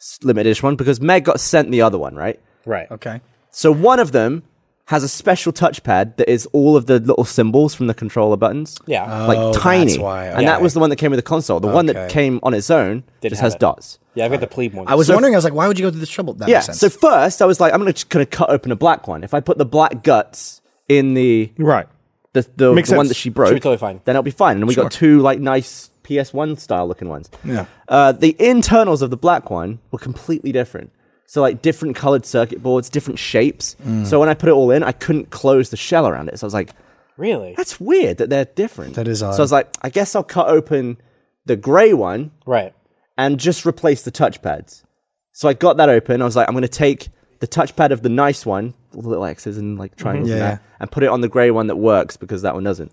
S3: s- limited edition one because Meg got sent the other one, right?
S4: Right.
S2: Okay.
S3: So one of them has a special touchpad that is all of the little symbols from the controller buttons.
S4: Yeah.
S3: Like
S2: Oh,
S3: tiny.
S2: that's why,
S3: And that
S4: okay.
S3: was the one that came with the console. The one that
S2: Okay.
S3: came on its own just
S4: have
S3: has
S4: it.
S3: dots.
S4: yeah. I've got the plebe one.
S2: I was wondering, I was like, why would you go through this trouble? That
S3: Yeah.
S2: makes sense.
S3: So first I was like, I'm gonna just gonna cut open a black one. If I put the black guts in the
S1: right.
S3: the, the,
S1: Makes
S3: the one
S1: sense.
S3: that she broke,
S4: Should be totally fine.
S3: then it'll be fine. And we got two like nice PS1 style looking ones.
S2: Yeah.
S3: Uh, the internals of the black one were completely different. So like different colored circuit boards, different shapes. So when I put it all in, I couldn't close the shell around it. So I was like,
S4: really.
S3: that's weird that they're different.
S2: That is
S3: So
S2: odd.
S3: I was like, I guess I'll cut open the gray one
S4: Right.
S3: and just replace the touchpads. So I got that open. I was like, I'm going to take the touchpad of the nice one, all the little X's and like triangles and
S1: Mm-hmm.
S2: Yeah.
S3: that, and put it on the grey one that works because that one doesn't.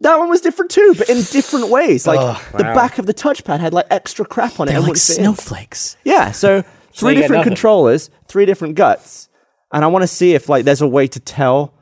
S3: That one was different too, but in different ways. Like the back of the touchpad had like extra crap on it.
S2: They're
S3: and
S2: like
S3: wouldn't fit in.
S2: snowflakes.
S3: Yeah, so three
S4: you get
S3: different
S4: nothing.
S3: controllers, three different guts, and I want to see if like there's a way to tell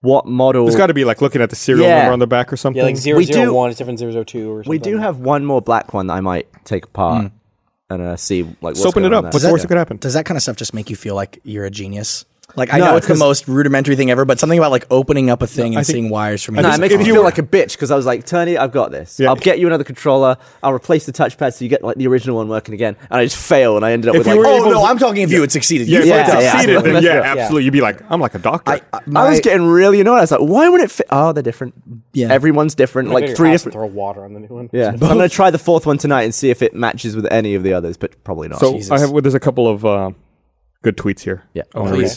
S3: what model.
S1: It's got to be like looking at the serial
S3: Yeah.
S1: number on the back or something.
S4: Yeah, like zero
S3: We
S4: zero
S3: do-
S4: one is different than zero two or something.
S3: we do have one more black one that I might take apart
S4: Hmm.
S3: and uh, see like what's
S1: Just open
S3: going
S1: it
S3: on
S1: up.
S3: there.
S1: What's the worst that could happen?
S2: Does that kind of stuff just make you feel like you're a genius? Like I
S3: No,
S2: know it's the
S3: 'cause-
S2: most rudimentary thing ever, but something about like opening up a thing and
S1: think-
S2: seeing wires from.
S3: No,
S2: your
S3: it makes
S1: if
S3: me
S1: you
S3: feel
S1: were-
S3: like a bitch because I was like, Tony, I've got this.
S1: Yeah.
S3: I'll get you another controller. I'll replace the touchpad so you get like the original one working again. And I just fail and I ended up
S1: If
S3: with
S1: you
S3: like.
S1: were
S2: Oh
S1: able
S2: no,
S1: to-
S2: I'm talking if you had succeeded.
S1: Yeah,
S2: You
S1: if
S3: Yeah,
S1: yeah,
S2: fucked
S1: I
S2: up.
S3: yeah,
S1: succeeded, then
S3: absolutely.
S1: yeah,
S3: Yeah.
S1: absolutely. You'd be like, I'm like a doctor.
S2: I-
S3: oh, I was
S2: my-
S3: getting really annoyed. I was like, why wouldn't it fit? Oh, they're different.
S2: Yeah.
S3: Everyone's different. Like three different.
S4: Throw water on the new one.
S3: Yeah. I'm going to try the fourth one tonight and see if it matches with any of the others, but probably not.
S1: So I have well, there's a couple of uh, good tweets here.
S3: Yeah.
S1: I want to read.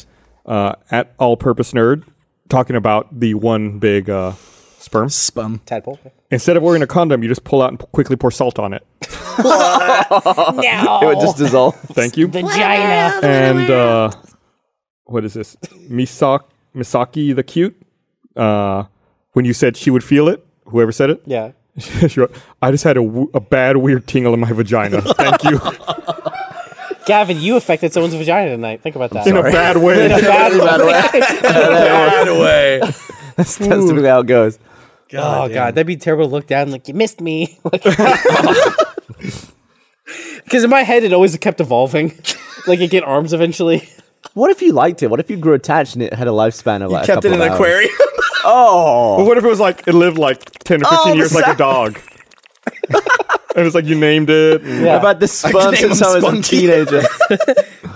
S1: Uh, at All Purpose Nerd talking about the one big uh, sperm.
S2: spum.
S4: Tadpole.
S1: Instead of wearing a condom, you just pull out and quickly pour salt on it.
S3: it
S1: uh,
S3: would just dissolve.
S1: Thank you.
S6: Vagina.
S1: and uh, what is this? Misak- Misaki the cute. Uh, when you said she would feel it, whoever said it,
S4: Yeah.
S1: she wrote, I just had a, w- a bad weird tingle in my vagina. Thank you.
S4: Gavin, you affected someone's vagina tonight. Think about that.
S1: in a bad way.
S2: Bad way.
S3: That's typically how it goes.
S4: oh god, that'd be terrible to look down like you missed me. Like Because in my head, it always kept evolving. like you get arms eventually.
S3: What if you liked it? What if you grew attached and it had a lifespan of like a
S2: Kept it
S3: couple
S2: in
S3: of
S2: an
S3: hours?
S2: aquarium.
S1: But what if it was like it lived like ten or fifteen
S3: Oh,
S1: years like a dog? and it's like you named it. and-
S4: Yeah.
S3: About the sperm
S2: name
S3: since
S2: him
S3: I was a
S2: Spunky.
S3: teenager.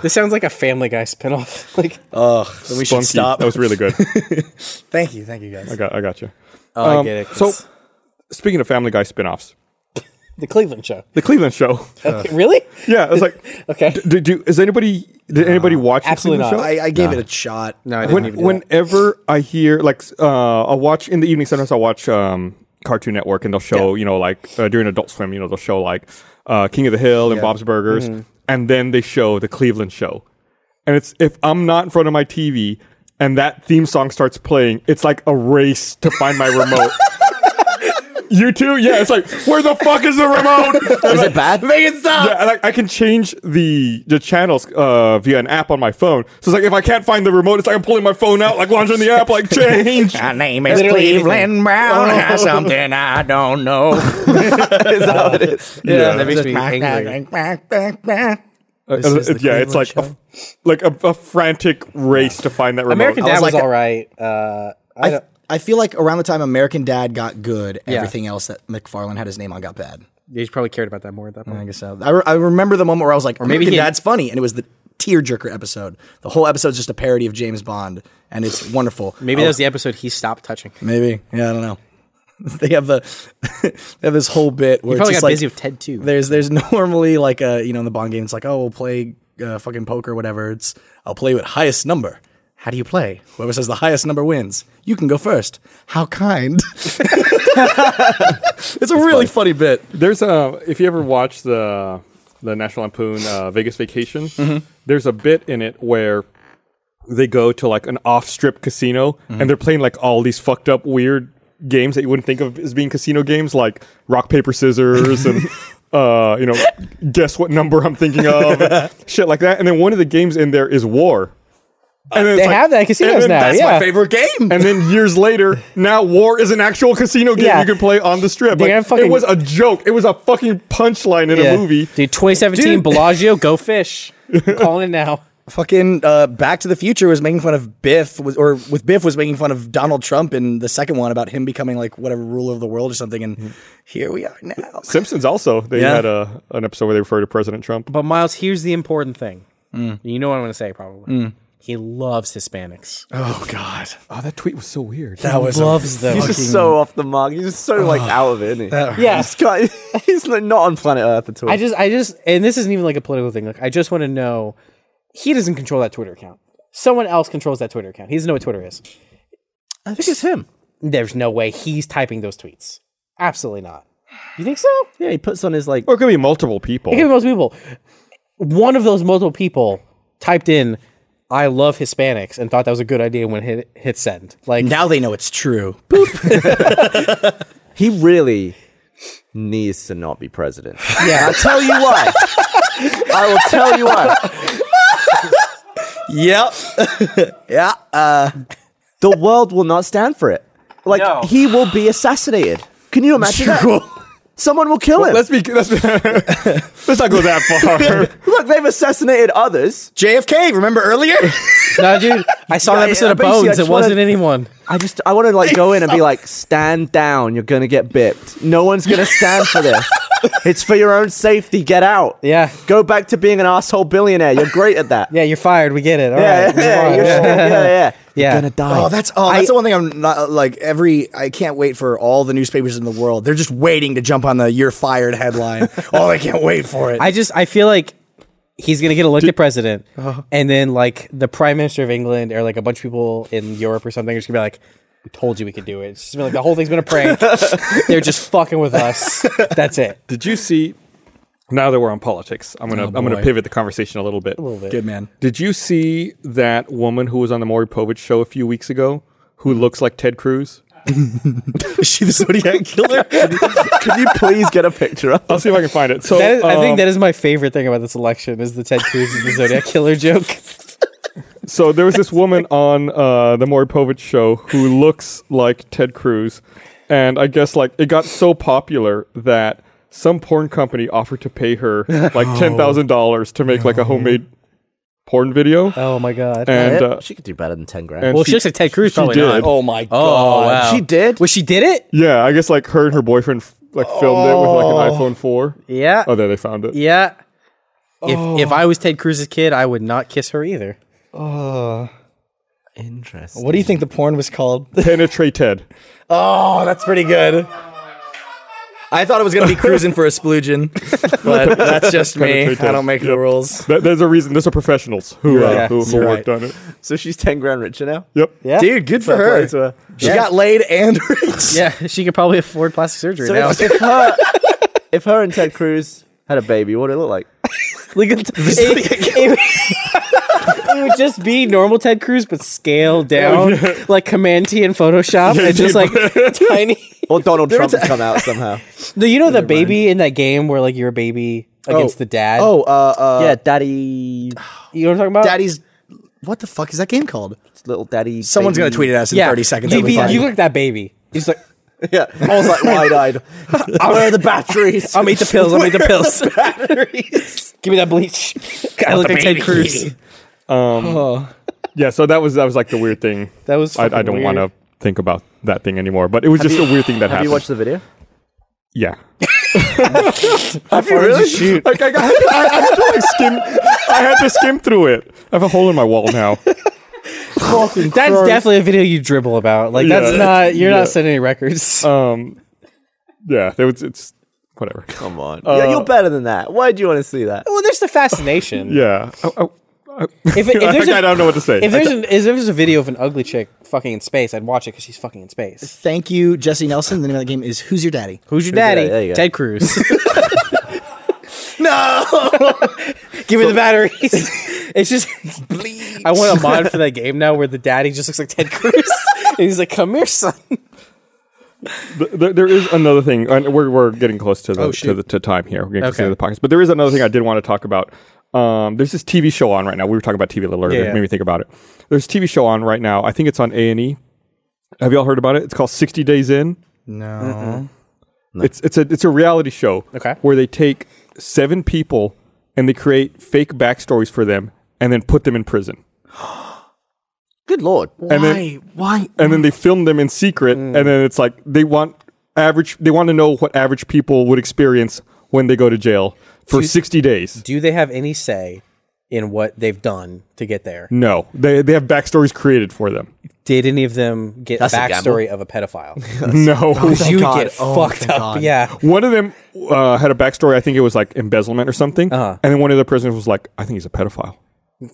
S4: This sounds like a Family Guy spinoff. Like
S2: Ugh, then
S1: Spunky.
S2: we should stop.
S1: That was really good.
S2: Thank you, thank you guys.
S1: I got, I got you.
S4: Oh, I
S1: Um,
S4: get it,
S1: So,
S4: 'cause-
S1: speaking of Family Guy spin-offs,
S4: the Cleveland Show.
S1: the Cleveland Show.
S4: really?
S1: yeah, I was like,
S4: Okay.
S1: d- d- do- is anybody did anybody watch
S4: absolutely
S1: the Cleveland
S4: not.
S1: Show?
S2: I, I gave it a shot.
S5: No, I didn't
S1: when,
S5: even. do that.
S1: whenever I hear like s- uh, I'll watch in the evening. Sometimes I'll watch um, Cartoon Network, and they'll show you know like uh, during Adult Swim, you know they'll show like uh, King of the Hill and Bob's Burgers,
S5: Mm-hmm.
S1: and then they show the Cleveland Show. And it's if I'm not in front of my TV and that theme song starts playing, it's like a race to find my remote. You too? Yeah, it's like, where the fuck is the remote?
S3: Is it bad?
S2: Make it stop.
S1: Yeah, and I, I can change the the channels uh, via an app on my phone. So it's like if I can't find the remote, it's like I'm pulling my phone out, like launching the app, like change.
S2: My name is
S4: Literally
S2: Cleveland Brown. and Something I don't know.
S3: Is that what it is?
S5: yeah, that makes me angry.
S1: Uh,
S2: is the
S1: yeah, it's
S2: Cleveland
S1: like a,
S2: Show?
S1: like a, a frantic race to find that remote.
S4: American
S2: I
S4: Dad
S2: was
S4: was,
S2: like a-
S4: all right. Uh, I,
S2: I,
S4: don't,
S2: I feel like around the time American Dad got good, everything else that McFarlane had his name on got bad.
S5: He's probably cared about that more at that point.
S2: I guess so. I, re- I remember the moment where I was like, or maybe
S5: maybe he-
S2: Dad's funny, and it was the tearjerker episode. The whole episode's just a parody of James Bond, and it's wonderful.
S5: Maybe
S2: I
S5: that was the episode he stopped touching. He
S2: Maybe. Yeah, I don't know. they have the they have this whole bit where it's
S5: probably
S2: just
S5: got
S2: like
S5: busy with Ted too.
S2: there's there's normally like a you know in the Bond game it's like oh we'll play uh, fucking poker or whatever it's I'll play with highest number. How do you play? Whoever says the highest number wins. You can go first. How kind. it's a really funny bit.
S1: There's a if you ever watch the the National Lampoon uh, Vegas Vacation,
S4: Mm-hmm.
S1: there's a bit in it where they go to like an off-strip casino
S4: Mm-hmm.
S1: and they're playing like all these fucked up weird games that you wouldn't think of as being casino games, like rock paper scissors and. Uh, you know, guess what number I'm thinking of, and shit like that. And then one of the games in there is war. And then
S4: Uh, they
S1: it's like-
S4: have that at casinos
S1: and then
S4: now.
S1: that's
S4: yeah.
S2: favorite game.
S1: and then years later, now War is an actual casino game
S4: Yeah.
S1: you can play on the strip.
S4: Dude,
S1: Like,
S4: I fucking-
S1: it was a joke. It was a fucking punchline in
S4: Yeah.
S1: a movie.
S4: Dude, 2017 Bellagio, go fish. I'm calling it now.
S2: Fucking uh, Back to the Future was making fun of Biff, was, or with Biff was making fun of Donald Trump in the second one about him becoming like whatever ruler of the world or something. And here we are now.
S1: Simpsons also they
S2: Yeah.
S1: had a an episode where they referred to President Trump.
S5: But Miles, here's the important thing.
S3: Mm.
S5: You know what I'm going to say, probably. He loves Hispanics.
S2: Oh God,
S1: Oh, that tweet was so weird.
S2: that was
S4: Loves them.
S3: He's just so off the mark. He's just so like out of it, isn't he? Yeah. He's, got, he's like, not on planet Earth at all.
S4: I just, I just, and this isn't even like a political thing. Like, I just want to know. He doesn't control that Twitter account. Someone else controls that Twitter account. He doesn't know what Twitter is.
S3: I think it's him.
S4: There's no way he's typing those tweets. Absolutely not. You think so?
S3: Yeah, he puts on his like.
S1: Or it could be multiple people.
S4: It could be most people. One of those multiple people typed in, I love Hispanics and thought that was a good idea when hit hit send. Like
S2: Now they know it's true.
S3: He really needs to not be president.
S4: yeah,
S3: I'll tell you why. I will tell you why.
S2: yep. yeah.
S3: uh, The world will not stand for it. Like he will be assassinated. Can you imagine that? Someone will kill him.
S1: Let's be let's, let's not go that far.
S3: Look, they've assassinated others.
S2: JFK, remember earlier?
S5: no, dude, I saw
S3: Yeah,
S5: an episode
S3: yeah,
S5: of
S3: basically, I
S5: Bones. It
S3: just wanna-
S5: wasn't anyone.
S3: I just I want to like go in and be like, stand down. You're gonna get bipped. No one's gonna stand for this. It's for your own safety. Get out.
S4: Yeah.
S3: Go back to being an asshole billionaire. You're great at that.
S4: yeah, you're fired. We get it. All right,
S3: yeah,
S4: move on.
S3: yeah, you're- yeah, yeah. You're
S4: Yeah.
S3: gonna die.
S2: Oh, that's oh, that's the one thing I'm not like every. I can't wait for all the newspapers in the world. They're just waiting to jump on the "you're fired" headline. oh, I can't wait for it.
S4: I just I feel like he's gonna get elected president, and then like the prime minister of England or like a bunch of people in Europe or something are just gonna be like, "We told you we could do it." It's just been like the whole thing's been a prank. They're just fucking with us. That's it.
S1: Did you see? Now that we're on politics, I'm gonna I'm gonna
S2: boy.
S1: pivot the conversation a little bit.
S2: Good man.
S1: Did you see that woman who was on the Maury Povich show a few weeks ago, who looks like Ted Cruz?
S2: Is she the Zodiac killer?
S3: Could you please get a picture up?
S1: I'll see if I can find it. So
S4: That is, I
S1: um,
S4: think that is my favorite thing about this election is the Ted Cruz and the Zodiac killer joke.
S1: So there was this woman on uh, the Maury Povich show who looks like Ted Cruz, and I guess like it got so popular that some porn company offered to pay her like ten thousand dollars to make like a homemade porn video,
S4: Oh my god.
S1: and uh,
S3: she could do better than ten grand.
S1: and
S5: Well,
S1: she-
S5: she looks like Ted Cruz. Probably
S1: did.
S5: not.
S1: Oh
S2: my
S5: Oh, wow.
S3: She did.
S5: Well, she did it.
S1: yeah, I guess like her and her boyfriend f- like filmed it with like an iPhone four.
S5: Yeah.
S1: Oh, there they found it.
S5: Yeah. If if
S2: Oh.
S5: I was Ted Cruz's kid, I would not kiss her either.
S3: Interesting.
S2: Oh. What do you think the porn was called?
S1: Penetrate Ted.
S2: Oh, that's pretty good. I thought it was gonna be cruising for a splugeon, but that's just me. I don't make the rules,
S1: Th- There's a reason. There's a professionals who uh,
S4: Yeah,
S1: who, who
S2: you're
S1: worked
S2: right.
S1: on it.
S3: So she's ten grand richer now.
S1: Yep.
S4: yeah.
S2: dude. Good for her.
S3: So, uh,
S2: She got laid and rich.
S5: Yeah, she could probably afford plastic surgery
S3: so
S5: now.
S3: if, if her, if her and Ted Cruz had a baby, what would it look like?
S5: Look at the it, it, it would just be normal Ted Cruz, but scaled down, like Command T in Photoshop, and just like tiny.
S3: Or Donald Trump would come out somehow.
S5: No, you know the baby in that game where like you're a baby against the dad.
S2: Oh, uh, uh,
S3: yeah, daddy,
S5: you know what I'm talking about?
S2: Daddy's. What the fuck is that game called?
S3: little daddy.
S2: Someone's
S3: baby.
S2: gonna tweet at us in
S5: yeah,
S2: thirty seconds.
S5: You,
S2: That'll be
S5: be-
S2: funny.
S5: you look like that baby. He's like,
S3: Yeah, I was like wide eyed. Where are the batteries?
S5: I'll eat the pills. I'll eat the pills. Give me that bleach. I look like Ted Cruz.
S1: Yeah. So that was that was like the weird thing.
S4: That was
S1: I, I
S4: fucking
S1: don't
S4: weird.
S1: want to think about that thing anymore. But it was just a weird thing that
S3: Have
S1: happened.
S3: you watched the video?
S1: yeah.
S3: Have you really?
S1: Like I, got, I, I had to like skim. I had to skim through it. I have a hole in my wall now.
S5: That's definitely a video you dribble about. Like that's
S1: Yeah.
S5: not you're
S1: Yeah.
S5: not setting any records.
S1: Um. Yeah. There was. It's whatever.
S3: Come on. yeah, you're better than that. Why do you want to see that?
S5: well, there's the fascination.
S1: Yeah. I, I, I,
S5: If, if there's
S1: I
S5: a,
S1: don't know what to say.
S5: if there's an, if there's a video of an ugly chick fucking in space, I'd watch it because she's fucking in space.
S2: Thank you, Jesse Nelson. The name of the game is Who's Your Daddy?
S5: Who's your
S3: daddy?
S5: daddy?
S3: There you go.
S5: Ted Cruz. no, give me the batteries. it's just, I want a mod for that game now where the daddy just looks like Ted Cruz, and he's like, "Come here, son."
S1: Th- there, there is another thing, and we're, we're getting close to the, to
S5: shoot.
S1: the to time here. We're getting close to
S5: Okay.
S1: the, end of the podcast, but there is another thing I did want to talk about. Um, there's this TV show on right now. We were talking about TV a little earlier.
S4: yeah.
S1: Made me think about it. There's a TV show on right now. I think it's on A and E. Have y'all heard about it? It's called 60 Days In.
S2: No.
S1: It's it's a it's a reality show.
S4: Okay.
S1: Where they take seven people and they create fake backstories for them and then put them in prison.
S3: Good lord.
S1: And then-
S2: Why?
S1: and then they film them in secret and then it's like they want average they want to know what average people would experience when they go to jail for 60 days
S5: Do they have any say in what they've done to get there?
S2: Mm.
S1: no they, they have backstories created for them
S5: Did any of them get
S3: That's
S5: a
S3: a gamble.
S5: backstory of a pedophile?
S1: no
S5: you
S2: God.
S5: get
S2: Oh,
S5: fucked
S2: thank
S5: up.
S2: God.
S5: Yeah.
S1: one of them uh, had a backstory i think it was like embezzlement or something
S2: Uh-huh.
S1: and then one of the prisoners was like i think he's a pedophile and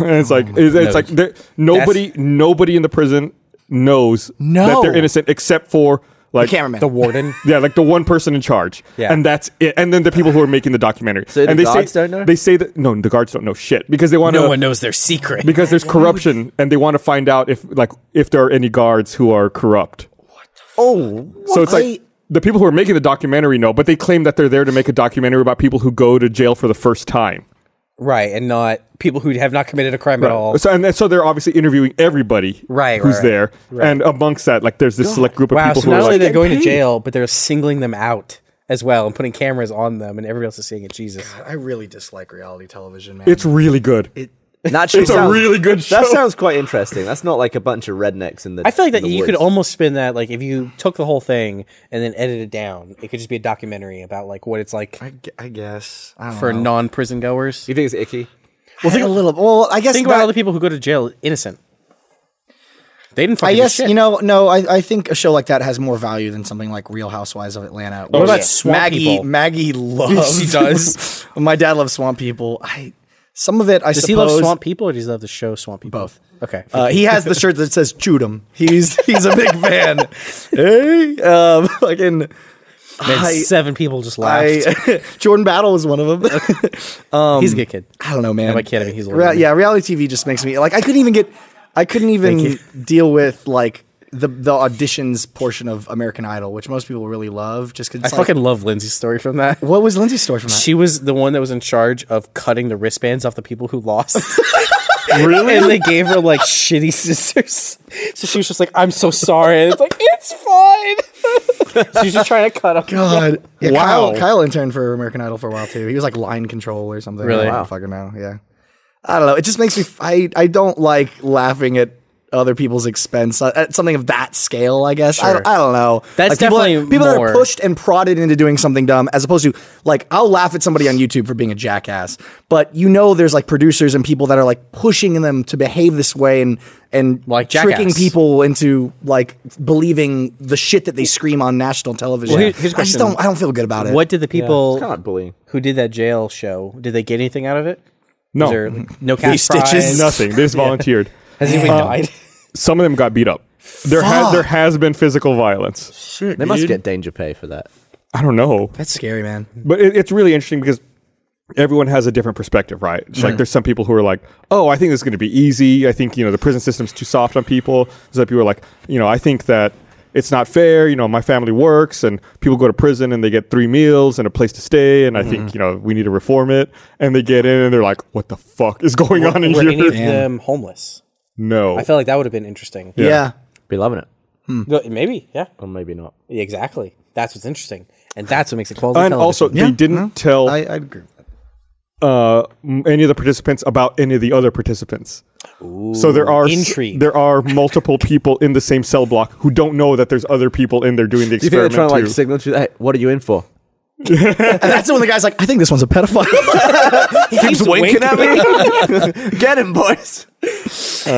S1: it's like it's, it's like there- nobody nobody in the prison knows
S2: No.
S1: that they're innocent except for like
S2: cameraman.
S4: The warden.
S1: yeah, like the one person in charge.
S4: Yeah.
S1: and that's it. And then the people who are making the documentary.
S3: So the
S1: and they
S3: guards
S1: say,
S3: don't know?
S1: They say that no, the guards don't know shit because they want to.
S2: no one knows their secret.
S1: because there's corruption, and they want to find out if like if there are any guards who are corrupt.
S2: oh,
S1: So it's like the people who are making the documentary know, but they claim that they're there to make a documentary about people who go to jail for the first time.
S4: right, and not people who have not committed a crime at all.
S1: So, and then- so they're obviously interviewing everybody
S4: Right, right,
S1: who's
S4: right.
S1: there, and amongst that, like there's this select group of
S4: Wow,
S1: people
S4: so
S1: who
S4: not
S1: are
S4: only
S1: like,
S4: they're going to jail, but they're singling them out as well and putting cameras on them, and everybody else is seeing it. Jesus.
S2: I really dislike reality television, man.
S1: it's really good.
S2: it,
S3: Naturally,
S1: It's a really good show.
S3: That sounds quite interesting. That's not like a bunch of rednecks in the.
S4: I feel like
S3: in
S4: that
S3: the
S4: you could
S3: woods.
S4: almost spin that like if you took the whole thing and then edited it down, it could just be a documentary about like what it's like
S2: I, gu- I guess I don't
S4: for
S2: know.
S4: non-prison goers.
S3: You think it's icky?
S2: well, think a little. Well, I guess
S4: Think
S2: that-
S4: about all the people who go to jail innocent. They didn't
S2: I
S4: fucking do
S2: guess
S4: shit.
S2: you know. No, I, I think a show like that has more value than something like Real Housewives of Atlanta. What
S4: about Swamp
S2: Maggie?
S4: People?
S2: Maggie loves.
S4: She does.
S2: My dad loves Swamp People. I some of it. I
S4: Does
S2: suppose
S4: he love swamp people or does he love the show swamp people?
S2: both.
S4: Okay.
S2: Uh, he has the shirt that says "Shoot 'em." He's he's a big fan. hey, um, fucking.
S4: Man,
S2: I-
S4: seven people just laughed.
S2: I, Jordan Battle was one of them.
S4: he's a good kid.
S2: I don't know, man.
S4: by kid, I mean he's older
S2: Rea-
S4: than me.
S2: yeah, reality TV just makes me like I couldn't even get, I couldn't even deal with like the the auditions portion of American Idol, which most people really love, just because
S4: I fucking love Lindsay's story from that.
S2: What was Lindsay's story from that?
S4: She was the one that was in charge of cutting the wristbands off the people who lost.
S1: really?
S4: and they gave her like shitty scissors. So she was just like, I'm so sorry. And it's like, it's fine. She's just trying to cut off.
S2: God, yeah,
S1: Wow.
S2: Kyle, Kyle interned for American Idol for a while too. He was like line control or something.
S4: Really?
S2: I
S4: Wow.
S2: don't fucking know. Yeah, I don't know. It just makes me. f- I I don't like laughing at other people's expense uh, at something of that scale. I guess I, don't- I don't know.
S4: That's
S2: Like, people that-
S4: definitely
S2: people that
S4: more-
S2: are pushed and prodded into doing something dumb, as opposed to like I'll laugh at somebody on YouTube for being a jackass, but you know there's like producers and people that are like pushing them to behave this way and and
S4: Like
S2: tricking
S4: jackass.
S2: people into like believing the shit that they scream on national television.
S4: Well, here- here's a
S2: I just
S4: question.
S2: don't. I don't feel good about it.
S4: What did the people
S3: It's kind of like bullying.
S4: who did that jail show, did they get anything out of it?
S1: No,
S4: Was there, like, no cash
S2: stitches?
S4: prize?
S1: nothing. They just volunteered.
S4: Has anybody died?
S1: Some of them got beat up. There has
S2: Fuck.
S1: there has been physical violence.
S3: They must get danger pay for that.
S1: I don't know.
S2: That's scary, man.
S1: but it, it's really interesting because everyone has a different perspective, right? It's Like there's some people who are like, "Oh, I think this is going to be easy. I think you know the prison system's too soft on people." There's other people who are like, "You know, I think that it's not fair. You know, my family works and people go to prison and they get three meals and a place to stay, and I think you know we need to reform it." And they get in and they're like, "What the fuck is going on in
S4: Were any
S1: here?"
S4: of them homeless?
S1: No,
S4: I felt like that would have been interesting.
S2: Yeah.
S3: Be loving it,
S4: No, Maybe, yeah.
S3: or maybe not.
S4: Yeah, Exactly. That's what's interesting. And that's what makes it quality
S1: and
S4: television.
S1: also they didn't tell
S2: I, I'd agree. with that.
S1: uh, m- any of the participants about any of the other participants. so there are s-
S4: intrigue.
S1: there are multiple people in the same cell block who don't know that there's other people in there doing the
S3: Do you think they're
S1: experiment
S3: trying to like
S1: too.
S3: signal to? Hey, what are you in for?
S2: And that's when the guy's like, I think this one's a pedophile.
S3: Keeps winking at me. Get him, boys.
S1: All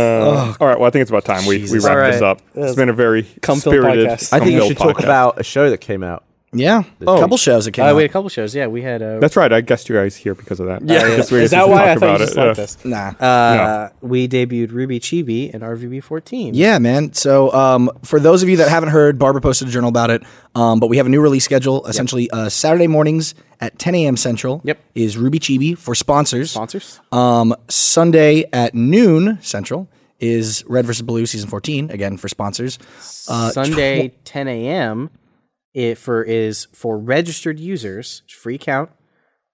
S1: right, well I think it's about time we, we wrap this up. It's been a very
S4: Come film
S1: spirited.
S4: podcast.
S3: I think you
S1: come
S3: should
S1: film
S3: talk
S1: podcast.
S3: about a show that came out.
S2: yeah. A couple shows that came
S4: Uh,
S2: out.
S4: we had a couple shows. Yeah, we had. Uh,
S1: That's right. I guessed you guys here because of that. Yeah,
S4: is that why I thought you just liked us?
S2: Nah.
S4: Uh, We debuted Ruby Chibi and RVB 14.
S2: Yeah, man. So, um, for those of you that haven't heard, Barbara posted a journal about it. Um, but we have a new release schedule. Essentially, uh, Saturday mornings at 10 a.m. Central.
S4: Yep.
S2: Is Ruby Chibi for sponsors.
S4: Sponsors?
S2: Um, Sunday at noon Central is Red versus Blue season 14 again for sponsors. Uh,
S4: Sunday, 10 a.m. It for is for registered users. Free count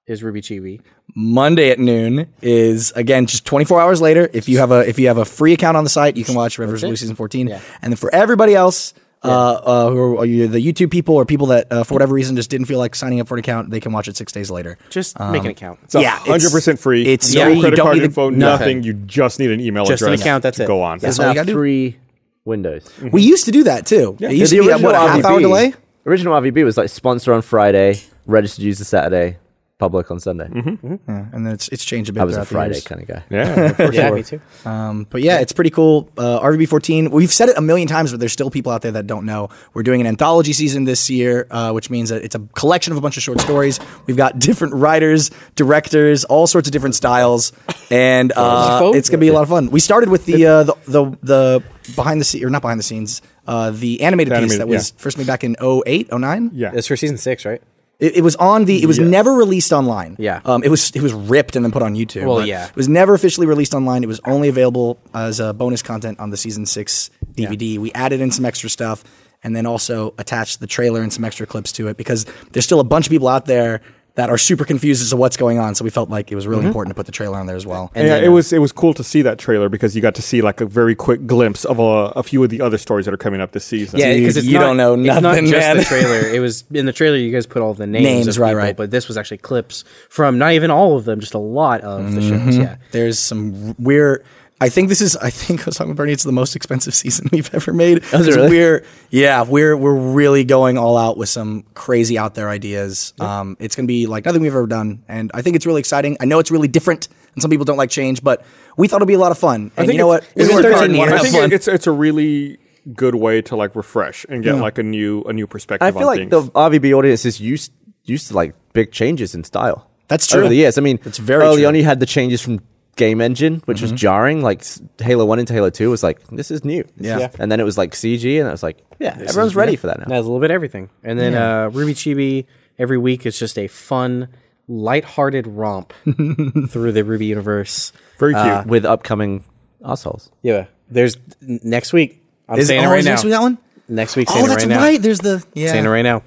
S4: is Ruby Chibi.
S2: Monday at noon is again just 24 hours later. If you have a if you have a free account on the site, you can watch Rivers Blue season 14. And then for everybody else, uh, uh, who are, are you the YouTube people or people that uh, for whatever reason just didn't feel like signing up for an account, they can watch it six days later.
S4: Just make an
S2: Um,
S4: account.
S1: It's
S2: Yeah, it's-
S1: hundred percent free.
S2: it's
S1: no
S2: free. You
S1: credit
S2: don't
S1: card
S2: need to-
S1: info, nothing. You just need an email
S4: Just an
S1: address.
S4: account, that's
S1: to
S4: it.
S1: Go on.
S2: That's all
S3: now
S2: you gotta do.
S3: three windows.
S2: We used to do that too. It used
S3: The
S2: to be that,
S3: original
S2: what a half hour
S3: RVB
S2: delay.
S3: Original RVB was like sponsor on Friday, registered user Saturday, public on Sunday.
S2: Mm-hmm. Yeah, and then it's it's changed a bit.
S3: I was a
S2: throughout
S3: Friday
S2: the years.
S3: kind of guy.
S1: Yeah, for
S4: Yeah,
S1: sure.
S4: me too.
S2: Um, but yeah, it's pretty cool. Uh, RVB 14, we've said it a million times, but there's still people out there that don't know. We're doing an anthology season this year, uh, which means that it's a collection of a bunch of short stories. We've got different writers, directors, all sorts of different styles, and uh, it's gonna be a lot of fun. We started with the uh, the, the the behind the scenes or not behind the scenes, uh, the animated
S1: The
S2: piece
S1: animated,
S2: that was first made back in 08, 09?
S1: Yeah.
S4: It's for season six, right?
S2: It, it was on the. It was never released online.
S4: Yeah.
S2: Um. It was. It was ripped and then put on YouTube.
S4: Well,
S2: but
S4: yeah.
S2: It was never officially released online. It was only available as a bonus content on the season six DVD. We added in some extra stuff and then also attached the trailer and some extra clips to it because there's still a bunch of people out there that are super confused as to what's going on. So we felt like it was really
S4: Mm-hmm.
S2: important to put the trailer on there as well.
S1: yeah, it was it was cool to see that trailer because you got to see like a very quick glimpse of a, a few of the other stories that are coming up this season.
S4: Yeah, because it's
S2: you
S4: not,
S2: don't know
S4: it's not
S2: nothing,
S4: just
S2: man.
S4: the trailer. It was in the trailer. You guys put all the names,
S2: Names,
S4: of
S2: right,
S4: people,
S2: right.
S4: But this was actually clips from not even all of them, just a lot of the
S2: Mm-hmm.
S4: shows. Yeah,
S2: There's some r- we're. I think this is. I think I was talking with Bernie. It's the most expensive season we've ever made. 'Cause
S3: really?
S2: We're yeah. We're we're really going all out with some crazy out there ideas. Um, it's gonna be like nothing we've ever done, and I think it's really exciting. I know it's really different, and some people don't like change, but we thought it'd be a lot of fun. And you know what?
S1: It's,
S2: We worked
S1: it's,
S2: hard and
S1: it's,
S2: we
S1: I
S2: had
S1: think
S2: fun.
S1: it's it's a really good way to like refresh and get like a new a new perspective.
S3: I feel
S1: on
S3: like
S1: things.
S3: the RVB audience is used used to like big changes in style.
S2: That's true.
S3: Over the years, I mean,
S2: It's very
S3: early
S2: true. Mm-hmm.
S3: on. You had the changes from Game Engine, which was jarring. Like s- Halo One into Halo Two was like, this is new.
S2: Yeah. Yeah.
S3: And then it was like CG, and I was like, yeah, everyone's ready for that now.
S4: that's a little bit everything. And then uh, Ruby Chibi every week is just a fun, lighthearted romp through the Ruby universe.
S1: very cute.
S3: Uh, With upcoming assholes.
S4: Yeah, there's n- next week. I'm
S2: Is it
S4: saying it
S2: oh,
S4: right
S2: is
S4: now.
S2: next week that one?
S4: Next week, saying
S2: Oh,
S4: it
S2: that's
S4: right now.
S2: right. There's the
S4: saying it
S2: yeah.
S4: right now.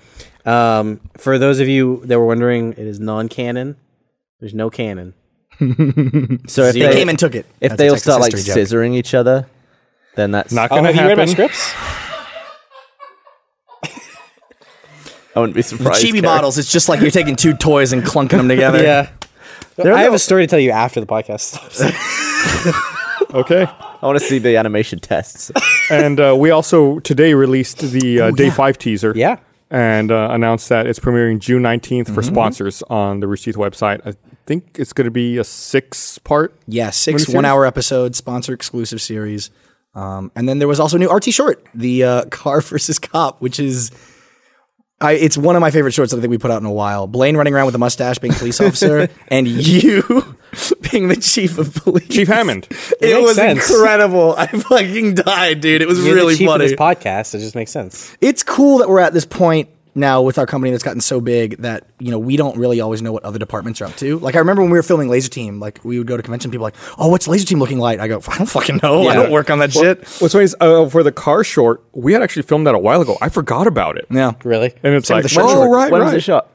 S4: Um, for those of you that were wondering, it is non-canon. There's no canon.
S3: So if
S4: Zero.
S3: they,
S2: Came and took it.
S3: if
S2: That's a
S3: they all
S2: Texas
S3: start like
S2: history joke. Oh,
S3: scissoring each other, then that's
S1: Not gonna happen.
S4: scripts?
S3: I wouldn't be surprised.
S2: chibi
S3: Gary.
S2: bottles, it's just like you're taking two toys and clunking them together.
S4: yeah. I have a story to tell you after the podcast stops.
S1: Okay.
S3: I want to see the animation tests.
S1: and uh, we also today released the uh, day five teaser.
S4: Yeah.
S1: And uh, announced that it's premiering June 19th for sponsors on the Rooster Teeth website. I think it's going to be a six part.
S2: Yeah, six
S1: Miniseries?
S2: one-hour episodes, sponsor exclusive series, um, and then there was also a new RT short, the uh, Car versus Cop, which is, I it's one of my favorite shorts that I think we put out in a while. Blaine running around with a mustache, being a police officer, and you being the chief of police,
S1: Chief Hammond.
S2: It,
S4: makes
S2: was
S4: sense.
S2: incredible. I fucking died, dude. It was
S4: You're
S2: really
S4: the chief of
S2: funny
S4: this podcast. It just makes sense.
S2: it's cool that we're at this point now with our company that's gotten so big that you know we don't really always know what other departments are up to. Like I remember when we were filming Laser Team, like we would go to convention, people like, "Oh, what's Laser Team looking like?" I go, "I don't fucking know. I don't work on that shit."
S1: What's funny is uh, for the car short, we had actually filmed that a while ago. I forgot about it.
S2: Yeah,
S4: Really?
S1: And it's
S2: Same
S1: like,
S2: with the short
S1: oh,
S2: short.
S1: right,
S3: when was
S1: right.
S3: it shot?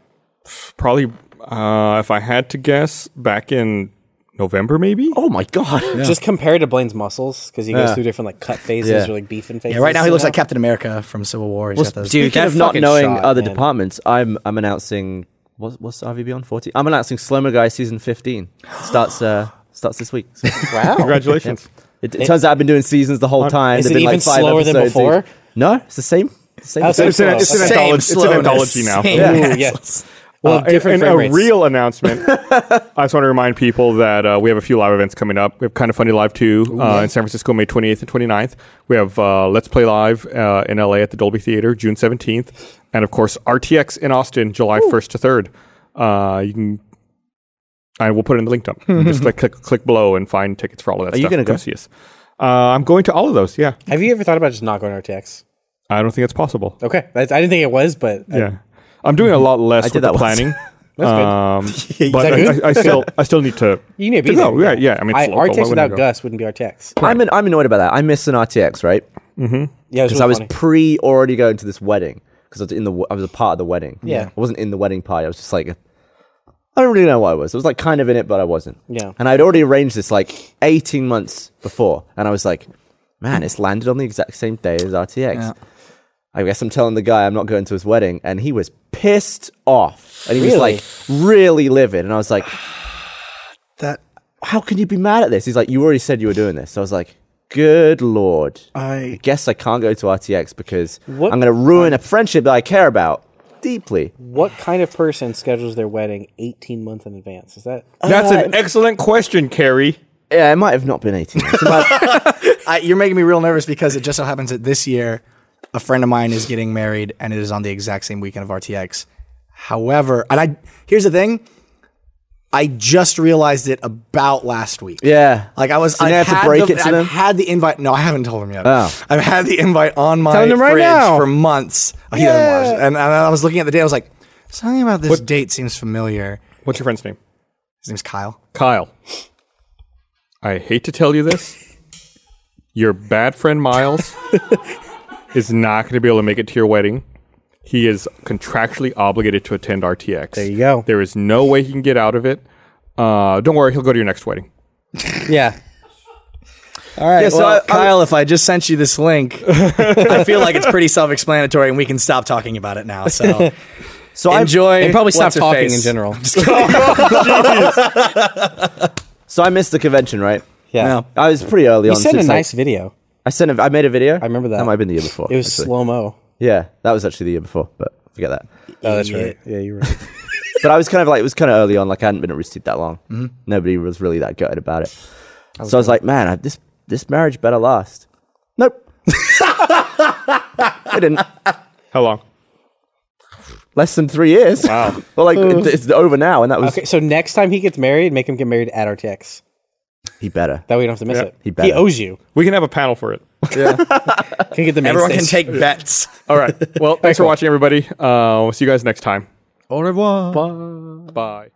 S1: Probably, uh, if I had to guess, back in November, maybe?
S3: Oh my god!
S4: Just compare to Blaine's muscles because he goes
S3: Yeah.
S4: through different like cut phases
S3: Yeah.
S4: or like beefing phases.
S2: Yeah, right now he looks
S4: somehow.
S2: like Captain America from Civil War. He's got those.
S4: dude,
S3: Speaking
S4: that
S3: of not
S4: fucking
S3: knowing
S4: shot,
S3: other
S4: man.
S3: departments, I'm I'm announcing what's what's RVB on forty. I'm announcing Slow Mo Guy season fifteen starts uh starts this week. So,
S4: Wow.
S1: Congratulations.
S3: it, it turns out I've been doing seasons the whole time.
S4: is
S3: There've
S4: it
S3: been, like,
S4: even
S3: five
S4: slower than
S3: episodes
S4: before?
S3: each. No, it's the same. It's the same.
S4: Oh, so
S3: thing.
S1: It's an, it's an
S4: Same
S1: anthology, it's an
S2: slowness,
S1: anthology now.
S2: same
S4: Ooh,
S2: ass.
S4: yeah. Well,
S1: Uh, and,
S4: different
S1: and
S4: frame
S1: a
S4: rates.
S1: real announcement. I just want to remind people that uh, we have a few live events coming up. We have Kind of Funny Live 2 uh, in San Francisco, May 28th and 29th. We have uh, Let's Play Live uh, in LA at the Dolby Theater, June 17th. And of course, RTX in Austin, July 1st to 3rd. Uh, you can. I will put it in the link dump. Just click, click click below and find tickets for all of that Are
S3: you
S1: stuff.
S3: gonna go?
S1: see us? Uh, I'm going to all of those. Yeah,
S4: Have you ever thought about just not going RTX?
S1: I don't think that's possible.
S4: Okay, that's, I didn't think it was, but I-
S1: Yeah, I'm doing a lot less with
S3: did
S1: the
S3: that once.
S1: planning.
S4: good.
S1: Um, but
S4: that
S1: I,
S4: good?
S1: I, I still I still need to.
S4: you need to
S1: to
S4: be
S1: go.
S4: there.
S1: Yeah, yeah. I mean, it's local. Why
S4: RTX
S1: wouldn't I
S4: without
S1: go?
S4: Gus wouldn't be RTX.
S3: I'm an, I'm annoyed about that. I miss an RTX right
S4: Yeah, it
S3: because I was
S4: really funny.
S3: pre already going to this wedding because I was in the w- I was a part of the wedding.
S4: Yeah.
S3: I wasn't in the wedding party. I was just like. I don't really know what I was. I was like kind of in it, but I wasn't.
S4: Yeah.
S3: And I'd already arranged this like 18 months before. And I was like, man, it's landed on the exact same day as RTX. I guess I'm telling the guy I'm not going to his wedding. And he was pissed off. And he was like, really livid. And I was like,
S2: That
S3: how can you be mad at this? He's like, you already said you were doing this. So I was like, good lord. I, guess I can't go to RTX because I'm going to ruin a friendship that I care about deeply.
S4: What kind of person schedules their wedding 18 months in advance? Is that
S1: That's an excellent question, Carrie.
S3: Yeah, it might have not been 18. months. It might have-
S2: I, you're making me real nervous because it just so happens that this year, a friend of mine is getting married, and it is on the exact same weekend of RTX. However, and I here's the thing. I just realized it about last week.
S3: yeah.
S2: Like I was,
S3: So now you
S2: I've,
S3: have to
S2: had
S3: break
S2: the,
S3: it to
S2: I've
S3: them?
S2: had the invite. No, I haven't told him yet.
S3: Oh.
S2: I've had the invite on my
S5: Tell him right
S2: fridge
S5: now.
S2: for months. Oh, he doesn't watch it. And, and I was looking at the date. I was like, something about this date seems familiar.
S1: What's your friend's name?
S2: His name's Kyle.
S1: Kyle. I hate to tell you this. Your bad friend Miles is not going to be able to make it to your wedding. He is contractually obligated to attend RTX. There
S4: you go.
S1: There is no way he can get out of it. Uh, don't worry, he'll go to your next wedding.
S4: yeah?
S2: All right,
S3: Yeah, so
S2: well,
S3: I- I-
S2: Kyle, if I just sent you this link, I feel like it's pretty self-explanatory, and we can stop talking about it now. So,
S3: So I
S2: enjoy.
S4: They probably stop
S2: what's her
S4: talking
S2: face.
S4: in general.
S3: So I missed the convention, right?
S4: Yeah.
S2: No.
S3: I was pretty early
S4: You
S3: on.
S4: sent a
S3: since, like,
S4: nice video.
S3: I sent. A, I made a video. I
S4: remember that.
S3: That might have been the year before.
S4: It was
S3: actually.
S4: slow mo.
S3: Yeah, that was actually the year before, but forget that.
S4: Oh, that's right. Yeah, you were. Right.
S3: but I was kind of like, it was kind of early on. Like I hadn't been at Rooster Teeth that long. Mm-hmm. Nobody was really that gutted about it. so I was like, man, I, this this marriage better last. Nope, it didn't.
S1: How long?
S3: Less than three years. Wow. well, like it- it's over now, and that was
S4: okay, so next time he gets married, make him get married at RTX.
S3: he better.
S4: That way you don't have to miss it.
S3: he
S4: He,
S3: better.
S4: owes you.
S1: We can have a panel for it.
S4: Can get the main
S2: Everyone can
S4: stage.
S2: take bets.
S1: All right. Well, thanks for watching, everybody. Uh, we'll see you guys next time. Au revoir. Bye. Bye.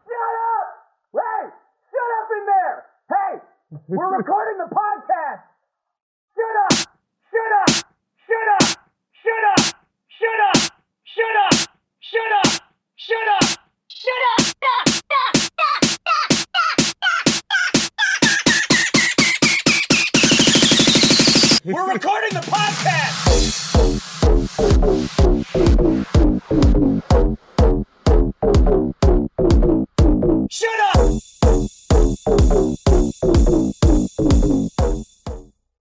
S6: Ray, shut up in there! Hey, we're recording the podcast! Shut up! Shut up! Shut up! Shut up! Shut up! Shut up! Shut up! Shut up! Shut up! We're recording!